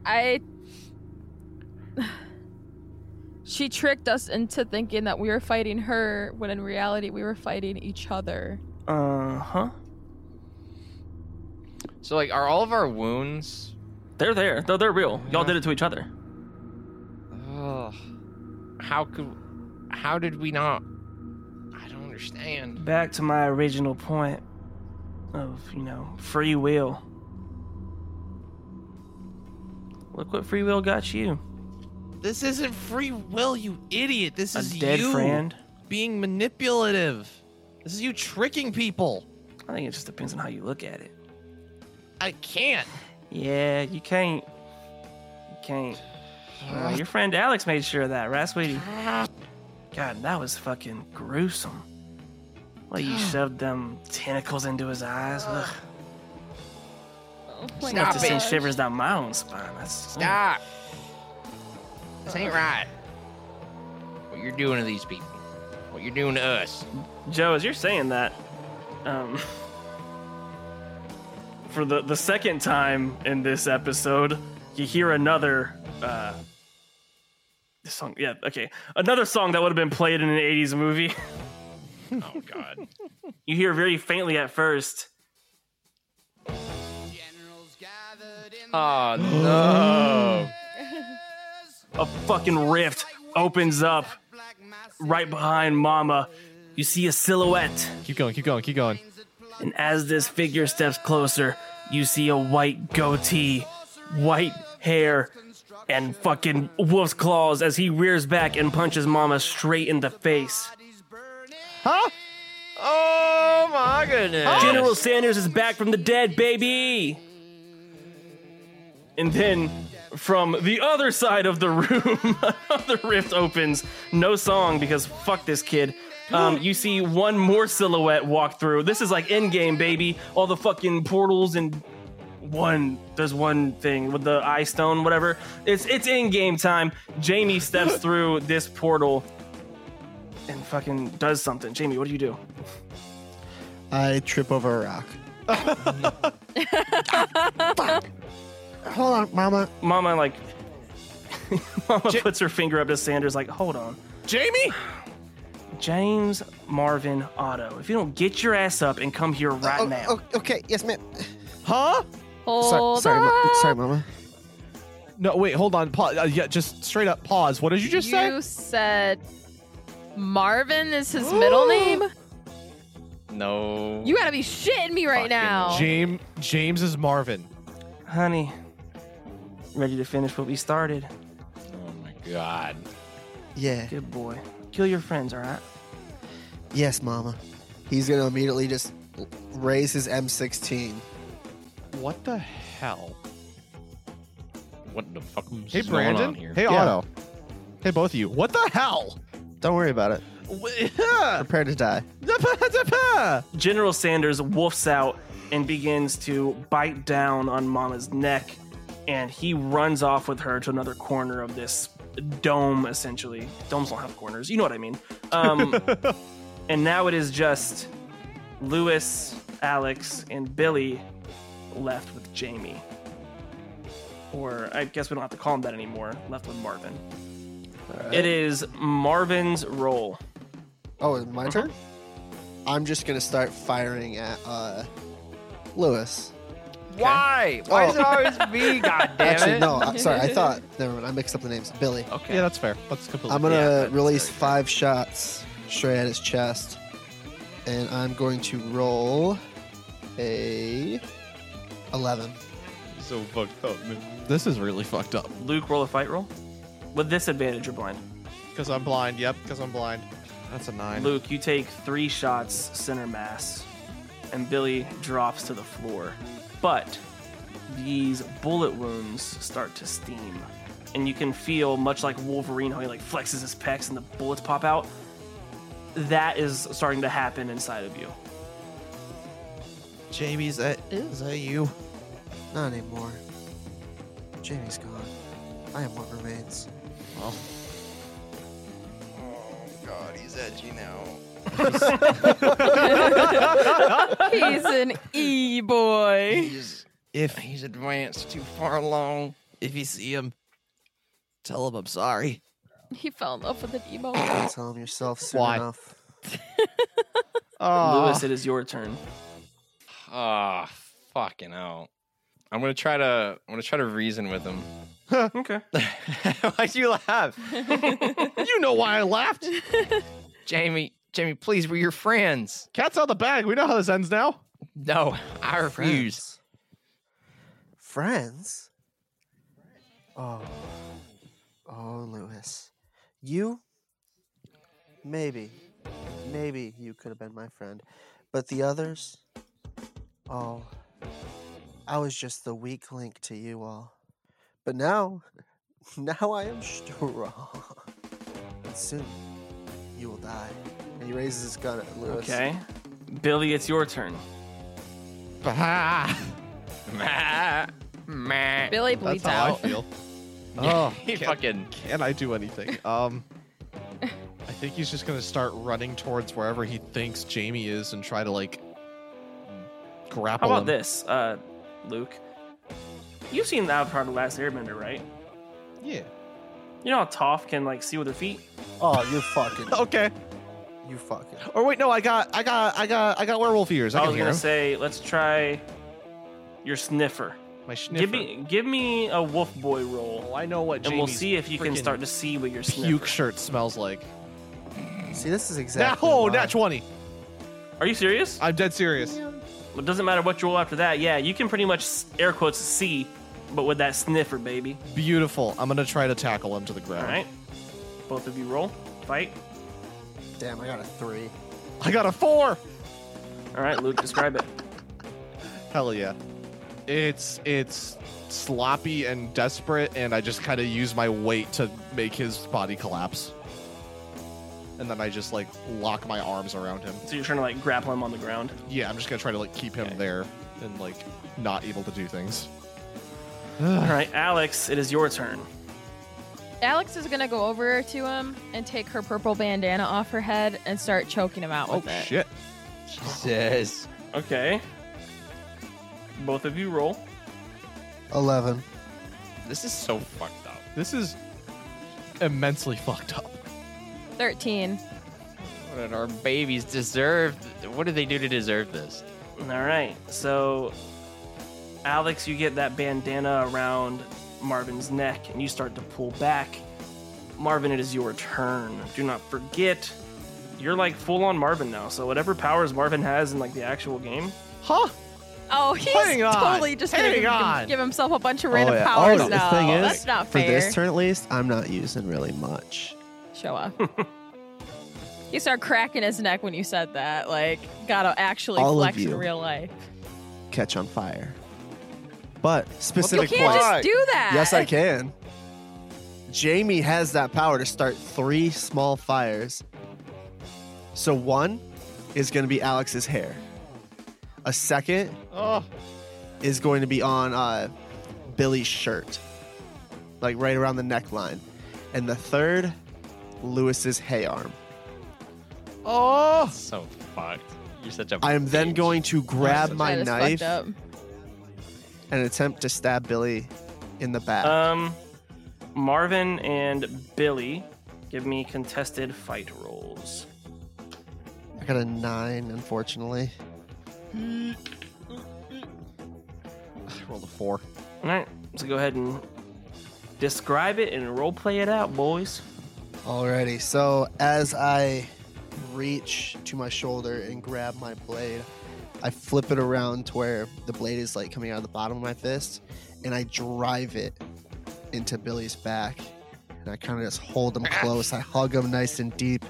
[SPEAKER 6] I. She tricked us into thinking that we were fighting her when in
[SPEAKER 1] Uh-huh.
[SPEAKER 6] reality we were fighting each other.
[SPEAKER 1] Uh huh.
[SPEAKER 5] So like, are all of our wounds?
[SPEAKER 1] They're there. They're, they're real. Y'all did it to each other.
[SPEAKER 5] Ugh. How could? How did we not? I don't understand.
[SPEAKER 25] Back to my original point of, you know, free will.
[SPEAKER 1] Look what free will got you.
[SPEAKER 5] This isn't free will, you idiot. This
[SPEAKER 1] A
[SPEAKER 5] is
[SPEAKER 1] dead
[SPEAKER 5] you
[SPEAKER 1] friend.
[SPEAKER 5] being manipulative. This is you tricking people.
[SPEAKER 1] I think it just depends on how you look at it.
[SPEAKER 5] I can't.
[SPEAKER 1] Yeah, you can't. You can't. Uh, your friend Alex made sure of that, right, sweetie? God, that was fucking gruesome. Well, you shoved them tentacles into his eyes. Ugh.
[SPEAKER 5] my
[SPEAKER 1] It's enough to send
[SPEAKER 5] gosh.
[SPEAKER 1] shivers down my own spine. That's,
[SPEAKER 5] Stop. This ain't right. What you're doing to these people? What you're doing to us?
[SPEAKER 1] Joe, as you're saying that, um, for the, the second time in this episode, you hear another uh, this song. Yeah, okay, another song that would have been played in an '80s movie.
[SPEAKER 5] oh God!
[SPEAKER 1] You hear very faintly at first.
[SPEAKER 5] Oh no!
[SPEAKER 1] a fucking rift opens up right behind Mama. You see a silhouette.
[SPEAKER 7] Keep going, keep going, keep going.
[SPEAKER 1] And as this figure steps closer, you see a white goatee, white hair, and fucking wolf's claws as he rears back and punches Mama straight in the face.
[SPEAKER 5] Huh? Oh my goodness!
[SPEAKER 1] General Sanders is back from the dead, baby! And then from the other side of the room, another rift opens. No song because fuck this kid. Um, you see one more silhouette walk through. This is like end game, baby. All the fucking portals and one there's one thing with the eye stone, whatever. It's it's in game time. Jamie steps through this portal and fucking does something. Jamie, what do you do?
[SPEAKER 10] I trip over a rock. Fuck. Hold on, Mama.
[SPEAKER 1] Mama like Mama puts her finger up to Sanders like, "Hold on.
[SPEAKER 5] Jamie?
[SPEAKER 1] James Marvin Otto. If you don't get your ass up and come here right now."
[SPEAKER 10] Oh, okay, yes, ma'am.
[SPEAKER 7] Huh?
[SPEAKER 10] Sorry, sorry, Ma- sorry, Mama.
[SPEAKER 7] No, wait, hold on. Pause. Uh, yeah, just straight up pause. What did you just say?
[SPEAKER 6] You said Marvin is his middle name?
[SPEAKER 5] No.
[SPEAKER 6] You gotta be shitting me right now.
[SPEAKER 7] James James is Marvin.
[SPEAKER 1] Honey, ready to finish what we started.
[SPEAKER 5] Oh my god.
[SPEAKER 10] Yeah.
[SPEAKER 1] Good boy. Kill your friends, all right?
[SPEAKER 10] Yes, Mama. He's gonna immediately just raise his M16.
[SPEAKER 7] What the hell?
[SPEAKER 5] What the fuck? is
[SPEAKER 7] Hey
[SPEAKER 5] going
[SPEAKER 7] Brandon.
[SPEAKER 5] on here?
[SPEAKER 7] Hey
[SPEAKER 10] Yeah.
[SPEAKER 7] Otto. Hey both of you. What the hell?
[SPEAKER 10] Don't worry about it.
[SPEAKER 7] Wha-
[SPEAKER 10] Prepare to die.
[SPEAKER 1] General Sanders wolfs out and begins to bite down on Mama's neck, and he runs off with her to another corner of this dome, essentially. Domes don't have corners, you know what I mean. Um, and now it is just Lewis, Alex, and Billy left with Jamie. Or I guess we don't have to call him that anymore, left with Marvin. It is Marvin's roll.
[SPEAKER 10] Oh, it's my turn? I'm just gonna start firing at uh Lewis.
[SPEAKER 5] Why? Why is it
[SPEAKER 10] Oh.
[SPEAKER 5] always me? God damn
[SPEAKER 10] Actually,
[SPEAKER 5] it!
[SPEAKER 10] no, I'm sorry, I thought never mind, I mixed up the names. Billy.
[SPEAKER 5] Okay.
[SPEAKER 7] Yeah, that's fair. That's completely.
[SPEAKER 10] I'm gonna
[SPEAKER 7] yeah, that's
[SPEAKER 10] release five shots straight at his chest. And I'm going to roll a eleven.
[SPEAKER 7] so fucked up. This is really fucked up.
[SPEAKER 1] Luke, roll a fight roll. With disadvantage, you're blind.
[SPEAKER 7] Because I'm blind. Yep. Because I'm blind. That's a nine.
[SPEAKER 1] Luke, you take three shots center mass, and Billy drops to the floor. But these bullet wounds start to steam, and you can feel much like Wolverine how he like flexes his pecs and the bullets pop out. That is starting to happen inside of you.
[SPEAKER 10] Jamie's that is that you? Not anymore. Jamie's gone. I am what remains.
[SPEAKER 7] Oh.
[SPEAKER 4] God, he's edgy now.
[SPEAKER 6] He's an e boy.
[SPEAKER 4] He's, if he's advanced too far along, if you see him, tell him I'm sorry.
[SPEAKER 6] He fell in love with an emo.
[SPEAKER 10] Tell him yourself soon
[SPEAKER 4] Why?
[SPEAKER 10] enough.
[SPEAKER 1] Lewis, it is your turn.
[SPEAKER 5] Ah, fucking out. I'm gonna try to. I'm gonna try to reason with him.
[SPEAKER 1] okay.
[SPEAKER 5] Why'd you laugh?
[SPEAKER 3] you know why I laughed.
[SPEAKER 5] Jamie, Jamie, please, we're your friends.
[SPEAKER 3] Cat's out of the bag. We know how this ends now.
[SPEAKER 5] No, I refuse.
[SPEAKER 4] Friends? Oh. Oh, Lewis. You? Maybe. Maybe you could have been my friend. But the others? Oh. I was just the weak link to you all. But now, now I am strong. And soon, you will die. And he raises his gun at Lewis.
[SPEAKER 1] Okay. Billy, it's your turn.
[SPEAKER 6] Billy
[SPEAKER 7] That's
[SPEAKER 6] bleeds
[SPEAKER 7] how
[SPEAKER 6] out.
[SPEAKER 7] I feel.
[SPEAKER 5] Yeah,
[SPEAKER 7] Oh,
[SPEAKER 5] he
[SPEAKER 7] can't-
[SPEAKER 5] fucking-
[SPEAKER 7] Can I do anything? Um, I think he's just gonna start running towards wherever he thinks Jamie is and try to like
[SPEAKER 1] How
[SPEAKER 7] grapple
[SPEAKER 1] about
[SPEAKER 7] him.
[SPEAKER 1] this, uh, Luke? You've seen the Avatar: The Last Airbender, right?
[SPEAKER 7] Yeah.
[SPEAKER 1] You know how Toph can like see with her feet.
[SPEAKER 4] Oh, you fucking.
[SPEAKER 7] okay.
[SPEAKER 4] You fucking.
[SPEAKER 7] Or wait, no, I got, I got, I got, I got werewolf ears.
[SPEAKER 1] I
[SPEAKER 7] I, can
[SPEAKER 1] was
[SPEAKER 7] hear
[SPEAKER 1] gonna
[SPEAKER 7] him.
[SPEAKER 1] say, let's try your sniffer.
[SPEAKER 7] My
[SPEAKER 1] Give me, give me a wolf boy roll.
[SPEAKER 7] I know what.
[SPEAKER 1] and we'll
[SPEAKER 7] Jamie's
[SPEAKER 1] see if you can
[SPEAKER 7] freaking
[SPEAKER 1] start to see what your sniffer.
[SPEAKER 7] puke shirt smells like.
[SPEAKER 4] See, this is
[SPEAKER 7] Exactly no, nat twenty.
[SPEAKER 1] Are you serious?
[SPEAKER 7] I'm dead serious.
[SPEAKER 1] It doesn't matter what you roll after that. Yeah, you can pretty much s- air quotes see, but with that sniffer, baby.
[SPEAKER 7] Beautiful. I'm gonna try to tackle him to the
[SPEAKER 1] All
[SPEAKER 7] ground.
[SPEAKER 1] right, both of you roll, fight.
[SPEAKER 4] Damn, I got a three.
[SPEAKER 7] I got a four.
[SPEAKER 1] All right, Luke, describe it.
[SPEAKER 7] Hell yeah. It's it's sloppy and desperate, and I just kind of use my weight to make his body collapse. And then I just like lock my arms around him.
[SPEAKER 1] So you're trying to like grapple him on the ground.
[SPEAKER 7] Yeah, I'm just gonna try to like keep him there and like not able to do things.
[SPEAKER 1] All right, Alex, it is your turn.
[SPEAKER 6] Alex is gonna go over to him and take her purple bandana off her head and start choking him out
[SPEAKER 10] Oh,
[SPEAKER 6] with it.
[SPEAKER 7] Oh, shit.
[SPEAKER 5] Jesus.
[SPEAKER 1] Okay. Both of you roll.
[SPEAKER 10] 11.
[SPEAKER 5] This is so fucked up.
[SPEAKER 7] This is immensely fucked up.
[SPEAKER 6] Thirteen.
[SPEAKER 5] What did our babies deserve? What did they do to deserve this?
[SPEAKER 1] All right, so Alex, you get that bandana around Marvin's neck and you start to pull back. Marvin, it is your turn. Do not forget, you're like full on Marvin now. So whatever powers Marvin has in like the actual game,
[SPEAKER 7] Huh?
[SPEAKER 6] Oh, he's
[SPEAKER 7] Hang on,
[SPEAKER 6] totally just gonna
[SPEAKER 7] hang
[SPEAKER 6] give,
[SPEAKER 7] on.
[SPEAKER 6] give himself a bunch of
[SPEAKER 10] Oh,
[SPEAKER 6] random
[SPEAKER 10] yeah.
[SPEAKER 6] powers
[SPEAKER 10] Oh,
[SPEAKER 6] now.
[SPEAKER 10] The thing is,
[SPEAKER 6] That's not
[SPEAKER 10] for
[SPEAKER 6] fair.
[SPEAKER 10] this turn at least, I'm not using really much.
[SPEAKER 6] Show off. he started cracking his neck when you said that. Like, gotta actually
[SPEAKER 10] All of
[SPEAKER 6] flex
[SPEAKER 10] you.
[SPEAKER 6] in real life.
[SPEAKER 10] Catch on fire. But specific
[SPEAKER 6] you can't
[SPEAKER 10] points.
[SPEAKER 6] just do that.
[SPEAKER 10] Yes, I can. Jamie has that power to start three small fires. So one is going to be Alex's hair. A second
[SPEAKER 7] Oh,
[SPEAKER 10] is going to be on uh, Billy's shirt, like right around the neckline, and the third, Lewis's hay arm.
[SPEAKER 7] oh.
[SPEAKER 5] So fucked. You're such a.
[SPEAKER 10] I am then going to grab my
[SPEAKER 6] That is fucked
[SPEAKER 10] knife
[SPEAKER 6] up.
[SPEAKER 10] and attempt to stab Billy in the back.
[SPEAKER 1] um, Marvin and Billy, give me contested fight rolls.
[SPEAKER 10] I got a nine, unfortunately.
[SPEAKER 7] I rolled a four.
[SPEAKER 1] All right, so go ahead and describe it and role play it out, boys.
[SPEAKER 10] Alrighty, so as I reach to my shoulder and grab my blade, I flip it around to where the blade is like coming out of the bottom of my fist, and I drive it into Billy's back. And I kind of just hold him close. I hug him nice and deep.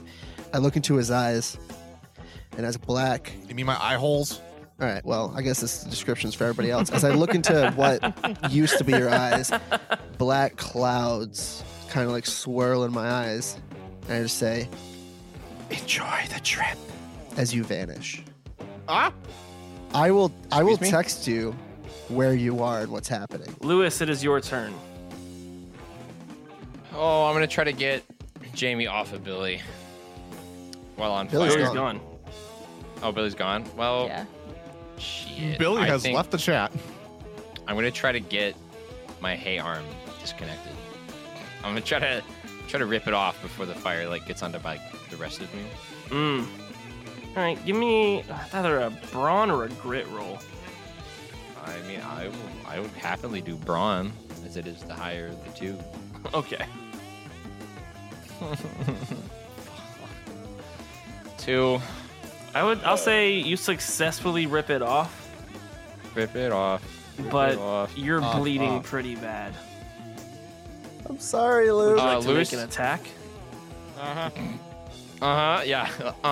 [SPEAKER 10] I look into his eyes, and as black,
[SPEAKER 7] You mean my eye holes?
[SPEAKER 10] all right, well, I guess this is the descriptions for everybody else. As I look into what used to be your eyes, black clouds kind of like swirl in my eyes. And I just say, enjoy the trip as you vanish.
[SPEAKER 7] Ah.
[SPEAKER 10] I will I will
[SPEAKER 7] Excuse me?
[SPEAKER 10] text you where you are and what's happening.
[SPEAKER 1] Lewis, it is your turn.
[SPEAKER 5] Oh, I'm gonna try to get Jamie off of Billy. While on
[SPEAKER 10] Billy's
[SPEAKER 5] fire.
[SPEAKER 1] Billy's gone.
[SPEAKER 5] Oh, Billy's gone. Well,
[SPEAKER 6] Yeah.
[SPEAKER 5] shit.
[SPEAKER 7] Billy
[SPEAKER 5] I
[SPEAKER 7] has
[SPEAKER 5] think
[SPEAKER 7] left the chat.
[SPEAKER 5] I'm gonna try to get my hay arm disconnected. I'm gonna try to try to rip it off before the fire like gets onto like the rest of me.
[SPEAKER 1] Mm. All right, give me either a brawn or a grit roll.
[SPEAKER 5] I mean, I would, I would happily do brawn, as it is the higher of the two. okay. two.
[SPEAKER 1] I would. I'll say you successfully rip it off,
[SPEAKER 5] Rip it off. Rip
[SPEAKER 1] but
[SPEAKER 5] it off.
[SPEAKER 1] you're
[SPEAKER 5] Off,
[SPEAKER 1] bleeding
[SPEAKER 5] off.
[SPEAKER 1] pretty bad.
[SPEAKER 4] I'm sorry, Lou.
[SPEAKER 1] Would you
[SPEAKER 5] Uh,
[SPEAKER 1] like to
[SPEAKER 5] Lewis?
[SPEAKER 1] make an attack?
[SPEAKER 5] Uh huh. Uh huh. Yeah. Uh huh.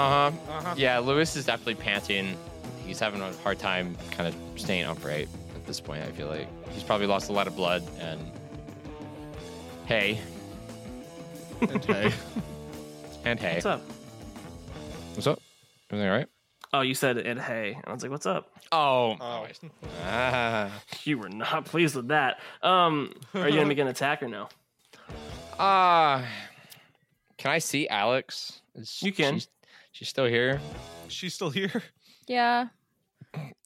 [SPEAKER 1] Uh-huh.
[SPEAKER 5] Yeah. Lewis is definitely panting. He's having a hard time kind of staying upright at this point. I feel like he's probably lost a lot of blood and hey. And hey. and hey.
[SPEAKER 1] What's up?
[SPEAKER 5] What's up? Everything all right?
[SPEAKER 1] Oh, you said and hey. I was like, what's up?
[SPEAKER 5] Oh. Ah.
[SPEAKER 1] You were not pleased with that. Um, are you gonna make an attack or no?
[SPEAKER 5] Ah. can I see Alex? Is
[SPEAKER 1] You can.
[SPEAKER 5] She's, she's still here.
[SPEAKER 3] She's still here.
[SPEAKER 6] Yeah.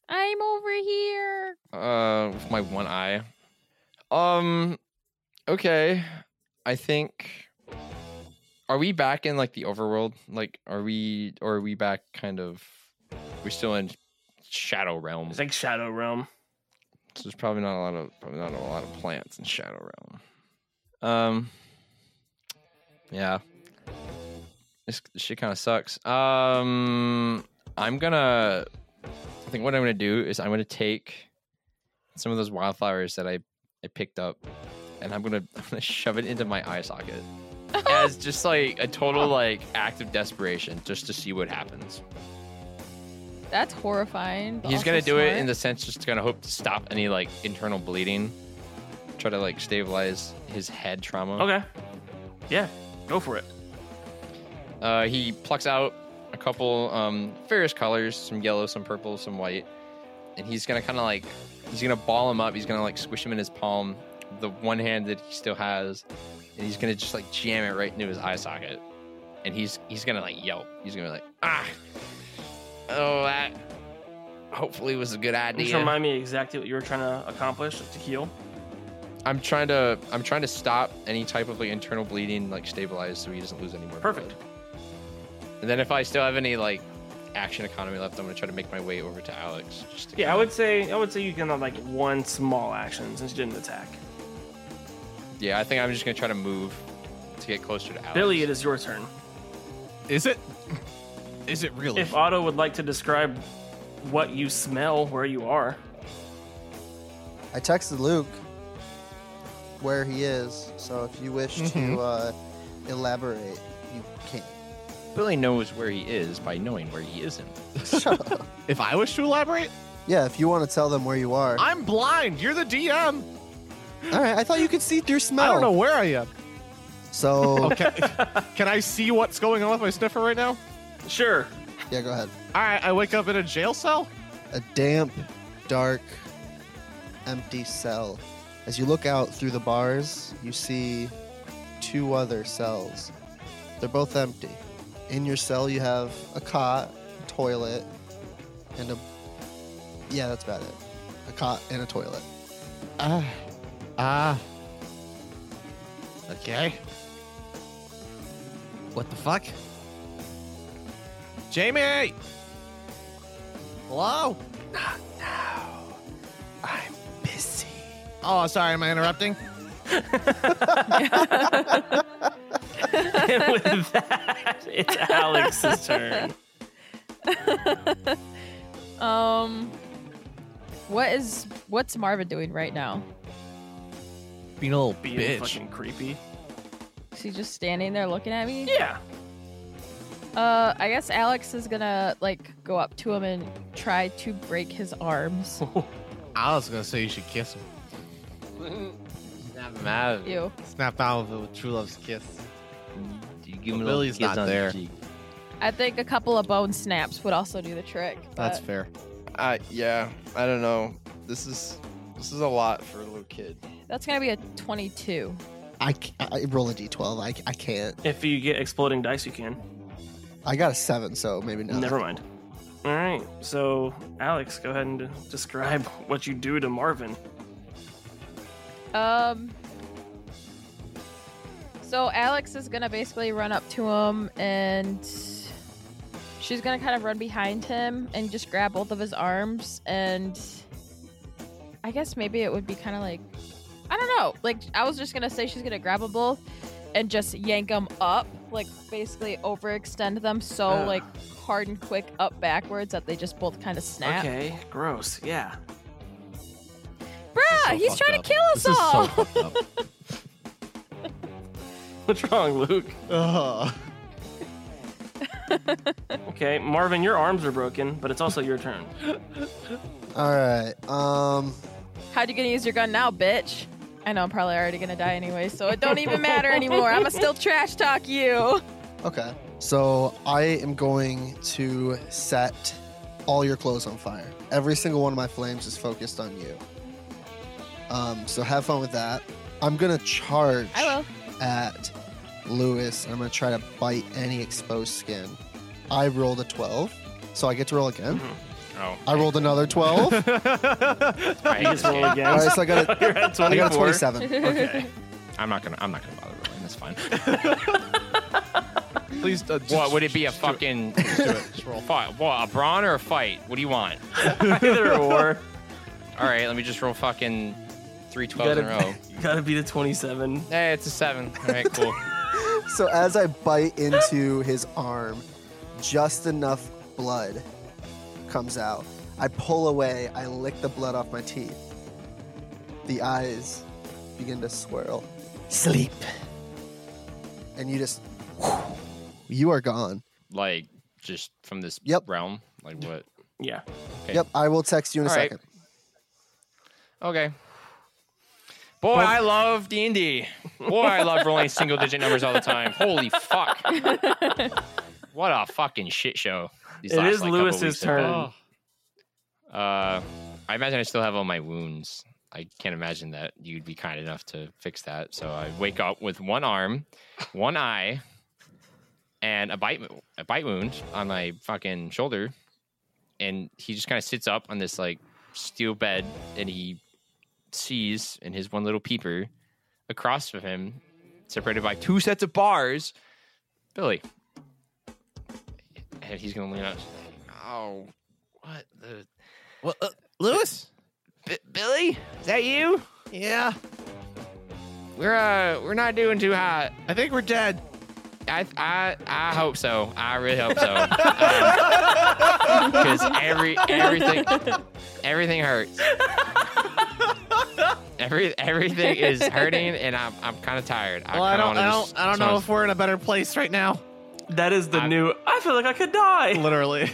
[SPEAKER 6] I'm over here.
[SPEAKER 5] Uh, with my one eye. Um, okay. I think. Are we back in like the overworld? Like, are we? Or are we back? Kind of. We're still in Shadow Realm.
[SPEAKER 1] It's like Shadow Realm.
[SPEAKER 5] So there's probably not a lot of probably not a lot of plants in Shadow Realm. Um. Yeah. This shit kind of sucks. Um. I'm gonna. I think what I'm gonna do is I'm gonna take some of those wildflowers that I I picked up, and I'm gonna I'm gonna shove it into my eye socket as just like a total like act of desperation, just to see what happens.
[SPEAKER 6] That's horrifying. but
[SPEAKER 5] He's
[SPEAKER 6] also
[SPEAKER 5] gonna do it in
[SPEAKER 6] smart.
[SPEAKER 5] the sense just gonna hope to stop any like internal bleeding, try to like stabilize his head trauma.
[SPEAKER 1] Okay. Yeah. Go for it.
[SPEAKER 5] Uh, he plucks out a couple um, various colors, some yellow, some purple, some white, and he's gonna kind of like he's gonna ball him up. He's gonna like squish him in his palm, the one hand that he still has, and he's gonna just like jam it right into his eye socket, and he's he's gonna like yelp. He's gonna be like ah, oh that hopefully was a good idea.
[SPEAKER 1] Just remind me exactly what you were trying to accomplish to heal.
[SPEAKER 5] I'm trying to I'm trying to stop any type of like internal bleeding, like stabilize, so he doesn't lose any more.
[SPEAKER 1] Perfect.
[SPEAKER 5] blood. And then if I still have any like action economy left, I'm gonna try to make my way over to Alex. Just to
[SPEAKER 1] Yeah, I would say I would say you can have like one small action since you didn't attack.
[SPEAKER 5] yeah, I think I'm just gonna try to move to get closer to Alex.
[SPEAKER 1] Billy, it is your turn.
[SPEAKER 7] Is it? Is it really?
[SPEAKER 1] If Otto would like to describe what you smell where you are,
[SPEAKER 4] I texted Luke where he is, so if you wish to uh, elaborate, you can.
[SPEAKER 5] Billy knows where he is by knowing where he isn't.
[SPEAKER 7] If I wish to elaborate,
[SPEAKER 4] Yeah, if you want to tell them where you are.
[SPEAKER 7] I'm blind. You're the DM.
[SPEAKER 4] All right, I thought you could see through smell.
[SPEAKER 7] I don't know where I am.
[SPEAKER 4] So
[SPEAKER 7] Okay. Can I see what's going on with my sniffer right now?
[SPEAKER 1] Sure.
[SPEAKER 4] yeah, go ahead.
[SPEAKER 7] All right. I wake up in a jail cell.
[SPEAKER 4] a damp, dark, empty cell. As you look out through the bars, you see two other cells. They're both empty. In your cell, you have a cot, a toilet, and a. Yeah, that's about it. A cot and a toilet.
[SPEAKER 7] Ah. Ah. Okay. What the fuck? Jamie! Hello? Not now. I'm busy. Oh, sorry, am I interrupting?
[SPEAKER 1] and with that, it's Alex's turn.
[SPEAKER 6] Um, what is what's Marvin doing right now?
[SPEAKER 7] Being a little
[SPEAKER 1] Being
[SPEAKER 7] bitch.
[SPEAKER 1] fucking creepy.
[SPEAKER 6] Is he just standing there looking at me?
[SPEAKER 1] Yeah.
[SPEAKER 6] Uh, I guess Alex is gonna like go up to him and try to break his arms.
[SPEAKER 7] I was gonna say you should kiss him.
[SPEAKER 5] Snap him out of it.
[SPEAKER 6] Ew.
[SPEAKER 7] Snap out of it with true love's kiss.
[SPEAKER 5] You
[SPEAKER 7] But
[SPEAKER 5] give him a little
[SPEAKER 7] Billy's
[SPEAKER 5] kiss
[SPEAKER 7] not
[SPEAKER 5] on the
[SPEAKER 7] there.
[SPEAKER 5] cheek.
[SPEAKER 6] I think a couple of bone snaps would also do the trick.
[SPEAKER 7] That's
[SPEAKER 6] but-
[SPEAKER 7] fair.
[SPEAKER 5] Uh, yeah, I don't know. This is this is a lot for a little kid.
[SPEAKER 6] That's gonna be a twenty-two.
[SPEAKER 4] I, c- I roll a d12. I, I can't.
[SPEAKER 1] If you get exploding dice, you can.
[SPEAKER 4] I got a seven, so maybe not.
[SPEAKER 1] Never mind. All right. So, Alex, go ahead and d- describe what you do to Marvin.
[SPEAKER 6] Um. So Alex is gonna basically run up to him and she's gonna kind of run behind him and just grab both of his arms and I guess maybe it would be kind of like, I don't know. Like I was just gonna say she's gonna grab them both and just yank them up, like basically overextend them so
[SPEAKER 1] Ah.
[SPEAKER 6] like hard and quick up backwards that they just both kind of snap.
[SPEAKER 1] Okay, gross. Yeah.
[SPEAKER 6] Bruh,
[SPEAKER 7] Oh,
[SPEAKER 1] so
[SPEAKER 6] he's
[SPEAKER 1] fucked
[SPEAKER 6] trying
[SPEAKER 1] up.
[SPEAKER 6] to kill us
[SPEAKER 1] This is so
[SPEAKER 6] all.
[SPEAKER 1] fucked up. What's wrong, Luke? okay, Marvin, your arms are broken, but it's also your turn.
[SPEAKER 10] All right. Um.
[SPEAKER 6] How'd you gonna use your gun now, bitch? I know I'm probably already gonna die anyway, so it don't even matter anymore. I'ma still trash talk you.
[SPEAKER 10] Okay. So I am going to set all your clothes on fire. Every single one of my flames is focused on you. Um, so have fun with that. I'm gonna charge at Lewis. and I'm gonna try to bite any exposed skin. I rolled a 12, so I get to roll again.
[SPEAKER 5] Oh.
[SPEAKER 10] I rolled another 12.
[SPEAKER 5] I
[SPEAKER 10] just roll again. All right, so I got a-
[SPEAKER 5] You're at
[SPEAKER 10] I got a
[SPEAKER 5] 24.
[SPEAKER 10] 27.
[SPEAKER 5] Okay. I'm not gonna. I'm not gonna bother rolling. That's fine.
[SPEAKER 7] Please. Uh,
[SPEAKER 5] what would it be? A fucking. Fi- what? A brawn or a fight? What do you want?
[SPEAKER 1] Either or.
[SPEAKER 5] All right. Let me just roll fucking three
[SPEAKER 1] You gotta,
[SPEAKER 5] twelves in a row.
[SPEAKER 1] you gotta be the 27.
[SPEAKER 5] Hey, it's a seven. All right, cool.
[SPEAKER 10] So as I bite into his arm, just enough blood comes out. I pull away, I lick the blood off my teeth. The eyes begin to swirl. Sleep. And you just you are gone.
[SPEAKER 5] Like just from this realm. Like what?
[SPEAKER 1] Yeah.
[SPEAKER 5] Okay.
[SPEAKER 10] Yep, I will text you in a
[SPEAKER 5] All right.
[SPEAKER 10] second.
[SPEAKER 5] Okay. Boy, I love D and D. Boy, I love rolling single digit numbers all the time. Holy fuck! what a fucking shit show.
[SPEAKER 1] It
[SPEAKER 5] last,
[SPEAKER 1] is
[SPEAKER 5] like, couple
[SPEAKER 1] Lewis's
[SPEAKER 5] weeks have
[SPEAKER 1] turn.
[SPEAKER 5] been. Uh, I imagine I still have all my wounds. I can't imagine that you'd be kind enough to fix that. So I wake up with one arm, one eye, and a bite wo- a bite wound on my fucking shoulder. And he just kind of sits up on this like steel bed, and he sees in his one little peeper across from him, separated by two sets of bars, Billy. And he's gonna lean out. Oh, what the?
[SPEAKER 22] What, uh, Lewis?
[SPEAKER 5] B- Billy? Is that you?
[SPEAKER 22] Yeah.
[SPEAKER 5] We're uh, we're not doing too hot.
[SPEAKER 3] I think we're dead.
[SPEAKER 5] I I I hope so. I really hope so. Because every everything everything hurts. Every everything is hurting, and I'm I'm kind of tired.
[SPEAKER 3] Well, I
[SPEAKER 5] kinda
[SPEAKER 3] don't,
[SPEAKER 5] wanna
[SPEAKER 3] I
[SPEAKER 5] just-
[SPEAKER 3] don't, I don't
[SPEAKER 5] just
[SPEAKER 3] know
[SPEAKER 5] wanna-
[SPEAKER 3] if we're in a better place right now.
[SPEAKER 1] That is the new. I feel like I could die.
[SPEAKER 7] Literally.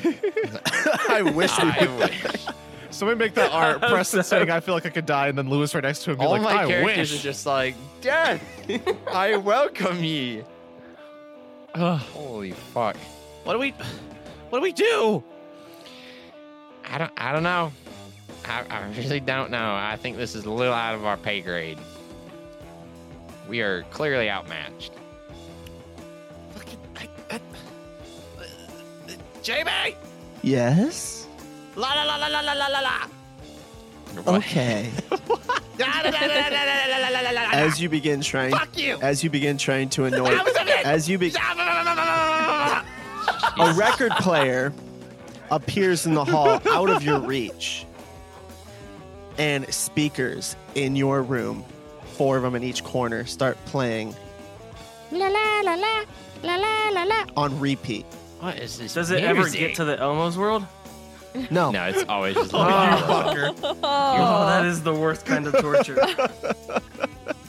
[SPEAKER 7] I wish we
[SPEAKER 5] I wish.
[SPEAKER 7] Somebody make that art.
[SPEAKER 5] I'm
[SPEAKER 7] Preston
[SPEAKER 5] sorry.
[SPEAKER 7] saying, I feel like I could die, and then Lewis right next to him be
[SPEAKER 5] All
[SPEAKER 7] like,
[SPEAKER 5] my
[SPEAKER 7] I
[SPEAKER 5] characters
[SPEAKER 7] wish.
[SPEAKER 5] are just like death. I welcome ye. Ugh, holy fuck!
[SPEAKER 3] What do we, what do we do?
[SPEAKER 5] I don't I don't know. I, I really don't know. I think this is a little out of our pay grade. We are clearly outmatched.
[SPEAKER 3] Jamie!
[SPEAKER 4] Yes.
[SPEAKER 3] La la la la la la la la la. Oh.
[SPEAKER 4] Okay.
[SPEAKER 3] Da, da, da, da, da, da, da, la, la, la, la, la.
[SPEAKER 4] as you begin trying,
[SPEAKER 3] Fuck you!
[SPEAKER 4] as you begin trying to annoy, as you be, a record player appears in the hall out of your reach, and speakers in your room, four of them in each corner, start playing
[SPEAKER 26] La la la la la la la la.
[SPEAKER 4] on repeat.
[SPEAKER 5] What is this?
[SPEAKER 1] Does it ever get to the Elmo's world?
[SPEAKER 4] No,
[SPEAKER 5] no, it's always just
[SPEAKER 1] Oh,
[SPEAKER 6] Oh,
[SPEAKER 1] Oh, that is the worst kind of torture.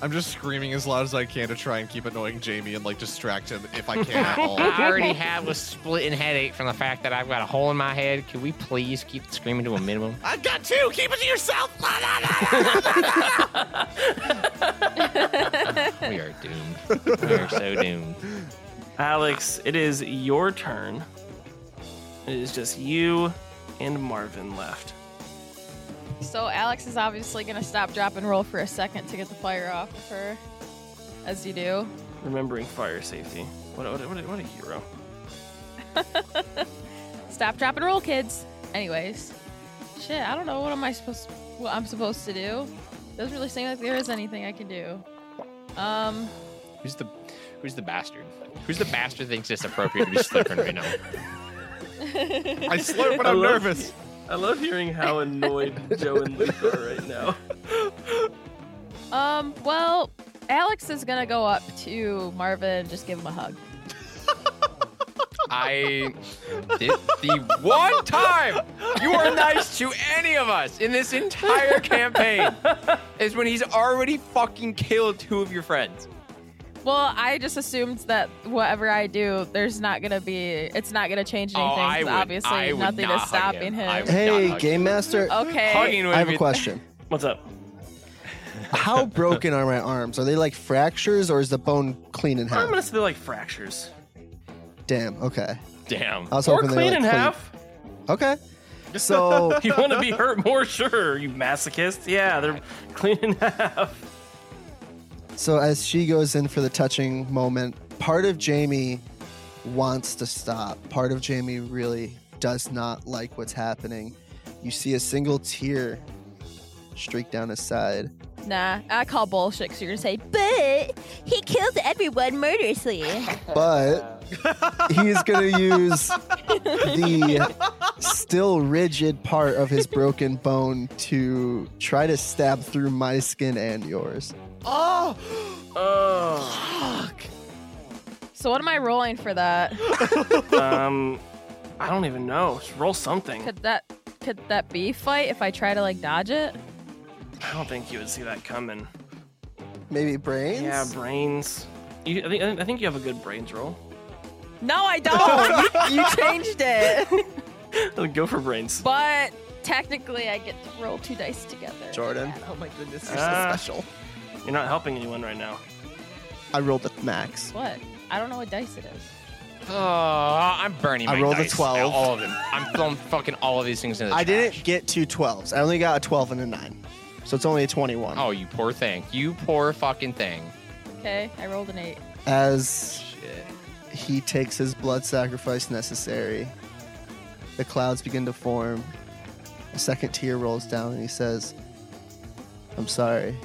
[SPEAKER 7] I'm just screaming as loud as I can to try and keep annoying Jamie and like distract him if I can at all.
[SPEAKER 5] I already have a splitting headache from the fact that I've got a hole in my head. Can we please keep screaming to a minimum?
[SPEAKER 3] I've got two. Keep it to yourself. La, la, la, la, la, la, la.
[SPEAKER 5] we are doomed. We are so doomed.
[SPEAKER 1] Alex, it is your turn. It is just you and Marvin left.
[SPEAKER 6] So Alex is obviously gonna stop, drop, and roll for a second to get the fire off of her, as you do.
[SPEAKER 1] Remembering fire safety. What a, what a, what a, what a hero.
[SPEAKER 6] Stop, drop, and roll, kids. Anyways, shit, I don't know what am I supposed, what I'm supposed to do. Doesn't really seem like there is anything I can do. Um,
[SPEAKER 5] Who's the Who's the bastard? Who's the bastard thinks it's appropriate to be slurping right now?
[SPEAKER 7] I slurp when I'm nervous.
[SPEAKER 1] I love hearing how annoyed Joe and Luke are right now.
[SPEAKER 6] Um, well, Alex is gonna go up to Marvin and just give him a hug.
[SPEAKER 5] I did the one time you are nice to any of us in this entire campaign is when he's already fucking killed two of your friends.
[SPEAKER 6] Well, I just assumed that whatever I do, there's not gonna be, it's not gonna change anything.
[SPEAKER 5] Oh, I
[SPEAKER 6] 'cause
[SPEAKER 5] would-
[SPEAKER 6] obviously,
[SPEAKER 5] I would
[SPEAKER 6] nothing
[SPEAKER 5] not
[SPEAKER 6] is
[SPEAKER 5] hug
[SPEAKER 6] stopping him.
[SPEAKER 10] Hey, game master.
[SPEAKER 6] Okay. Hugging would
[SPEAKER 10] I have
[SPEAKER 6] be-
[SPEAKER 10] a question.
[SPEAKER 1] What's up?
[SPEAKER 10] How broken are my arms? Are they like fractures or is the bone clean in half?
[SPEAKER 1] I'm gonna say like fractures.
[SPEAKER 10] Damn. Okay.
[SPEAKER 1] Damn.
[SPEAKER 10] I was
[SPEAKER 1] or
[SPEAKER 10] hoping
[SPEAKER 1] clean
[SPEAKER 10] they were,
[SPEAKER 1] in
[SPEAKER 10] like, clean.
[SPEAKER 1] half.
[SPEAKER 10] Okay. So
[SPEAKER 1] you want to be hurt more? Sure, you masochist. Yeah, they're clean in half.
[SPEAKER 10] So as she goes in for the touching moment, part of Jamie wants to stop. Part of Jamie really does not like what's happening. You see a single tear streak down his side.
[SPEAKER 6] Nah, I call bullshit. you you're gonna say, but he kills everyone murderously.
[SPEAKER 10] but he's going to use the still rigid part of his broken bone to try to stab through my skin and yours.
[SPEAKER 27] Oh!
[SPEAKER 1] Oh.
[SPEAKER 6] so what am I rolling for that?
[SPEAKER 1] um, I don't even know. Just roll something.
[SPEAKER 6] Could that could that be fight if I try to like dodge it?
[SPEAKER 1] I don't think you would see that coming.
[SPEAKER 10] Maybe brains?
[SPEAKER 1] Yeah, brains. You, I, think, I think you have a good brains roll.
[SPEAKER 6] No, I don't. you changed it.
[SPEAKER 1] Go for brains.
[SPEAKER 6] But technically, I get to roll two dice together.
[SPEAKER 10] Jordan.
[SPEAKER 6] Oh my goodness,
[SPEAKER 1] Ah, You're not helping anyone right now.
[SPEAKER 10] I rolled a max.
[SPEAKER 6] What? I don't know what dice it is.
[SPEAKER 5] Oh, I'm burning.
[SPEAKER 10] I
[SPEAKER 5] my
[SPEAKER 10] rolled a
[SPEAKER 5] dice.
[SPEAKER 10] 12.
[SPEAKER 5] All of them. I'm throwing fucking all of these things in the trash.
[SPEAKER 10] I didn't get two 12s. I only got a 12 and a 9. So it's only a 21.
[SPEAKER 5] Oh, you poor thing. You poor fucking thing.
[SPEAKER 6] Okay, I rolled an eight.
[SPEAKER 10] As he takes his blood sacrifice necessary, the clouds begin to form. A second tear rolls down and he says, I'm sorry.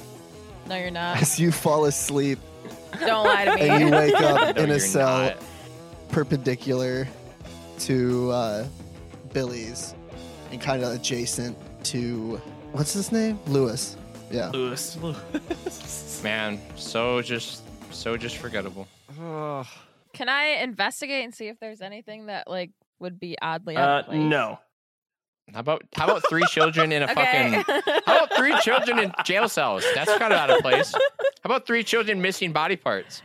[SPEAKER 6] No, you're
[SPEAKER 5] Ah.
[SPEAKER 6] not.
[SPEAKER 10] As you fall asleep
[SPEAKER 6] Don't lie to me.
[SPEAKER 10] and you wake up
[SPEAKER 5] No,
[SPEAKER 10] in a
[SPEAKER 5] you're
[SPEAKER 10] cell
[SPEAKER 5] not.
[SPEAKER 10] perpendicular to uh, Billy's and kind of adjacent to what's his name? Lewis. Yeah.
[SPEAKER 1] Lewis.
[SPEAKER 5] Man, so just so just forgettable.
[SPEAKER 6] Can I investigate and see if there's anything that like would be oddly out
[SPEAKER 5] Uh,
[SPEAKER 6] of place?
[SPEAKER 5] no. How about how about three children in a
[SPEAKER 6] Okay.
[SPEAKER 5] fucking? How about three children in jail cells? That's kind of out of place. How about three children missing body parts?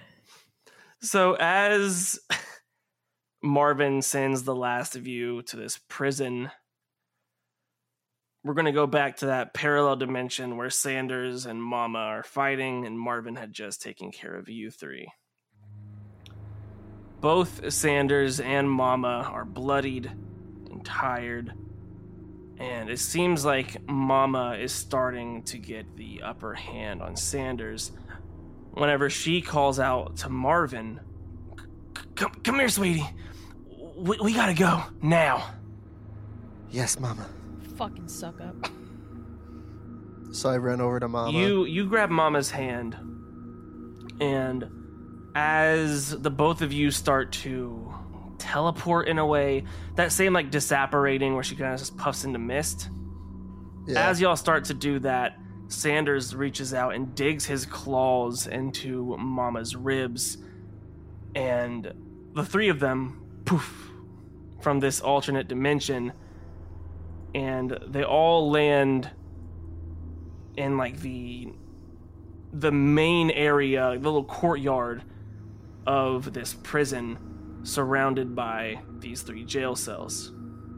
[SPEAKER 1] So as Marvin sends the last of you to this prison, we're going to go back to that parallel dimension where Sanders and Mama are fighting and Marvin had just taken care of you three. Both Sanders and Mama are bloodied and tired. And it seems like Mama is starting to get the upper hand on Sanders whenever she calls out to Marvin, "Come, come here, sweetie. We, we gotta go now."
[SPEAKER 10] Yes, Mama.
[SPEAKER 6] Fucking suck up.
[SPEAKER 10] So I ran over to Mama.
[SPEAKER 1] You you grab Mama's hand, and as the both of you start to teleport in a way that same like disapparating where she kind of just puffs into mist. As y'all start to do that, Sanders reaches out and digs his claws into Mama's ribs, and the three of them poof from this alternate dimension, and they all land in like the the main area, the little courtyard of this prison, surrounded by these three jail cells.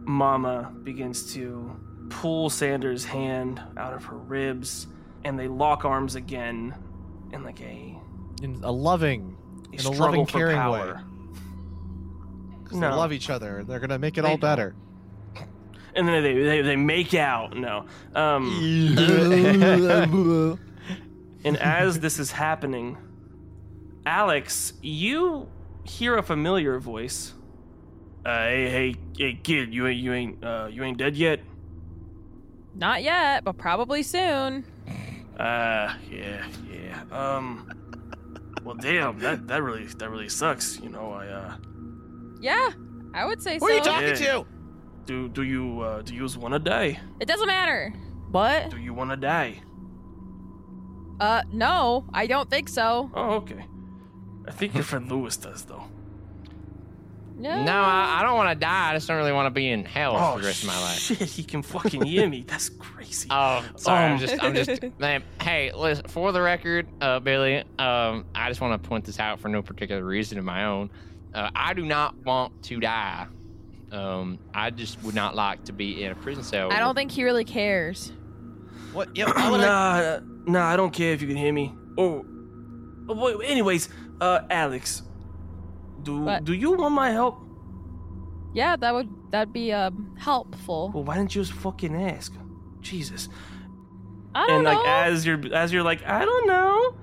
[SPEAKER 1] Mama begins to pull Sanders' hand out of her ribs, and they lock arms again in like a
[SPEAKER 7] In a uh, loving,
[SPEAKER 1] A
[SPEAKER 7] in a
[SPEAKER 1] struggle
[SPEAKER 7] loving,
[SPEAKER 1] for
[SPEAKER 7] caring way.
[SPEAKER 1] power.
[SPEAKER 7] 'Cause
[SPEAKER 1] No.
[SPEAKER 7] They love each other. They're gonna make it
[SPEAKER 1] They
[SPEAKER 7] all
[SPEAKER 1] do.
[SPEAKER 7] better.
[SPEAKER 1] and then they they, they make out. No. Um, and as this is happening, Alex, you hear a familiar voice. Uh, hey, hey, hey, kid, you ain't, you ain't, uh, you ain't dead yet.
[SPEAKER 6] Not yet, but probably soon.
[SPEAKER 1] Uh, yeah, yeah. Um, well, damn, that that really that really sucks. You know, I uh.
[SPEAKER 6] Yeah, I would say so.
[SPEAKER 1] Yeah. Do do you uh, do you want to die?
[SPEAKER 6] It doesn't matter. What?
[SPEAKER 1] Do you want to die?
[SPEAKER 6] Uh, no, I don't think so.
[SPEAKER 1] Oh, okay. I think your friend Lewis does though.
[SPEAKER 6] No.
[SPEAKER 5] No, I, I don't want to die. I just don't really want to be in hell
[SPEAKER 1] Oh,
[SPEAKER 5] for the rest of my life.
[SPEAKER 1] Shit, he can fucking hear me. That's crazy.
[SPEAKER 5] Oh, sorry.
[SPEAKER 1] Um,
[SPEAKER 5] I'm just, I'm just, man. Hey, listen, for the record, uh, Billy, um, I just want to point this out for no particular reason of my own. Uh, I do not want to die. Um, I just would not like to be in a prison cell.
[SPEAKER 6] I don't think he really cares.
[SPEAKER 3] What?
[SPEAKER 1] nah, nah, I don't care if you can hear me. Oh, oh wait, anyways, uh, Alex, do
[SPEAKER 6] What?
[SPEAKER 1] do you want my help?
[SPEAKER 6] Yeah, that would that'd be um helpful.
[SPEAKER 1] Well, why didn't you just fucking ask? Jesus.
[SPEAKER 6] I
[SPEAKER 1] and
[SPEAKER 6] don't
[SPEAKER 1] like
[SPEAKER 6] know.
[SPEAKER 1] as you're as you're like I don't know,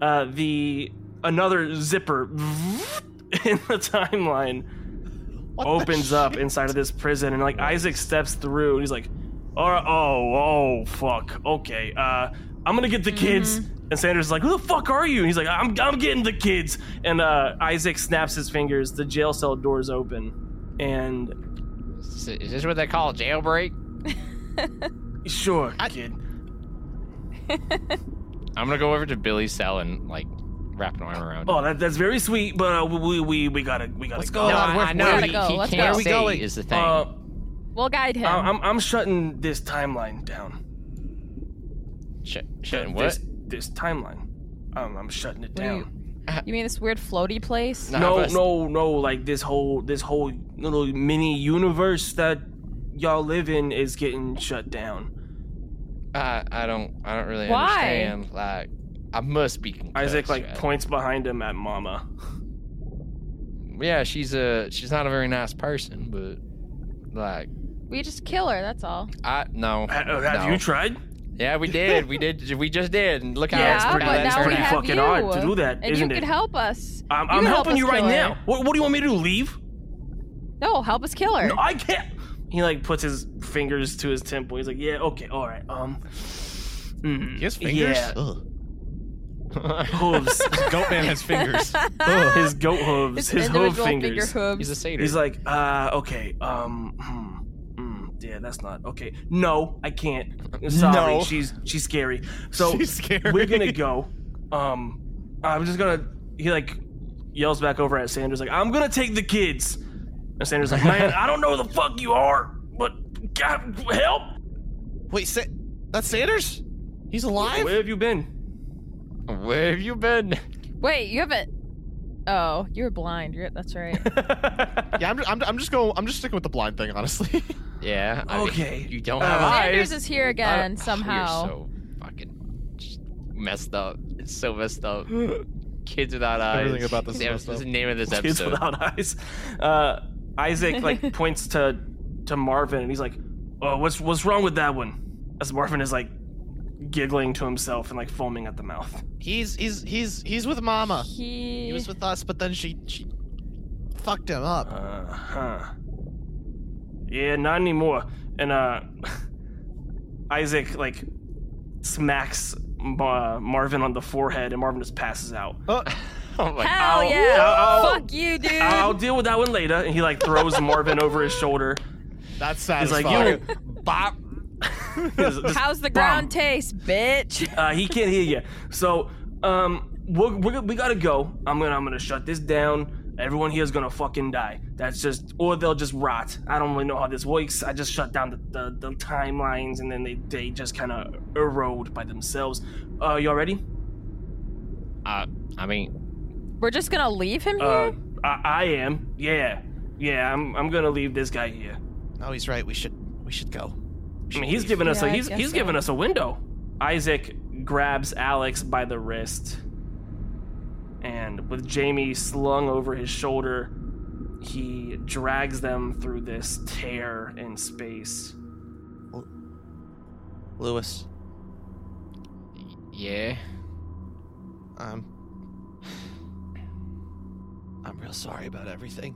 [SPEAKER 1] uh, the another zipper in the timeline opens up inside of this prison, and like Isaac steps through, and he's like, "All right, oh, oh, fuck, okay, uh, I'm gonna get the kids."
[SPEAKER 6] Mm-hmm.
[SPEAKER 1] And Sanders is like, "Who the fuck are you?" And he's like, "I'm I'm getting the kids." And uh, Isaac snaps his fingers. The jail cell doors open, and
[SPEAKER 5] Is is this what they call jailbreak?
[SPEAKER 1] sure, kid.
[SPEAKER 5] I'm gonna go over to Billy's cell and like wrap an arm around.
[SPEAKER 1] Oh, that, that's very sweet, but uh, we, we we gotta we gotta
[SPEAKER 5] Let's
[SPEAKER 1] go.
[SPEAKER 5] go. No, I- I know
[SPEAKER 6] he- Gotta go, he let's can't go. say is the thing.
[SPEAKER 1] Uh,
[SPEAKER 6] We'll guide him.
[SPEAKER 1] I- I'm I'm shutting this timeline down.
[SPEAKER 5] Shut shutting
[SPEAKER 1] this,
[SPEAKER 5] what?
[SPEAKER 1] This timeline. Um, I'm shutting it
[SPEAKER 6] What do you-
[SPEAKER 1] down.
[SPEAKER 6] you mean this weird floaty place?
[SPEAKER 1] No, no, no. Like this whole this whole little mini universe that y'all live in is getting shut down.
[SPEAKER 5] I, I don't, I don't really
[SPEAKER 6] Why?
[SPEAKER 5] understand. Like, I must be. concussed,
[SPEAKER 1] Isaac like
[SPEAKER 5] right?
[SPEAKER 1] points behind him at Mama.
[SPEAKER 5] Yeah, she's a, she's not a very nice person, but like.
[SPEAKER 6] We just kill her. That's all.
[SPEAKER 5] I no.
[SPEAKER 1] uh, have
[SPEAKER 5] no.
[SPEAKER 1] you tried?
[SPEAKER 5] Yeah, we did. We did. We just did. And look how
[SPEAKER 6] yeah,
[SPEAKER 5] it's pretty.
[SPEAKER 6] but
[SPEAKER 5] that's
[SPEAKER 6] now we
[SPEAKER 5] pretty
[SPEAKER 6] have
[SPEAKER 5] fucking
[SPEAKER 6] you.
[SPEAKER 5] hard to do that,
[SPEAKER 6] and
[SPEAKER 5] isn't
[SPEAKER 6] you
[SPEAKER 5] it?
[SPEAKER 6] can help us.
[SPEAKER 1] I'm,
[SPEAKER 6] You
[SPEAKER 1] I'm
[SPEAKER 6] can help
[SPEAKER 1] helping
[SPEAKER 6] us
[SPEAKER 1] you right
[SPEAKER 6] kill her.
[SPEAKER 1] now. What, what do you want me to do? Leave?
[SPEAKER 6] No, help us kill her.
[SPEAKER 1] No, I can't. He like puts his fingers to his temple. He's like, yeah, okay, all right. Um, mm,
[SPEAKER 7] His fingers?
[SPEAKER 1] Yeah.
[SPEAKER 7] Ugh.
[SPEAKER 1] hooves.
[SPEAKER 7] Goat man has fingers.
[SPEAKER 1] Ugh, Oh, his goat hooves. His,
[SPEAKER 6] His
[SPEAKER 1] hoof
[SPEAKER 6] individual finger
[SPEAKER 1] fingers.
[SPEAKER 6] hooves. He's a satyr.
[SPEAKER 1] He's like, uh, okay, um, hmm, mm, yeah, that's not okay. No, I can't. Sorry,
[SPEAKER 7] No.
[SPEAKER 1] she's she's scary. So
[SPEAKER 7] She's scary.
[SPEAKER 1] we're gonna go. Um, I'm just gonna. He like yells back over at Sanders like, I'm gonna take the kids. And Sanders like, man, I don't know who the fuck you are, but God help.
[SPEAKER 3] Wait, Sa- that's Sanders? He's alive?
[SPEAKER 1] Where have you been?
[SPEAKER 5] Where have you been?
[SPEAKER 6] Wait, you haven't. Oh, you were blind. You're, that's right.
[SPEAKER 7] yeah, I'm, I'm, I'm just going. I'm just sticking with the blind thing, honestly.
[SPEAKER 5] Yeah. I mean,
[SPEAKER 1] Okay. Uh,
[SPEAKER 5] you don't have eyes.
[SPEAKER 6] Sanders is here again
[SPEAKER 5] I-
[SPEAKER 6] somehow.
[SPEAKER 5] You're so fucking just messed up. It's so messed up. Kids without eyes.
[SPEAKER 7] Everything about this is
[SPEAKER 5] Damn,
[SPEAKER 7] messed
[SPEAKER 5] the
[SPEAKER 7] up.
[SPEAKER 5] name of this episode.
[SPEAKER 1] Kids without eyes. Uh, Isaac like points to to Marvin and he's like, "Oh, what's what's wrong with that one?" As Marvin is like giggling to himself and like foaming at the mouth.
[SPEAKER 3] He's he's he's he's with
[SPEAKER 1] uh,
[SPEAKER 3] Mama.
[SPEAKER 6] He,
[SPEAKER 3] He was with us, but then she she fucked him up.
[SPEAKER 1] Uh huh. Yeah, not anymore. And uh, Isaac like smacks Ma- Marvin on the forehead and Marvin just passes out.
[SPEAKER 5] oh my
[SPEAKER 6] Hell
[SPEAKER 1] Ow,
[SPEAKER 6] yeah!
[SPEAKER 1] ow, ow.
[SPEAKER 6] Fuck you, dude.
[SPEAKER 1] I'll deal with that one later. And he like throws Marvin over his shoulder.
[SPEAKER 7] That's
[SPEAKER 1] He's like,
[SPEAKER 7] satisfying.
[SPEAKER 1] "Yo,
[SPEAKER 5] bop."
[SPEAKER 1] Just- just
[SPEAKER 6] How's the
[SPEAKER 1] bomb.
[SPEAKER 6] ground taste, bitch?
[SPEAKER 1] Uh, he can't hear you. So, um, we're, we're, we gotta go. I'm gonna I'm gonna shut this down. Everyone here is gonna fucking die. That's just, or they'll just rot. I don't really know how this works. I just shut down the, the, the timelines, and then they they just kind of erode by themselves. Uh, y'all ready?
[SPEAKER 5] Uh, I mean,
[SPEAKER 6] We're just gonna leave him here.
[SPEAKER 1] Uh, I, I am. Yeah, yeah. I'm I'm gonna leave this guy here.
[SPEAKER 3] Oh, he's right. We should we should go.
[SPEAKER 1] I mean, he's giving us
[SPEAKER 6] Yeah,
[SPEAKER 1] a
[SPEAKER 6] I
[SPEAKER 1] he's
[SPEAKER 6] guess
[SPEAKER 1] he's
[SPEAKER 6] so.
[SPEAKER 1] giving us a window. Isaac grabs Alex by the wrist, and with Jamie slung over his shoulder, he drags them through this tear in space.
[SPEAKER 3] Lewis.
[SPEAKER 5] yeah.
[SPEAKER 3] Um I'm real sorry about everything.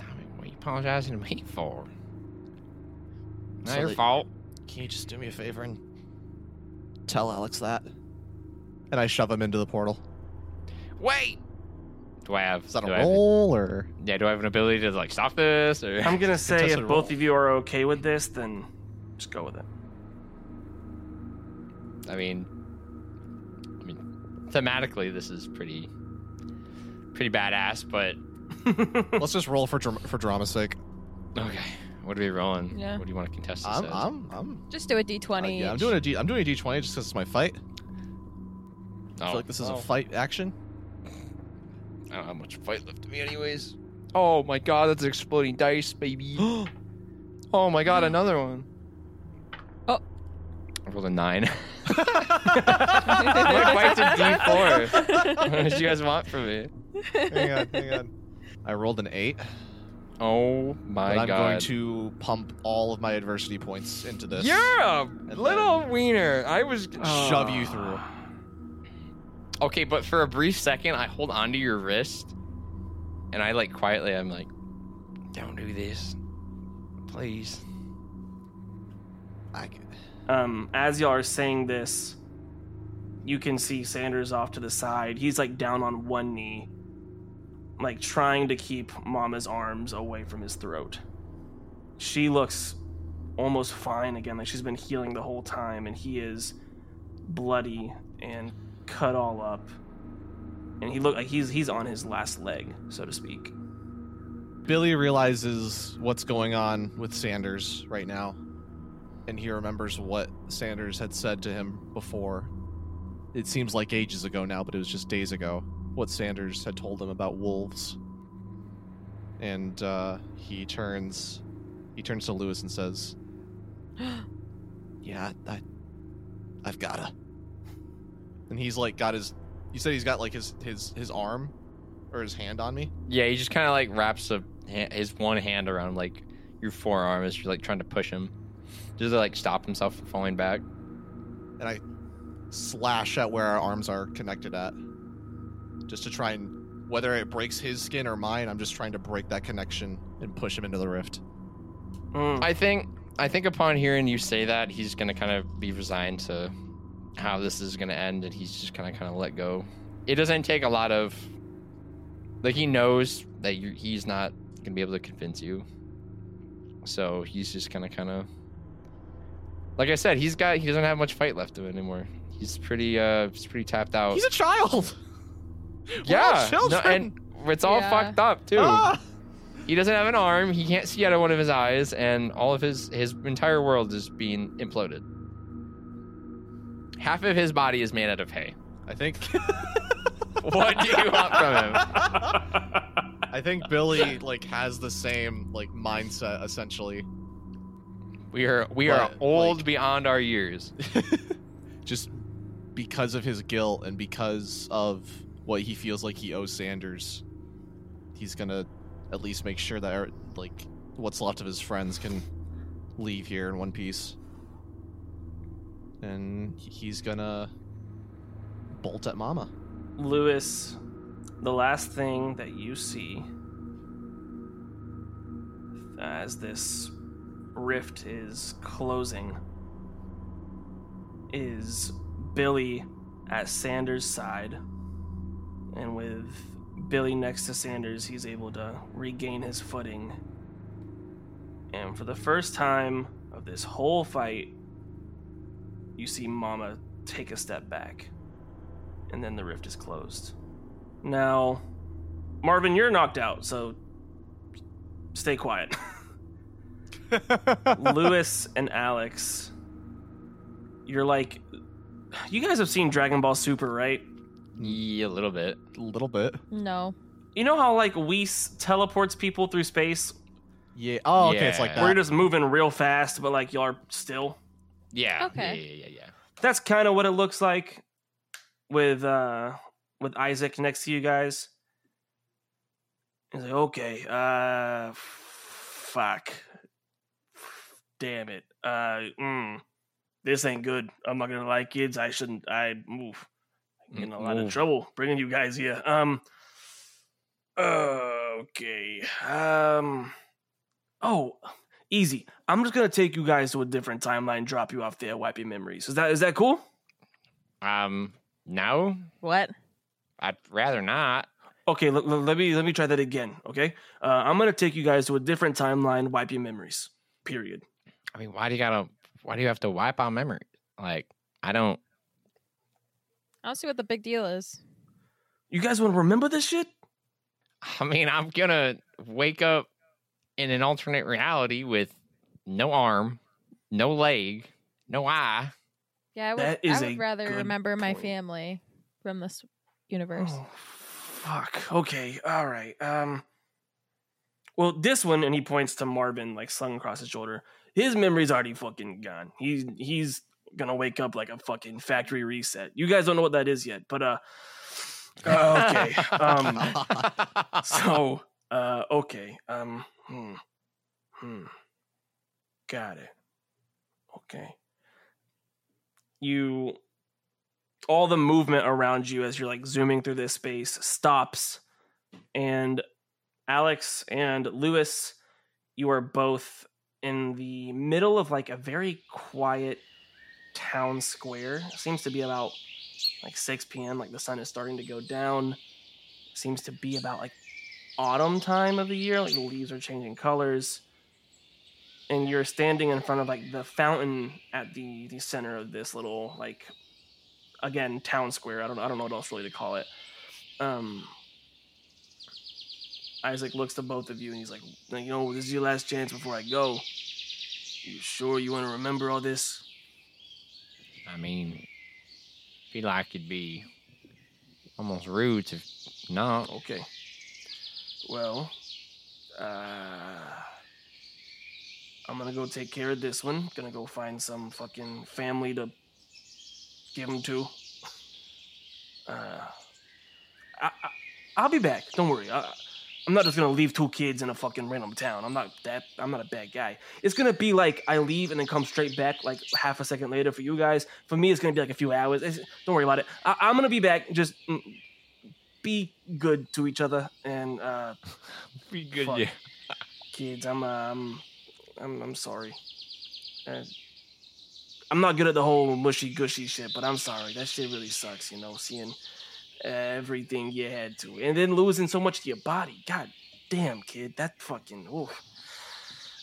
[SPEAKER 5] I mean, what are you apologizing to me for? Not
[SPEAKER 3] So
[SPEAKER 5] your
[SPEAKER 3] that-
[SPEAKER 5] fault.
[SPEAKER 3] Can you just do me a favor and tell Alex that?
[SPEAKER 7] and I shove him into the portal.
[SPEAKER 5] Wait. Do I have? Is that
[SPEAKER 7] a
[SPEAKER 5] roll
[SPEAKER 7] or?
[SPEAKER 5] Yeah. Do I have an ability to like stop this? Or
[SPEAKER 1] I'm gonna say
[SPEAKER 5] Contested
[SPEAKER 1] if
[SPEAKER 5] roll.
[SPEAKER 1] both of you are okay with this, then just go with it.
[SPEAKER 5] I mean, I mean, thematically, this is pretty, pretty badass. But
[SPEAKER 7] Let's just roll for dram- for drama's sake.
[SPEAKER 5] Okay. What are we rolling?
[SPEAKER 6] Yeah.
[SPEAKER 5] What do you want to contest this
[SPEAKER 7] I'm,
[SPEAKER 5] as?
[SPEAKER 7] I'm, I'm,
[SPEAKER 6] Just do a d20.
[SPEAKER 7] uh, yeah, I'm
[SPEAKER 6] each.
[SPEAKER 7] doing a D. I'm doing a D20 just because it's my fight. I
[SPEAKER 5] Oh.
[SPEAKER 7] feel like this is
[SPEAKER 5] Oh.
[SPEAKER 7] a fight action.
[SPEAKER 5] I don't have much fight left in me, anyways. Oh my god, that's exploding dice, baby. oh my god, another one.
[SPEAKER 6] Oh.
[SPEAKER 5] I rolled a nine. my fight's a d4. What did you guys want from me?
[SPEAKER 7] Hang on, hang on. I rolled an eight.
[SPEAKER 5] Oh my
[SPEAKER 7] but I'm
[SPEAKER 5] god.
[SPEAKER 7] going to pump all of my adversity points into this.
[SPEAKER 5] You're a little wiener. I was
[SPEAKER 7] Shove
[SPEAKER 5] Ah.
[SPEAKER 7] you through.
[SPEAKER 5] Okay, but for a brief second, I hold onto your wrist, and I like quietly, I'm like, "Don't do this, please."
[SPEAKER 7] I
[SPEAKER 1] Um, as y'all are saying this, you can see Sanders off to the side. He's like down on one knee, like trying to keep Mama's arms away from his throat. She looks almost fine again, like she's been healing the whole time, and he is bloody and cut all up. And he look like he's he's on his last leg, so to speak.
[SPEAKER 7] Billy realizes what's going on with Sanders right now, and he remembers what Sanders had said to him before. It seems like ages ago now, but it was just days ago. What Sanders had told him about wolves, and uh, he turns, he turns to Lewis and says, "Yeah, I, I've gotta." And he's like, got his. You said he's got like his his his arm, or his hand on me.
[SPEAKER 5] Yeah, he just kind of like wraps a, ha- his one hand around like your forearm as you're like trying to push him, just to like stop himself from falling back.
[SPEAKER 7] and I slash at where our arms are connected at, just to try and whether it breaks his skin or mine. I'm just trying to break that connection and push him into the rift.
[SPEAKER 1] Mm. Hmm.
[SPEAKER 5] I think I think upon hearing you say that, he's gonna kind of be resigned to how this is gonna end, and he's just kind of kind of let go. It doesn't take a lot of like he knows that you he's not gonna be able to convince you, so he's just kind of kind of like I said, he's got he doesn't have much fight left of it anymore. He's pretty uh he's pretty tapped out.
[SPEAKER 7] He's a child.
[SPEAKER 5] yeah,
[SPEAKER 7] We're all
[SPEAKER 5] no, and it's all
[SPEAKER 7] Yeah.
[SPEAKER 5] fucked up too.
[SPEAKER 7] Ah!
[SPEAKER 5] He doesn't have an arm. He can't see out of one of his eyes, and all of his his entire world is being imploded. Half of his body is made out of hay.
[SPEAKER 7] I think.
[SPEAKER 5] what do you want from him?
[SPEAKER 7] I think Billy like has the same like mindset essentially.
[SPEAKER 5] We are we are
[SPEAKER 7] But,
[SPEAKER 5] old beyond our years.
[SPEAKER 7] just because of his guilt and because of what he feels like he owes Sanders, he's gonna at least make sure that our- like what's left of his friends can leave here in one piece. And he's gonna bolt at Mama.
[SPEAKER 1] Lewis, the last thing that you see as this rift is closing is Billy at Sanders' side. And with Billy next to Sanders, he's able to regain his footing. And for the first time of this whole fight, you see Mama take a step back and then the rift is closed. Now, Marvin, you're knocked out, so stay quiet. Lewis and Alex, you're like, you guys have seen Dragon Ball Super, right?
[SPEAKER 5] Yeah, a little bit.
[SPEAKER 7] A little bit.
[SPEAKER 6] No.
[SPEAKER 1] You know how like Whis teleports people through space?
[SPEAKER 7] Yeah. Oh, okay, it's like that.
[SPEAKER 1] We're just moving real fast, but like y'all are still.
[SPEAKER 5] Yeah.
[SPEAKER 6] Okay.
[SPEAKER 5] Yeah, yeah, yeah.
[SPEAKER 1] That's kind of what it looks like with uh with Isaac next to you guys. He's like, okay, uh, f- fuck, damn it, uh, mm, this ain't good. I'm not gonna lie, kids. I shouldn't. I move. I'm getting a lot of
[SPEAKER 5] Move.
[SPEAKER 1] trouble bringing you guys here. Um, okay, um, oh, easy. I'm just gonna take you guys to a different timeline, drop you off there, wipe your memories. Is that is that cool?
[SPEAKER 5] Um, no,
[SPEAKER 6] What?
[SPEAKER 5] I'd rather not.
[SPEAKER 1] Okay, l- l- let me let me try that again. Okay, uh, I'm gonna take you guys to a different timeline. Wipe your memories. Period.
[SPEAKER 5] I mean, why do you gotta? Why do you have to wipe out memory? Like, I don't.
[SPEAKER 6] I don't see what the big deal is.
[SPEAKER 1] You guys want to remember this shit?
[SPEAKER 5] I mean, I'm gonna wake up in an alternate reality with no arm, no leg, no eye.
[SPEAKER 6] Yeah, I would,
[SPEAKER 5] That is
[SPEAKER 6] I
[SPEAKER 5] a
[SPEAKER 6] would rather
[SPEAKER 5] good
[SPEAKER 6] remember my family from this universe.
[SPEAKER 1] Oh. Fuck. Okay. All right. Um. Well, this one, and he points to Marvin, like slung across his shoulder. His memory's already fucking gone. He's he's gonna wake up like a fucking factory reset. You guys don't know what that is yet, but uh. Okay. um. So. Uh. Okay. Um. Hmm. Hmm. Got it. Okay. You all the movement around you as you're like zooming through this space stops and Alex and Lewis you are both in the middle of like a very quiet town square seems to be about like 6 p.m. like the sun is starting to go down seems to be about like autumn time of the year like the leaves are changing colors and you're standing in front of like the fountain at the the center of this little like again town square. I don't I don't know what else really to call it. Um, Isaac looks to both of you and he's like, "Now, you know, this is your last chance before I go. You sure you want to remember all this?
[SPEAKER 5] I mean, feel like it'd be almost rude to not.
[SPEAKER 1] Uh, Okay. Well, uh, I'm gonna go take care of this one. Gonna go find some fucking family to give him to. Uh, I, I, I'll be back. Don't worry. I, I'm not just gonna leave two kids in a fucking random town. I'm not that. I'm not a bad guy. It's gonna be like I leave and then come straight back like half a second later for you guys. For me, it's gonna be like a few hours. It's- don't worry about it. I, I'm gonna be back. Just mm, be good to each other and uh,
[SPEAKER 5] be good.
[SPEAKER 1] yeah, kids. I'm um, I'm I'm sorry. Uh, I'm not good at the whole mushy gushy shit, but I'm sorry. That shit really sucks. You know, seeing everything you had to, and then losing so much to your body. God damn, kid, that fucking oof.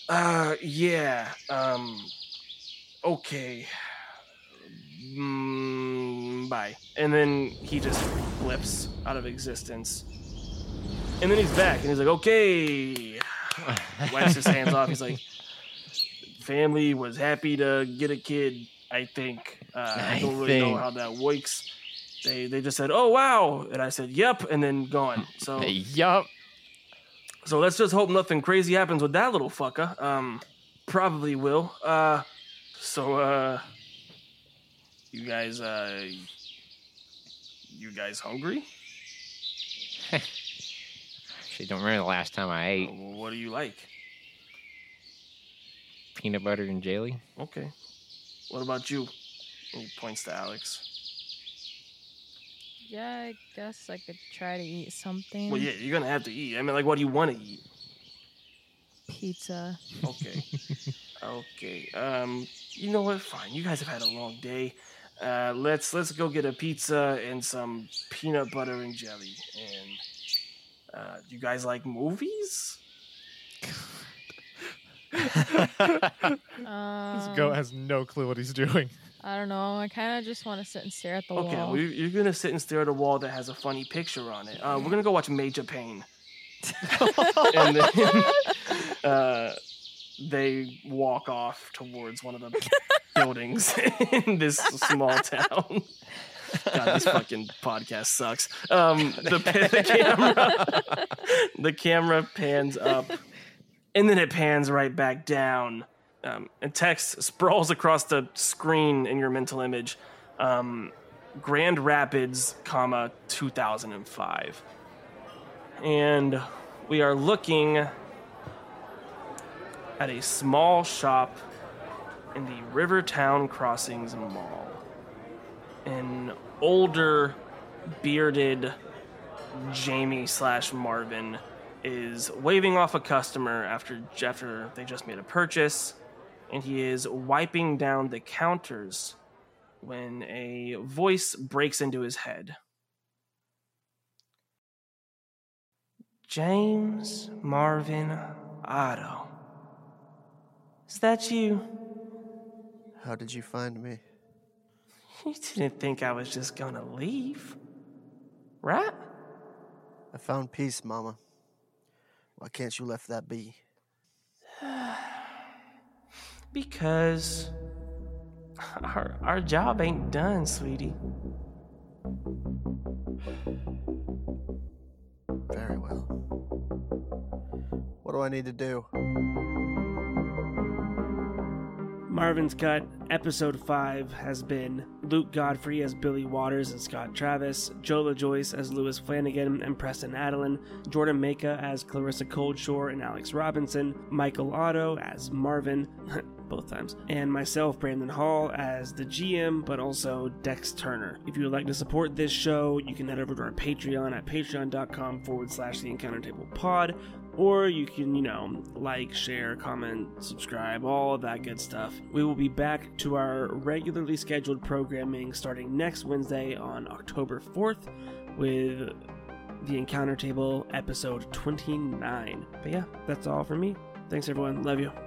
[SPEAKER 1] Uh, yeah. Um, okay. Mm, bye. And then he just blips out of existence. And then he's back, and he's like, okay. Wipes his hands off. He's like, family was happy to get a kid. I think. Uh, I,
[SPEAKER 5] I
[SPEAKER 1] don't really know
[SPEAKER 5] think.
[SPEAKER 1] how that works. They they just said, oh wow, and I said, yep, and then gone. So
[SPEAKER 5] yup.
[SPEAKER 1] So let's just hope nothing crazy happens with that little fucker. Um, probably will. Uh, so uh, you guys uh, you guys hungry?
[SPEAKER 5] Actually, don't remember the last time I ate
[SPEAKER 1] What do you like?
[SPEAKER 5] peanut butter and jelly.
[SPEAKER 1] Okay. What about you? And he points to Alex.
[SPEAKER 6] Yeah, I guess I could try to eat something.
[SPEAKER 1] Well, yeah, you're gonna have to eat. I mean, like, what do you want to eat?
[SPEAKER 6] Pizza.
[SPEAKER 1] Okay. okay. Um, you know what? Fine. You guys have had a long day. Uh, let's let's go get a pizza and some peanut butter and jelly. And uh, you guys like movies?
[SPEAKER 6] Um,
[SPEAKER 7] This goat has no clue what he's doing.
[SPEAKER 6] I don't know. I kind of just want to sit and stare at the
[SPEAKER 1] Okay,
[SPEAKER 6] wall.
[SPEAKER 1] well, you- you're gonna sit and stare at a wall that has a funny picture on it. Uh, we're gonna go watch Major Pain. and then uh, they walk off towards one of the buildings in this small town. God, this fucking podcast sucks. Um, the, pa- the camera, the camera pans up, and then it pans right back down. Um, and text sprawls across the screen in your mental image. Um, Grand Rapids, comma 2005, and we are looking at a small shop in the Rivertown Crossings Mall. An older, bearded Jamie slash Marvin is waving off a customer after after they just made a purchase, and he is wiping down the counters when a voice breaks into his head.
[SPEAKER 28] James Marvin Otto. Is that you?
[SPEAKER 10] How did you find me?
[SPEAKER 28] You didn't think I was just gonna leave, right?
[SPEAKER 10] I found peace, Mama. Why can't you let that be?
[SPEAKER 28] Because our, our job ain't done, sweetie.
[SPEAKER 10] Very well. What do I need to do?
[SPEAKER 1] Marvin's Cut, Episode 5, has been Luke Godfrey as Billy Waters and Scott Travis, Jola Joyce as Lewis Flanagan and Preston Adelin, Jordan Maka as Clarissa Coldshore and Alex Robinson, Michael Otto as Marvin, both times, and myself, Brandon Hall, as the GM, but also Dex Turner. If you would like to support this show, you can head over to our Patreon at patreon.com forward slash the encounter table pod, or you can, you know, like, share, comment, subscribe, all of that good stuff. We will be back to our regularly scheduled programming starting next Wednesday on October 4th with the encounter table episode 29. But yeah, that's all for me. Thanks everyone. Love you.